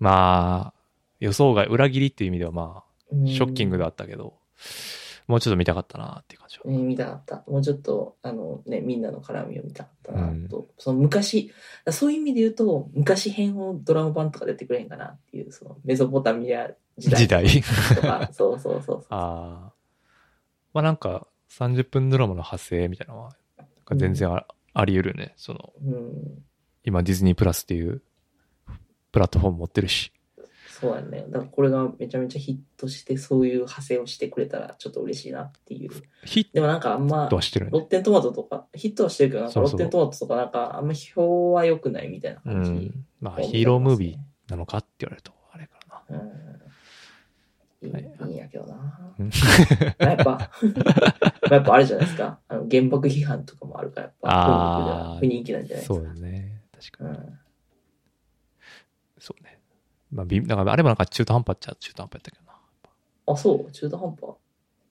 [SPEAKER 2] まあ、予想外、裏切りっていう意味ではま
[SPEAKER 3] う
[SPEAKER 2] あ、
[SPEAKER 3] ん
[SPEAKER 2] ショッキングだったけど、もうちょっと見たかったなっていう感じは。
[SPEAKER 3] ね、見たかった。もうちょっと、あのね、みんなの絡みを見たかったなと。その昔、そういう意味で言うと、昔編をドラマ版とか出てくれへんかなっていう、そのメソポタミア時代
[SPEAKER 2] 時代。
[SPEAKER 3] とか、 そうそうそうそう。
[SPEAKER 2] ああ。まあなんか、30分ドラマの派生みたいなのは、なんか全然あ,、あり得るよね。その、
[SPEAKER 3] うん、
[SPEAKER 2] 今ディズニープラスっていうプラットフォーム持ってるし。
[SPEAKER 3] そうやね。だからこれがめちゃめちゃヒットして、そういう派生をしてくれたらちょっと嬉しいなっていう。
[SPEAKER 2] ヒッ
[SPEAKER 3] でもなんかあんま
[SPEAKER 2] ト、はしてるよ
[SPEAKER 3] ロッ
[SPEAKER 2] ね。
[SPEAKER 3] テントマトとか、ヒットはしてるけど、なんか
[SPEAKER 2] そう
[SPEAKER 3] ロ
[SPEAKER 2] そう
[SPEAKER 3] ッテントマトとかなんかあんま票は良くないみたいな
[SPEAKER 2] う
[SPEAKER 3] 感じ。
[SPEAKER 2] ん。まあヒーロームービーなのかって言われると、あれかな。
[SPEAKER 3] うんいい
[SPEAKER 2] はい
[SPEAKER 3] いいんやけどな
[SPEAKER 2] うん。
[SPEAKER 3] やっぱ、 まあやっぱあれじゃないですか。あの原爆批判とかもあるから、やっぱ、
[SPEAKER 2] あー
[SPEAKER 3] 本国では不人気なんじゃないです
[SPEAKER 2] そ
[SPEAKER 3] か。
[SPEAKER 2] うだね。確か
[SPEAKER 3] う
[SPEAKER 2] に。
[SPEAKER 3] ん
[SPEAKER 2] そうね。まあ、びだからあれもなんか中途半端っちゃ中途半端やったけどな。
[SPEAKER 3] あ、そう中途半端
[SPEAKER 2] い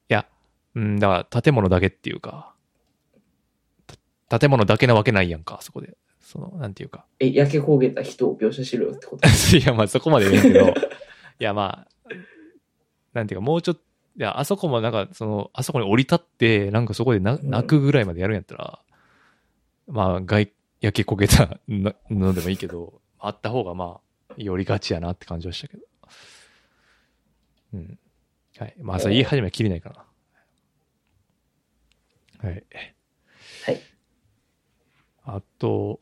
[SPEAKER 2] や、うん、だから建物だけっていうか、た建物だけなわけないやんか、あそこで。その、なんていうか。
[SPEAKER 3] え、焼け焦げた人を描写しろよってこと
[SPEAKER 2] いや、まあそこまで言えんけど、いや、まあ、なんていうか、もうちょっと、いや、あそこもなんか、その、あそこに降り立って、なんかそこでな
[SPEAKER 3] うん
[SPEAKER 2] 泣くぐらいまでやるんやったら、まあ、外、焼け焦げたなのでもいいけど、あった方が、まあ、よりがちやなって感じはしたけど。うん。はい。まあ、それ言い始めはきりないからな。はい。
[SPEAKER 3] はい。
[SPEAKER 2] あと、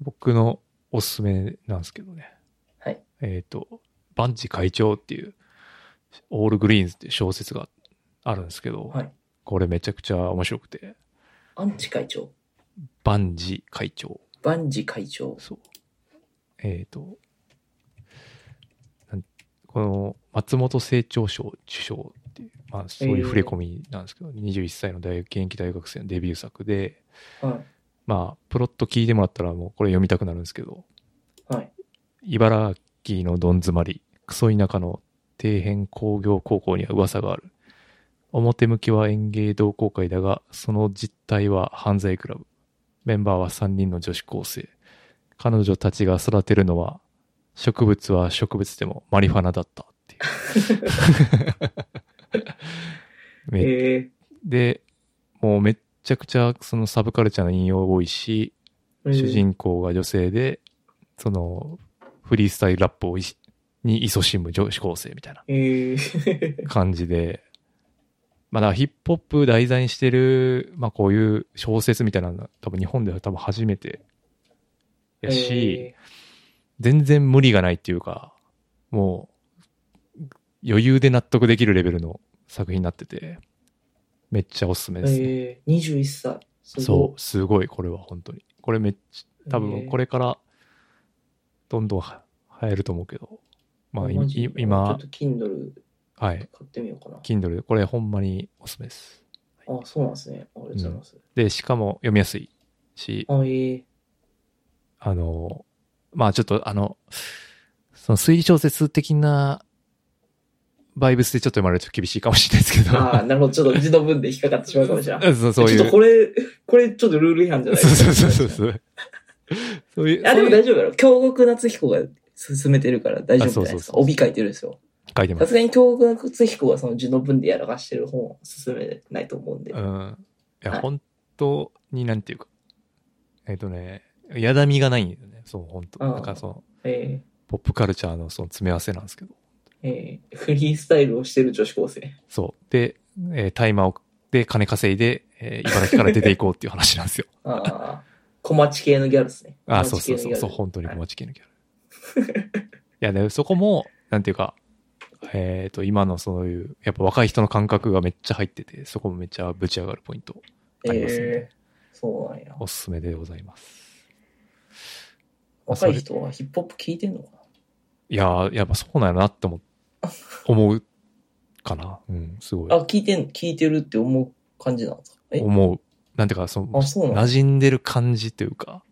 [SPEAKER 2] 僕のおすすめなんですけどね。
[SPEAKER 3] はい。
[SPEAKER 2] えっ、と、バンチ会長っていう、オールグリーンズっていう小説があるんですけど、
[SPEAKER 3] はい
[SPEAKER 2] これめちゃくちゃ面白くて、
[SPEAKER 3] アンチ会長。
[SPEAKER 2] バンジ会長。
[SPEAKER 3] バンジ会長。
[SPEAKER 2] そう。えっ、と、なんこの松本清張賞受賞っていう、まあそういう触れ込みなんですけど、21歳の大学現役大学生のデビュー作で、
[SPEAKER 3] は
[SPEAKER 2] まあ、プロット聞いてもらったらもうこれ読みたくなるんですけど、
[SPEAKER 3] い。はい。
[SPEAKER 2] 茨城のどん詰まり、クソ田舎の底辺工業高校には噂がある。表向きは演芸同好会だが、その実態は犯罪クラブ。メンバーは3人の女子高生。彼女たちが育てるのは、植物は植物でもマリファナだったっていう。め
[SPEAKER 3] ええ
[SPEAKER 2] で、もうめっちゃくちゃそのサブカルチャーの引用多いし、
[SPEAKER 3] うん
[SPEAKER 2] 主人公が女性で、その、フリースタイルラップをいしに勤しむ女子高生みたいな
[SPEAKER 3] ええ
[SPEAKER 2] 感じで、まあだからヒップホップ題材にしてる、まあこういう小説みたいなのは多分日本では多分初めて やし、
[SPEAKER 3] え
[SPEAKER 2] 全然無理がないっていうか、もう余裕で納得できるレベルの作品になってて、めっちゃおすすめですね。
[SPEAKER 3] ええ21歳。すごい
[SPEAKER 2] そう、すごい、これは本当に。これめっちゃ、多
[SPEAKER 3] え
[SPEAKER 2] 分
[SPEAKER 3] え
[SPEAKER 2] これからどんどんは流行ると思うけど、まあい
[SPEAKER 3] マジ
[SPEAKER 2] い
[SPEAKER 3] ちょ
[SPEAKER 2] 今
[SPEAKER 3] っと、Kindle
[SPEAKER 2] はい
[SPEAKER 3] 買、ってみようかな。
[SPEAKER 2] Kindle、これほんまにおすすめです。
[SPEAKER 3] あそうなんですね。ありがとうございます。
[SPEAKER 2] で、しかも読みやすいし、
[SPEAKER 3] あええ
[SPEAKER 2] あの、まあちょっとあの、その推理小説的なバイブスでちょっと読まれると厳しいかもしれないですけど。
[SPEAKER 3] ああ、なるほど。ちょっと字の文で引っかかってしまうかもしれな い。
[SPEAKER 2] そうそういう。
[SPEAKER 3] ちょっとこれ、これちょっとルール違反じゃない
[SPEAKER 2] そうそうそうそうそ
[SPEAKER 3] う。
[SPEAKER 2] う。そういう、
[SPEAKER 3] あ、でも
[SPEAKER 2] そういう
[SPEAKER 3] 大丈夫だろ。京極夏彦が進めてるから大丈夫じゃないです
[SPEAKER 2] あそうそう
[SPEAKER 3] か。
[SPEAKER 2] そう
[SPEAKER 3] 帯書いてるんですよ。
[SPEAKER 2] 書いてま
[SPEAKER 3] さ
[SPEAKER 2] す。
[SPEAKER 3] すがに京極夏彦がその字の文でやらかしてる本を進めないと思うんで。
[SPEAKER 2] うん。いや、
[SPEAKER 3] はい
[SPEAKER 2] 本当になんていうか。えっ、とね、やだみがないんだよね。そう、本当
[SPEAKER 3] うん
[SPEAKER 2] なんかその、
[SPEAKER 3] え
[SPEAKER 2] ポップカルチャーのその詰め合わせなんですけど。
[SPEAKER 3] えええフリースタイルをしてる女子高生。
[SPEAKER 2] そう。で、えータイマーを、で、金稼いで、えー茨城から出ていこうっていう話なんですよ。
[SPEAKER 3] ああ、小町系のギャルですね。
[SPEAKER 2] ああ、そ
[SPEAKER 3] 小
[SPEAKER 2] う
[SPEAKER 3] 町系
[SPEAKER 2] そう
[SPEAKER 3] のギ
[SPEAKER 2] そ
[SPEAKER 3] ャ
[SPEAKER 2] う、
[SPEAKER 3] ル
[SPEAKER 2] そう、本当に小
[SPEAKER 3] はい
[SPEAKER 2] 町系のギャル。いや、でもそこも、なんていうか、えっ、と、今のそういう、やっぱ若い人の感覚がめっちゃ入ってて、そこもめっちゃぶち上がるポイントありますん
[SPEAKER 3] え
[SPEAKER 2] で
[SPEAKER 3] え、そうなんや。
[SPEAKER 2] おすすめでございます。
[SPEAKER 3] 若い人はヒップホップ聞いてんのかない
[SPEAKER 2] やー、やっぱそうなんやな って思う、思うかな。うん、すごい。
[SPEAKER 3] あ、聞いてん、聞いてるって思う感じなんですかえ
[SPEAKER 2] 思う。なんていうか、その、
[SPEAKER 3] あそうなんだ
[SPEAKER 2] 馴染んでる感じというか、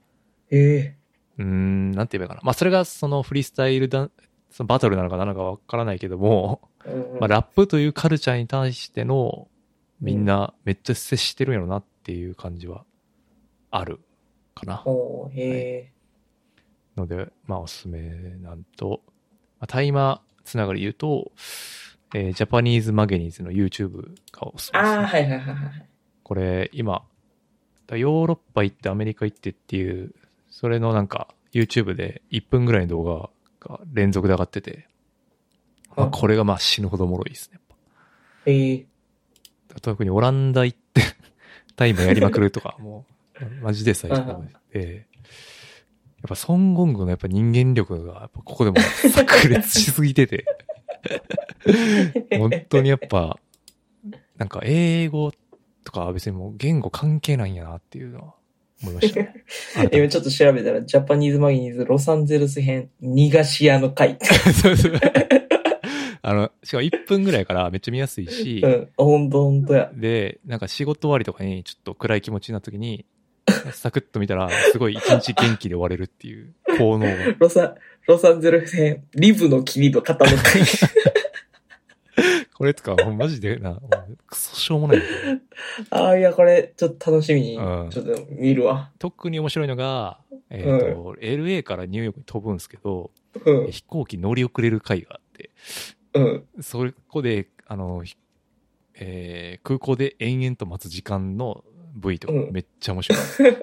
[SPEAKER 3] え
[SPEAKER 2] うーん、なんて言えばいいかな。まあ、それがそのフリースタイルだ、そのバトルなのかなのかわからないけども、
[SPEAKER 3] えうんうん
[SPEAKER 2] まあ、ラップというカルチャーに対してのみんなめっちゃ接してるんやろなっていう感じはあるかな。
[SPEAKER 3] おーへ
[SPEAKER 2] ので、まあおすすめなんと、まあ、タイマーつながりで言うと、えージャパニーズマゲニーズの YouTube がおすす
[SPEAKER 3] ー
[SPEAKER 2] めです、
[SPEAKER 3] ああ、
[SPEAKER 2] ね。
[SPEAKER 3] はいはいはいはい。
[SPEAKER 2] これ今、だヨーロッパ行ってアメリカ行ってっていう、それのなんか YouTube で1分ぐらいの動画が連続で上がってて、まあ、これがまあ死ぬほどおもろいですね。やっぱ
[SPEAKER 3] ええ
[SPEAKER 2] 特にオランダ行って タイムやりまくると か、もう、マジで最
[SPEAKER 3] うんう
[SPEAKER 2] 高で。やっぱソン・ゴングのやっぱ人間力が、やっぱここでも 炸裂しすぎて て、本当にやっぱ、なんか英語とかは別にもう言語関係ないんやなっていうのは思いました ね。改めて
[SPEAKER 3] 今ちょっと調べたら、ジャパニーズマギニーズロサンゼルス編、逃がし屋の会。
[SPEAKER 2] そうそう。あの、しかも1分ぐらいからめっちゃ見やすいし、
[SPEAKER 3] うん、ほんとほんとや。
[SPEAKER 2] で、なんか仕事終わりとかにちょっと暗い気持ちになった時に、 サクッと見たら、すごい一日元気で終われるっていう効能が。
[SPEAKER 3] ロサ、ロサンゼルス編、リブの君の方の 会。
[SPEAKER 2] これとか、マジでな、クソしょうもないんだけど。
[SPEAKER 3] ああ、いや、これ、ちょっと楽しみに、ち
[SPEAKER 2] う
[SPEAKER 3] ょ
[SPEAKER 2] ん
[SPEAKER 3] っと見るわ。
[SPEAKER 2] 特に面白いのが、えっ、と、LA からニューヨークに飛ぶんですけど、
[SPEAKER 3] うん、
[SPEAKER 2] 飛行機乗り遅れる回があって、
[SPEAKER 3] うん。
[SPEAKER 2] そこで、あの、ひえー空港で延々と待つ時間の V とか
[SPEAKER 3] うん
[SPEAKER 2] めっちゃ 面白い。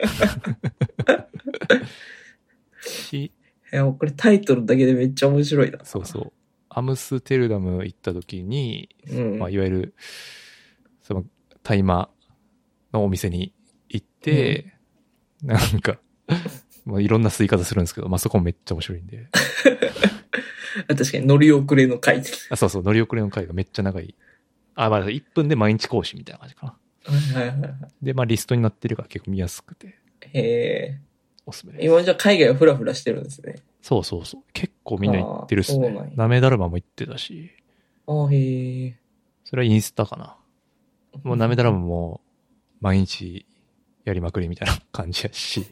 [SPEAKER 2] し、
[SPEAKER 3] いや、もうこれタイトルだけでめっちゃ面白いな。
[SPEAKER 2] そうそう。アムステルダム行った時に、
[SPEAKER 3] う。うん。
[SPEAKER 2] まあ、いわゆる、その、タイマーのお店に行って、なんか、まあ、いろんな吸い方するんですけど、まあ、そこもめっちゃ面白いんで。
[SPEAKER 3] 確かに乗り遅れの会。
[SPEAKER 2] あ、そうそう、乗り遅れの回がめっちゃ長い。あ、まあ、1分で毎日講師みたいな感じかな。
[SPEAKER 3] はいはいはいは
[SPEAKER 2] で、まあ、リストになってるから結構見やすくて、
[SPEAKER 3] い。へ
[SPEAKER 2] おすすめ
[SPEAKER 3] え。
[SPEAKER 2] です。
[SPEAKER 3] 今じゃあ海外をフラフラしてるんですね。
[SPEAKER 2] そうそうそう。結構みんな行ってるっす
[SPEAKER 3] あーそうなん
[SPEAKER 2] ね
[SPEAKER 3] や。
[SPEAKER 2] なめだるまも行ってたし、
[SPEAKER 3] ああ、へえ。
[SPEAKER 2] それはインスタかな。もうなめだらももう毎日やりまくりみたいな感じや し。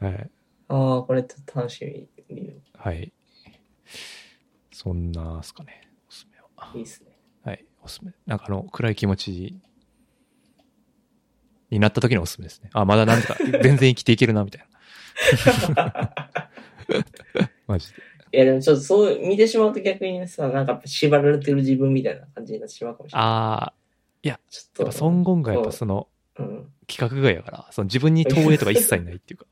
[SPEAKER 2] はい。
[SPEAKER 3] ああ、これちょっと楽しみに。
[SPEAKER 2] はい。そんなっすかね。おすすめは。
[SPEAKER 3] いいですね。
[SPEAKER 2] はい、おすすめ。なんかあの、暗い気持ちになった時のおすすめですね。あ、まだなん とか、全然生きていけるな、みたいな。マジで。
[SPEAKER 3] いや、でもちょっとそう見てしまうと逆にさ、なんかやっぱ縛られてる自分みたいな感じになってしまうかもしれない。
[SPEAKER 2] ああ、
[SPEAKER 3] ちょ
[SPEAKER 2] やっぱ孫悟がやっぱその、
[SPEAKER 3] うん。
[SPEAKER 2] 企画外やから、その自分に投影とか一切ないっていうか、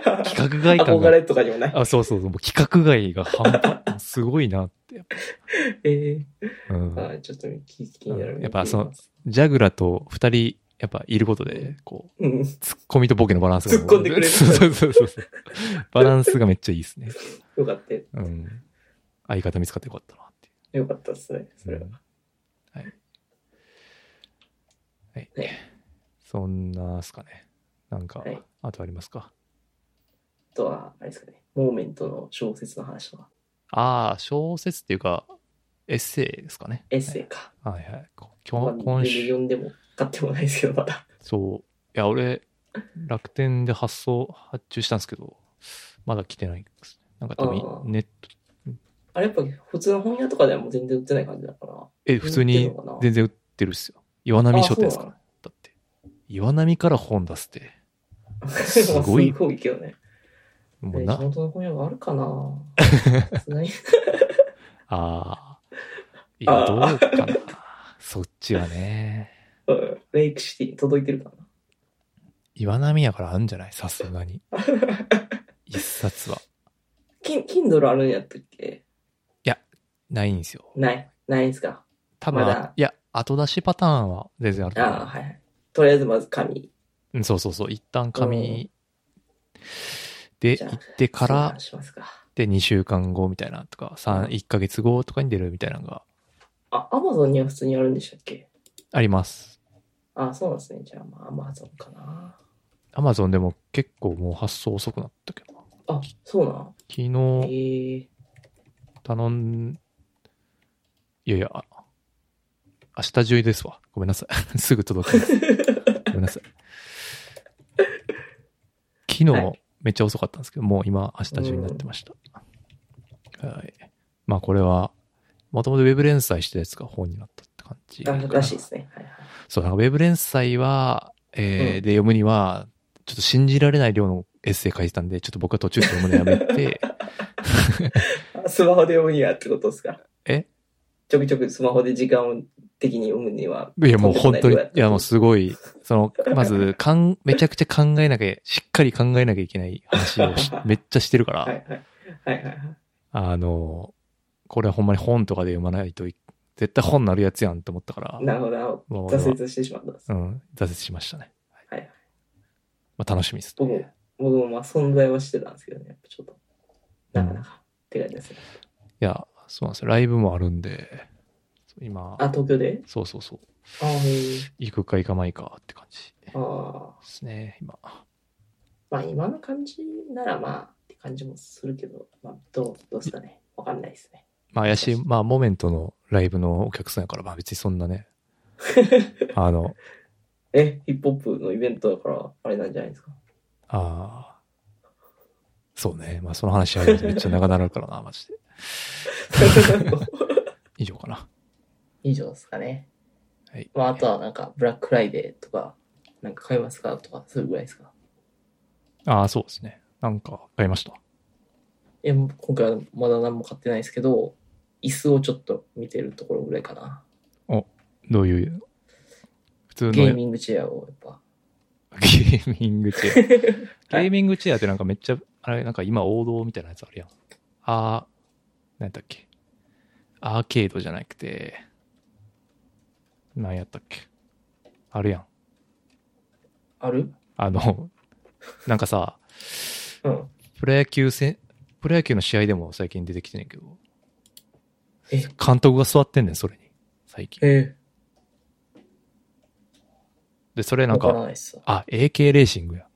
[SPEAKER 3] 企
[SPEAKER 2] 企画外感
[SPEAKER 3] 憧
[SPEAKER 2] が。
[SPEAKER 3] れとかにもない。
[SPEAKER 2] あ、そうそうそう、もう企画外が半端、すごいなって。やっ
[SPEAKER 3] え
[SPEAKER 2] ぱうん
[SPEAKER 3] ー、あーちょっと気気になる、
[SPEAKER 2] やっぱその、ジャグラと二人、やっぱいることで、こう、
[SPEAKER 3] うん。
[SPEAKER 2] ツッコミとボケのバランスが。
[SPEAKER 3] 突っ込んでくれる
[SPEAKER 2] そうそうそうそう。バランスがめっちゃいいですね。
[SPEAKER 3] よかったよ。
[SPEAKER 2] うん。相方見つかってよかったなっていう。
[SPEAKER 3] よかったですね、それは。
[SPEAKER 2] はい。はい。
[SPEAKER 3] ね
[SPEAKER 2] そんなっすかね。なんか、
[SPEAKER 3] はい
[SPEAKER 2] あとありますか
[SPEAKER 3] あとは、あれですかね、モーメントの小説の話とか、
[SPEAKER 2] ああ、小説っていうか、エッセイですかね。
[SPEAKER 3] エッセイか。
[SPEAKER 2] はいはい。こ
[SPEAKER 3] まあ
[SPEAKER 2] 今日今
[SPEAKER 3] 全然
[SPEAKER 2] 週、
[SPEAKER 3] 読んでも買ってもないですけど、まだ。
[SPEAKER 2] そう。いや、俺、楽天で発送、発注したんですけど、まだ来てないです。なんか多
[SPEAKER 3] あー
[SPEAKER 2] 分、ネット、
[SPEAKER 3] あれやっぱ普通の本屋とかではもう全然売ってない感じだから。
[SPEAKER 2] え、普通に
[SPEAKER 3] 売ってんのかな
[SPEAKER 2] 全然売ってるっすよ。岩波書店ですか
[SPEAKER 3] あそう
[SPEAKER 2] ら。だって。岩波から本出すって。す
[SPEAKER 3] す
[SPEAKER 2] ご
[SPEAKER 3] ご
[SPEAKER 2] い
[SPEAKER 3] い。すごいけどね。
[SPEAKER 2] もう
[SPEAKER 3] え
[SPEAKER 2] な
[SPEAKER 3] 地、元の本屋があるか なさすがに
[SPEAKER 2] ああ。いや、
[SPEAKER 3] あ
[SPEAKER 2] ど
[SPEAKER 3] ー
[SPEAKER 2] うかな。そっちはね。
[SPEAKER 3] うんレイクシティに届いてるか
[SPEAKER 2] 岩波やからあるんじゃないさすがに。
[SPEAKER 3] な。
[SPEAKER 2] 一冊は。
[SPEAKER 3] キン、キンドルあるんやったっけ
[SPEAKER 2] ないんですよ。
[SPEAKER 3] ない。ないんすか。
[SPEAKER 2] 多分、
[SPEAKER 3] まだ
[SPEAKER 2] いや、後出しパターンは全然ある
[SPEAKER 3] あ
[SPEAKER 2] と思う
[SPEAKER 3] あ、はいはい。とりあえずまず紙。
[SPEAKER 2] うんそうそうそう。一旦紙で
[SPEAKER 3] じゃあ
[SPEAKER 2] 行ってか
[SPEAKER 3] 相
[SPEAKER 2] ら
[SPEAKER 3] 談、しますか。
[SPEAKER 2] で、2週間後みたいなとか、3、1ヶ月後とかに出るみたいなのが
[SPEAKER 3] あ、アマゾンには普通にあるんでしたっけ
[SPEAKER 2] あります。
[SPEAKER 3] あ、そうなんですね。じゃあ、まあ、アマゾンかな。
[SPEAKER 2] アマゾンでも結構もう発送遅くなったけどな。
[SPEAKER 3] あ、そうなん。
[SPEAKER 2] 昨
[SPEAKER 3] え
[SPEAKER 2] 日
[SPEAKER 3] ー、
[SPEAKER 2] 頼ん、いやいや、あ明日中ですわ。ごめんなさい。 すぐ届きます。ごめんなさい。昨
[SPEAKER 3] は
[SPEAKER 2] 日めっちゃ遅かったんですけど、もう今明日中になってました。はい。まあこれは、もともとウェブ連載してたやつが本になったって感じかな。
[SPEAKER 3] あらしいですね。はいはい。
[SPEAKER 2] そう、なんかウェブ連載は、えー
[SPEAKER 3] う
[SPEAKER 2] で
[SPEAKER 3] ん
[SPEAKER 2] 読むには、ちょっと信じられない量のエッセイ書いてたんで、ちょっと僕は途中で読むのやめ て、
[SPEAKER 3] あスマホで読むにはってことですか
[SPEAKER 2] え
[SPEAKER 3] ちょくちょくスマホで時間を的に読むには。
[SPEAKER 2] いやもう本当に、いやもう
[SPEAKER 3] そ
[SPEAKER 2] すごい、その、まず、かん、めちゃくちゃ考えなきゃ、しっかり考えなきゃいけない話をし めっちゃしてるから、
[SPEAKER 3] はいはい。はいはいはい。
[SPEAKER 2] あの、これはほんまに本とかで読まないとい、絶対本なるやつやんと思ったから、
[SPEAKER 3] なるほどなるほ
[SPEAKER 2] もう俺
[SPEAKER 3] ど。
[SPEAKER 2] は
[SPEAKER 3] 挫折してしまったんです。
[SPEAKER 2] うん、挫折しましたね。
[SPEAKER 3] はい。
[SPEAKER 2] まあ楽しみです、
[SPEAKER 3] 僕も、僕もまあ存在はしてたんですけどね。やっぱちょっと、なかなか。って感じですね。
[SPEAKER 2] いや、そうなんですよ。ライブもあるんで、今、
[SPEAKER 3] あ、東京で
[SPEAKER 2] そうそうそう。
[SPEAKER 3] あへえ
[SPEAKER 2] 行くか行かないかって感じで
[SPEAKER 3] あー。
[SPEAKER 2] すね、今。
[SPEAKER 3] まあ今の感じならまあって感じもするけど、まあどう、どうですかね。わかんないですね。
[SPEAKER 2] まあ怪しい、まあ、モメントのライブのお客さんやから、まあ別にそんな ね、あの、
[SPEAKER 3] え、ヒップホップのイベントだから、あれなんじゃないですか。
[SPEAKER 2] ああ、そうね、まあその話あるとめっちゃ長なるからな、マジで。以上かな。
[SPEAKER 3] 以上ですかね。
[SPEAKER 2] はい。
[SPEAKER 3] まああとはなんか、ブラックフライデーとか、なんか買いますかとか、そういうぐらいですか。
[SPEAKER 2] ああ、そうですね。なんか、買いました。
[SPEAKER 3] え、もう今回はまだ何も買ってないですけど、椅子をちょっと見てるところぐらいかな。
[SPEAKER 2] どういう、普通の
[SPEAKER 3] ゲーミングチェアをやっぱ。
[SPEAKER 2] ゲーミングチェ ア。ゲーミングチェアってなんかめっちゃ、あれ、なんか今王道みたいなやつあるやん。あー、なんやったっけ。アーケードじゃなくて、なんやったっけ。あるやん。
[SPEAKER 3] ある
[SPEAKER 2] あの、なんかさ、
[SPEAKER 3] うん。
[SPEAKER 2] プロ野球戦、プロ野球の試合でも最近出てきてんねんけど、
[SPEAKER 3] え、
[SPEAKER 2] 監督が座ってんねん、それに。最近。
[SPEAKER 3] え
[SPEAKER 2] で、それ
[SPEAKER 3] ー、
[SPEAKER 2] なん
[SPEAKER 3] わから
[SPEAKER 2] か、
[SPEAKER 3] ないっすわ。
[SPEAKER 2] あ、AK レーシングや。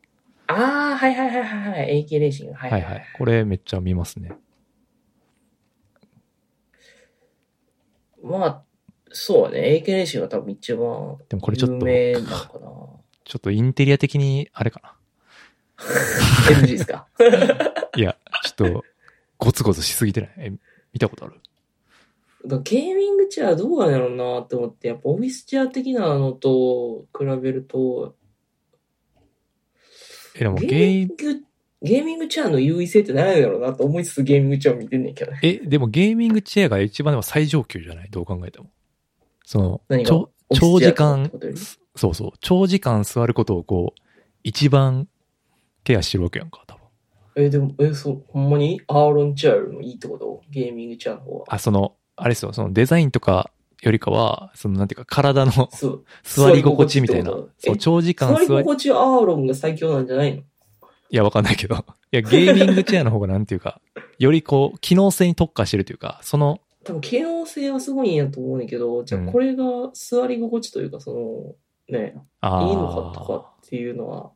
[SPEAKER 3] ああ、はいはいはいはいはい。AK レーシング。はい
[SPEAKER 2] は
[SPEAKER 3] はいいは
[SPEAKER 2] はいい。。これめっちゃ見ますね。
[SPEAKER 3] まあ、そうね。AK 練習が多分一番
[SPEAKER 2] でもこれち
[SPEAKER 3] 有
[SPEAKER 2] ょっと、
[SPEAKER 3] 名なのかな。
[SPEAKER 2] ちょっとインテリア的に、あれかな。
[SPEAKER 3] NG ですか
[SPEAKER 2] いや、ちょっと、ゴツゴツしすぎてないえ、見たことある
[SPEAKER 3] だからゲーミングチェアどうなんやろうなって思って、やっぱオフィスチェア的なのと比べると、
[SPEAKER 2] え、でもゲ
[SPEAKER 3] ゲーミ
[SPEAKER 2] ー
[SPEAKER 3] ング、ゲーミングチェアの優位性って何やろうなと思いつつゲーミングチェアを見てんねんけどね。
[SPEAKER 2] え、でもゲーミングチェアが一番でも最上級じゃないどう考えても。その、
[SPEAKER 3] 何が
[SPEAKER 2] ちょ
[SPEAKER 3] オフィ
[SPEAKER 2] 長
[SPEAKER 3] スチェア
[SPEAKER 2] 時
[SPEAKER 3] とかって
[SPEAKER 2] 間
[SPEAKER 3] ことより、
[SPEAKER 2] そうそう、長時間座ることをこう、一番ケアしてるわけやんか、多分。
[SPEAKER 3] え、でも、え、そう、ほんまにアーロンチェアよりもいいってことゲーミングチェアの方は。
[SPEAKER 2] あ、その、あれですよ、そのデザインとかよりかは、そのなんていうか体の
[SPEAKER 3] そう。
[SPEAKER 2] 座り心地みたいな
[SPEAKER 3] 座り心地ってこ。と
[SPEAKER 2] そう、
[SPEAKER 3] え
[SPEAKER 2] 長時間
[SPEAKER 3] 座り
[SPEAKER 2] 座り、
[SPEAKER 3] 心地はアーロンが最強なんじゃないの
[SPEAKER 2] いや、わかんないけど。 いや、ゲーミングチェアの方がなんていう か、よりこう、機能性に特化してるというか、その、
[SPEAKER 3] 多分、機能性はすごいんやと思うねんだけど、じゃあ
[SPEAKER 2] うん
[SPEAKER 3] これが座り心地というか、その、ね、
[SPEAKER 2] あー
[SPEAKER 3] いいのかとかっていうのは、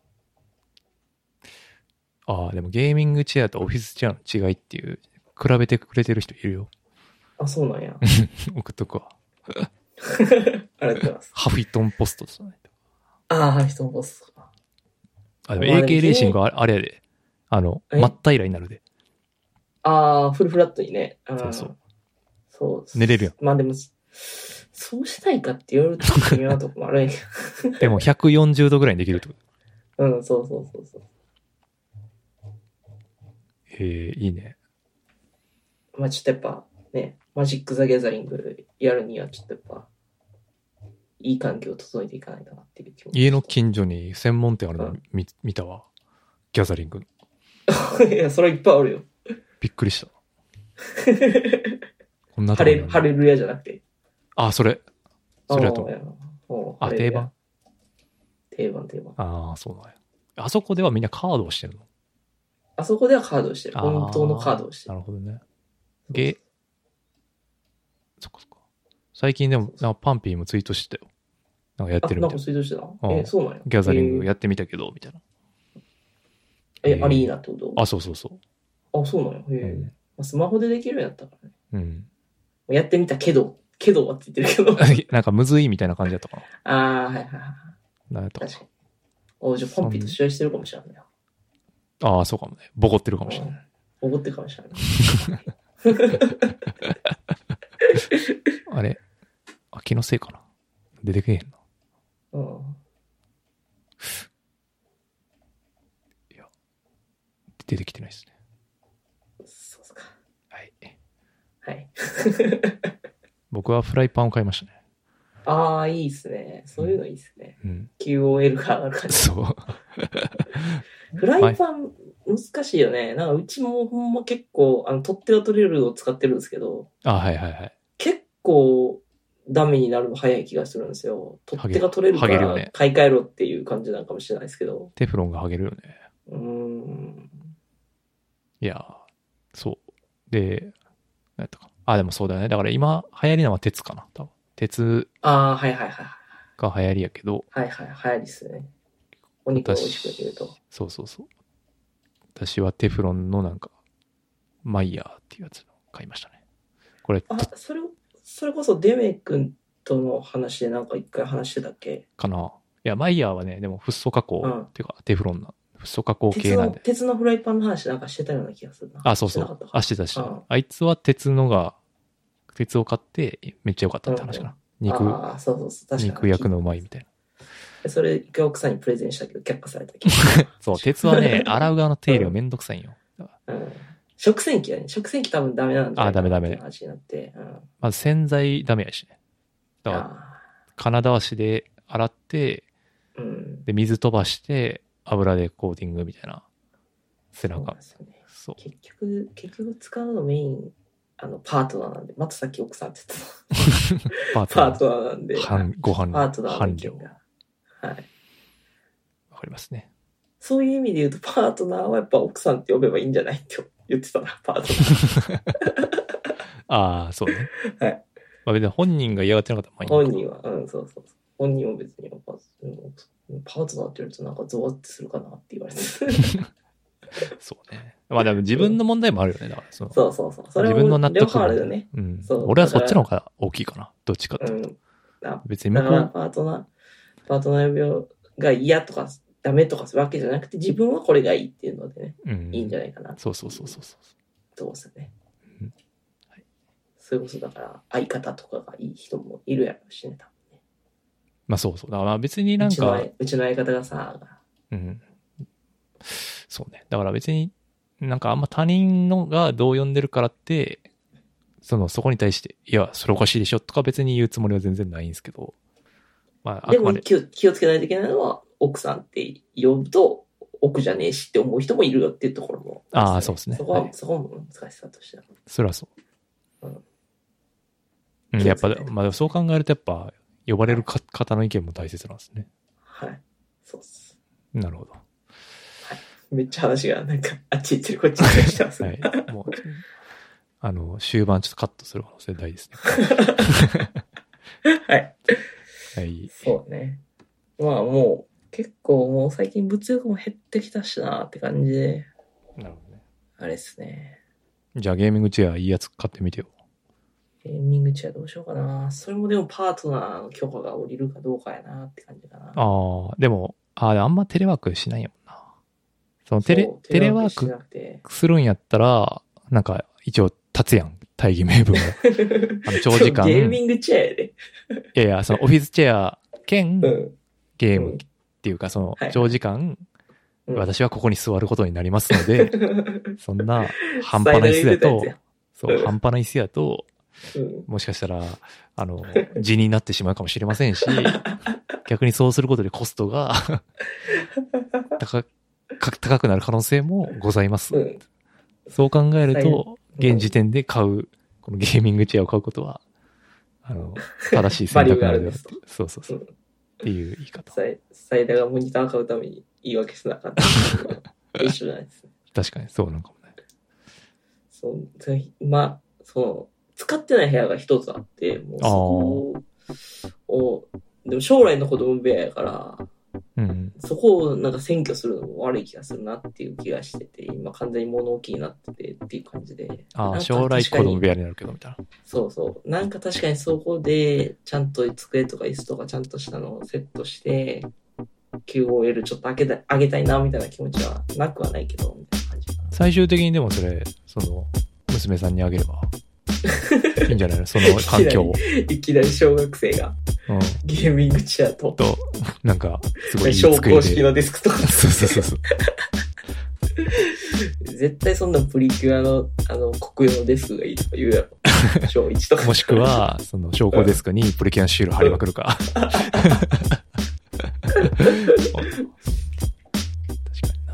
[SPEAKER 2] ああ、でもゲーミングチェアとオフィスチェアの違いっていう、比べてくれてる人いるよ。
[SPEAKER 3] あ、そうなんや。
[SPEAKER 2] 送っとくわ。
[SPEAKER 3] ありがとうございます。
[SPEAKER 2] ハフィトンポストじゃないと。
[SPEAKER 3] ああ、人のボスか。
[SPEAKER 2] あ、で
[SPEAKER 3] ま
[SPEAKER 2] も
[SPEAKER 3] あでも
[SPEAKER 2] AK レーシングはあれあれやで。あの、
[SPEAKER 3] え
[SPEAKER 2] 真っ平らになるで。
[SPEAKER 3] ああ、フルフラットにね。あー
[SPEAKER 2] そうそう。
[SPEAKER 3] そう。
[SPEAKER 2] 寝れるやん。
[SPEAKER 3] まあでも、そうしたいかって言われると微妙なとこもあるんやけ
[SPEAKER 2] でも140度ぐらいにできるってこと。
[SPEAKER 3] ど。 うん、そうそうそうそう。
[SPEAKER 2] へえ、いいね。
[SPEAKER 3] まあちょっとやっぱね、マジック・ザ・ギャザリングやるにはちょっとやっぱ、いい環境を整えていかないとなっていう気も。
[SPEAKER 2] 家の近所に専門店あるの見見たわ。ギャザリングの。
[SPEAKER 3] いや、それはいっぱいあ るよ。
[SPEAKER 2] びっくりした。こんなとこ
[SPEAKER 3] 晴
[SPEAKER 2] に
[SPEAKER 3] れ、晴れるやじゃなくて。
[SPEAKER 2] あ、それ。それだと
[SPEAKER 3] あ
[SPEAKER 2] 思う。
[SPEAKER 3] ーうん
[SPEAKER 2] あ、
[SPEAKER 3] ハレル
[SPEAKER 2] 定
[SPEAKER 3] ヤ
[SPEAKER 2] 番
[SPEAKER 3] 定番、定番。
[SPEAKER 2] ああ、そうなんや。あそこではみんなカードをしてるの
[SPEAKER 3] あそこではカードをしてる。
[SPEAKER 2] あー
[SPEAKER 3] 本当のカードをして
[SPEAKER 2] な
[SPEAKER 3] る。
[SPEAKER 2] るほどね。ゲそっかそっか。最近でも、なんかパンピーもツイートしてたよ。なんかやっ
[SPEAKER 3] あ、
[SPEAKER 2] てる
[SPEAKER 3] な
[SPEAKER 2] み
[SPEAKER 3] ん
[SPEAKER 2] た
[SPEAKER 3] か
[SPEAKER 2] いな。
[SPEAKER 3] 水道してた
[SPEAKER 2] うん
[SPEAKER 3] え、そうなんや。
[SPEAKER 2] ギャザリング
[SPEAKER 3] や。
[SPEAKER 2] やってみたけど、みたいな。
[SPEAKER 3] え、アリーナってこと
[SPEAKER 2] あ、そうそうそ
[SPEAKER 3] あ、そうなんや。
[SPEAKER 2] う。う
[SPEAKER 3] へえ。
[SPEAKER 2] ん。
[SPEAKER 3] まあスマホでできるんやったからね。
[SPEAKER 2] うん、
[SPEAKER 3] やってみたけど、けどはって言ってるけど。
[SPEAKER 2] なんかむずいみたいな感じだったか
[SPEAKER 3] ああ、はいはいはい。
[SPEAKER 2] な。なんやったか
[SPEAKER 3] 確かに。おじゃあポンピと試合してるかもしれないな。
[SPEAKER 2] なああ、そうかもね。ボコってるかもしれない。
[SPEAKER 3] 怒ってるかもしれない。
[SPEAKER 2] あれあ、気のせいかな。出てけえへんな。
[SPEAKER 3] うん。
[SPEAKER 2] 出てきてないですね。
[SPEAKER 3] そうっすか。
[SPEAKER 2] はい。
[SPEAKER 3] はい。
[SPEAKER 2] 僕はフライパンを買いましたね。
[SPEAKER 3] ああ、いいっすね。そういうのいいっすね。
[SPEAKER 2] うん。
[SPEAKER 3] QOL が上がる感じ。
[SPEAKER 2] そう。
[SPEAKER 3] フライパン、難しいよね。なんかうちもほんま結構、あの、取っ手が取れるを使ってるんですけど、
[SPEAKER 2] あ、はいはいはい。
[SPEAKER 3] 結構ダメになるの早い気がするんですよ。取っ手が取れるか
[SPEAKER 2] はげるよ
[SPEAKER 3] ら
[SPEAKER 2] ね
[SPEAKER 3] 買い替えろっていう感じなんかもしれないですけど。
[SPEAKER 2] テフロンが剥げるよね。
[SPEAKER 3] うーん。
[SPEAKER 2] いやー、そう。で、何やったかな。あ、でもそうだよね。だから今流行りなのは鉄かな。多分。鉄
[SPEAKER 3] ああ、はいはいはい。
[SPEAKER 2] が流行りやけど、
[SPEAKER 3] はいはい、早いですね。お肉を美味しく焼けると。
[SPEAKER 2] そうそうそう。私はテフロンのなんか、マイヤーっていうやつを買いましたね。これ、
[SPEAKER 3] あ
[SPEAKER 2] と、
[SPEAKER 3] それ、それこそデメ君との話でなんか一回話してたっけ
[SPEAKER 2] かな。いや、マイヤーはね、でもフッ素加工、
[SPEAKER 3] うん
[SPEAKER 2] っていうか、テフロンな、フッ素加工系
[SPEAKER 3] 鉄
[SPEAKER 2] な
[SPEAKER 3] の、
[SPEAKER 2] んで。
[SPEAKER 3] 鉄のフライパンの話なんかしてたような気がするな。
[SPEAKER 2] あ、そうそ
[SPEAKER 3] してなか
[SPEAKER 2] う
[SPEAKER 3] った。か
[SPEAKER 2] あ、してたしてた
[SPEAKER 3] うん
[SPEAKER 2] あいつは鉄のが、鉄を買って、めっちゃ良かったって話かな。肉、
[SPEAKER 3] ああ、そうそうそう、確かに。
[SPEAKER 2] 肉焼くのうまいみたいな。
[SPEAKER 3] それ一回奥さんにプレゼンしたけど、却下されたけど。
[SPEAKER 2] そう、鉄は ね、洗う側の手入れはめんどくさいんよ。
[SPEAKER 3] うん。食洗機だね。食洗機多分ダメなんだ
[SPEAKER 2] あダメダメ
[SPEAKER 3] 話になって。うん。
[SPEAKER 2] まず洗剤ダメやしね。だから、
[SPEAKER 3] あ
[SPEAKER 2] 金だわしで洗って、
[SPEAKER 3] ーうん。
[SPEAKER 2] で、水飛ばして、油でコーティングみたいな。背
[SPEAKER 3] そうな
[SPEAKER 2] 中
[SPEAKER 3] んで。すよね。
[SPEAKER 2] そう。
[SPEAKER 3] 結局、結局使うのメイン、あの、パートナーなんで、またさっき奥さんって言って
[SPEAKER 2] パー
[SPEAKER 3] た。パー
[SPEAKER 2] ト
[SPEAKER 3] トナーなんで。
[SPEAKER 2] ナー。半ご飯
[SPEAKER 3] パートナーの
[SPEAKER 2] 半
[SPEAKER 3] 意
[SPEAKER 2] 量
[SPEAKER 3] 見。が。はい。
[SPEAKER 2] わかりますね。
[SPEAKER 3] そういう意味で言うと、パートナーはやっぱ奥さんって呼べばいいんじゃないって言っ てたな、パートナー。
[SPEAKER 2] ああ、そうね。
[SPEAKER 3] はい。
[SPEAKER 2] まあ別に本人が嫌がってなかったら、まあいい
[SPEAKER 3] 本
[SPEAKER 2] のか
[SPEAKER 3] 人は、うん、そうそうそう。本人も別に、パートナーって言うとなんかゾワってするかなって言われて。 そ
[SPEAKER 2] そうね。まあでも自分の問題もあるよね。だから、その。
[SPEAKER 3] うそうそう。それ
[SPEAKER 2] 自
[SPEAKER 3] は
[SPEAKER 2] 分の納
[SPEAKER 3] 両
[SPEAKER 2] 得
[SPEAKER 3] 方あるよ
[SPEAKER 2] も
[SPEAKER 3] ね。。
[SPEAKER 2] うん
[SPEAKER 3] そう。
[SPEAKER 2] 俺はそっちの方が大きいかな。どっちかっ
[SPEAKER 3] う
[SPEAKER 2] ていうと。
[SPEAKER 3] ん。だ
[SPEAKER 2] 別に
[SPEAKER 3] だ
[SPEAKER 2] 向
[SPEAKER 3] か
[SPEAKER 2] こ
[SPEAKER 3] ら、
[SPEAKER 2] う、
[SPEAKER 3] パートナー、パートナー病が嫌とか、ダメとかするわけじゃなくて、自分はこれがいいっていうのでね、
[SPEAKER 2] うん。
[SPEAKER 3] いいんじゃ
[SPEAKER 2] ない
[SPEAKER 3] ないかな
[SPEAKER 2] そうそうそうそうそう。
[SPEAKER 3] と思うんですよね
[SPEAKER 2] うん。
[SPEAKER 3] それこそだから、相方とかがいい人もいるやろうしね、多分ね。
[SPEAKER 2] まあそうそう。だからまあ別になん
[SPEAKER 3] うちの
[SPEAKER 2] か、
[SPEAKER 3] 相うちの相方がさ、
[SPEAKER 2] うん。そうね。だから別になんかあんま他人のがどう読んでるからって、そのそこに対して、いや、それおかしいでしょとか別に言うつもりは全然ないんですけど、まああ
[SPEAKER 3] で
[SPEAKER 2] くま
[SPEAKER 3] も
[SPEAKER 2] で、
[SPEAKER 3] 気を気をつけないといけないのは、奥さんって呼ぶと、奥じゃねえしって思う人もいるよっていうところもりますね、
[SPEAKER 2] あーそうですね
[SPEAKER 3] そこは、
[SPEAKER 2] はい
[SPEAKER 3] そこも難しさとしては。
[SPEAKER 2] それはそう
[SPEAKER 3] うん。
[SPEAKER 2] うん、やっぱ、
[SPEAKER 3] 気をつけて
[SPEAKER 2] まあそう考えるとやっぱ、呼ばれるか方の意見も大切なんですね。
[SPEAKER 3] はい。そうっす。
[SPEAKER 2] なるほど。
[SPEAKER 3] めっちゃ話が、なんか、あっち行ってる、こっち行ってるしてます、
[SPEAKER 2] は
[SPEAKER 3] ね。
[SPEAKER 2] い。もう、あの、終盤ちょっとカットする可能性大ですね。
[SPEAKER 3] はい。
[SPEAKER 2] はい。
[SPEAKER 3] そうね。まあもう、結構もう最近物欲も減ってきたしなって感じで、
[SPEAKER 2] なるほどね。
[SPEAKER 3] あれですね。
[SPEAKER 2] じゃあゲーミングチェアいいやつ買ってみてよ。
[SPEAKER 3] ゲーミングチェアどうしようかな。それもでもパートナーの許可が下りるかどうかやなって感じかな。
[SPEAKER 2] ああ、でも、ああ、あんまテレワークしないよな。その
[SPEAKER 3] そう、
[SPEAKER 2] テレ、テレワー
[SPEAKER 3] し
[SPEAKER 2] ク
[SPEAKER 3] なくて。
[SPEAKER 2] するんやったら、なんか一応立つやん。大義 名分が。あの 長時間。
[SPEAKER 3] そうゲー
[SPEAKER 2] い
[SPEAKER 3] ミングチェアやで。
[SPEAKER 2] やいや、そのオフィスチェア兼
[SPEAKER 3] うん。
[SPEAKER 2] ゲー
[SPEAKER 3] う
[SPEAKER 2] ム
[SPEAKER 3] ん
[SPEAKER 2] っていうか、その
[SPEAKER 3] はい
[SPEAKER 2] 長時間、
[SPEAKER 3] うん
[SPEAKER 2] 私はここに座ることになりますので、そんな半端な椅子だと、そう、
[SPEAKER 3] うん
[SPEAKER 2] 半端な椅子やと、
[SPEAKER 3] うん、
[SPEAKER 2] もしかしたら、あの、地になってしまうかもしれません し、逆にそうすることでコストが 高か高くなる可能性もございます。
[SPEAKER 3] うん
[SPEAKER 2] そう考える
[SPEAKER 3] 最
[SPEAKER 2] と、現時点で買う、このゲーミングチェアを買うことは、あの、正しい選択なのではって
[SPEAKER 3] バリューがあるん
[SPEAKER 2] そうそうそう。
[SPEAKER 3] うん
[SPEAKER 2] っていう言い方。
[SPEAKER 3] サイサイダーがモニター買うために言い訳しなかった。 一緒じゃないですね。
[SPEAKER 2] 確かに、そうなんかもね。
[SPEAKER 3] そう、それまあ、その、使ってない部屋が一つあって、もうそこを、でも将来の子供部屋やから、
[SPEAKER 2] うん。
[SPEAKER 3] そこをなんか占拠するのも悪い気がするなっていう気がしてて、今完全に物置になっててっていう感じで。
[SPEAKER 2] あ
[SPEAKER 3] なん
[SPEAKER 2] あ、
[SPEAKER 3] か
[SPEAKER 2] 将来
[SPEAKER 3] 確か
[SPEAKER 2] 子
[SPEAKER 3] に
[SPEAKER 2] 供部屋になるけど、みたいな。
[SPEAKER 3] そうそう。なんか確かにそこで、ちゃんと机とか椅子とかちゃんとしたのをセットして、QOL ちょっと上げた上げたいなみたいな気持ちはなくはないけ ど、みたいな感じかな。
[SPEAKER 2] 最終的にでもそれ、その、娘さんにあげれば、いいんじゃない のその環境を。
[SPEAKER 3] いきなり小学生が
[SPEAKER 2] うん。
[SPEAKER 3] ゲーミングチェアと、
[SPEAKER 2] と、なんか、すごいいい
[SPEAKER 3] 昇
[SPEAKER 2] 机
[SPEAKER 3] 降式
[SPEAKER 2] で。
[SPEAKER 3] のデスクとか。
[SPEAKER 2] そうそうそうそう。
[SPEAKER 3] 絶対そんなプリキュアの、あの、国用のデスクがいいとか言うやろ。小1とか。
[SPEAKER 2] もしくは、その、証拠デスクにプリキュアのシール貼りまくるか。確か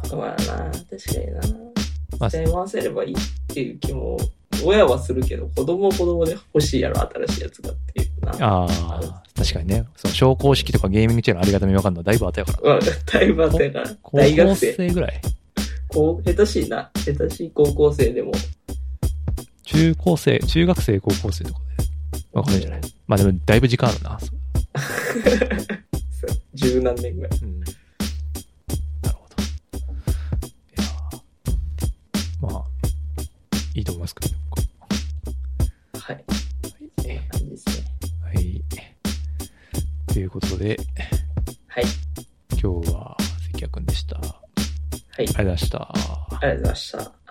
[SPEAKER 2] にな。
[SPEAKER 3] まあな、確かにな。
[SPEAKER 2] まあ
[SPEAKER 3] 使い回せればいいっていう気も、親はするけど、子供は子供で欲しいやろ、新しいやつがっていうな。
[SPEAKER 2] ああ、確かにね。その、昇降式とかゲーミングチェアのありがたみわかんのだいぶ後やから。
[SPEAKER 3] まあ、だいぶあったやから、
[SPEAKER 2] 高
[SPEAKER 3] 大
[SPEAKER 2] 校
[SPEAKER 3] 学生、
[SPEAKER 2] 生ぐらい
[SPEAKER 3] こう、下手しいな、下手しい高校生でも、
[SPEAKER 2] 中高生、中学生、高校生とかで。わかるんじゃないまあでも、だいぶ時間あるな。そう
[SPEAKER 3] そう十何年ぐらい。
[SPEAKER 2] うん。なるほど。いやーまあ、いいと思いますけど。
[SPEAKER 3] はい。そんな感じですね。
[SPEAKER 2] はい。ということで、
[SPEAKER 3] はい。
[SPEAKER 2] 今日は関谷くんでした。あり
[SPEAKER 3] はい。あり
[SPEAKER 2] がとうございました。
[SPEAKER 3] がとうございました。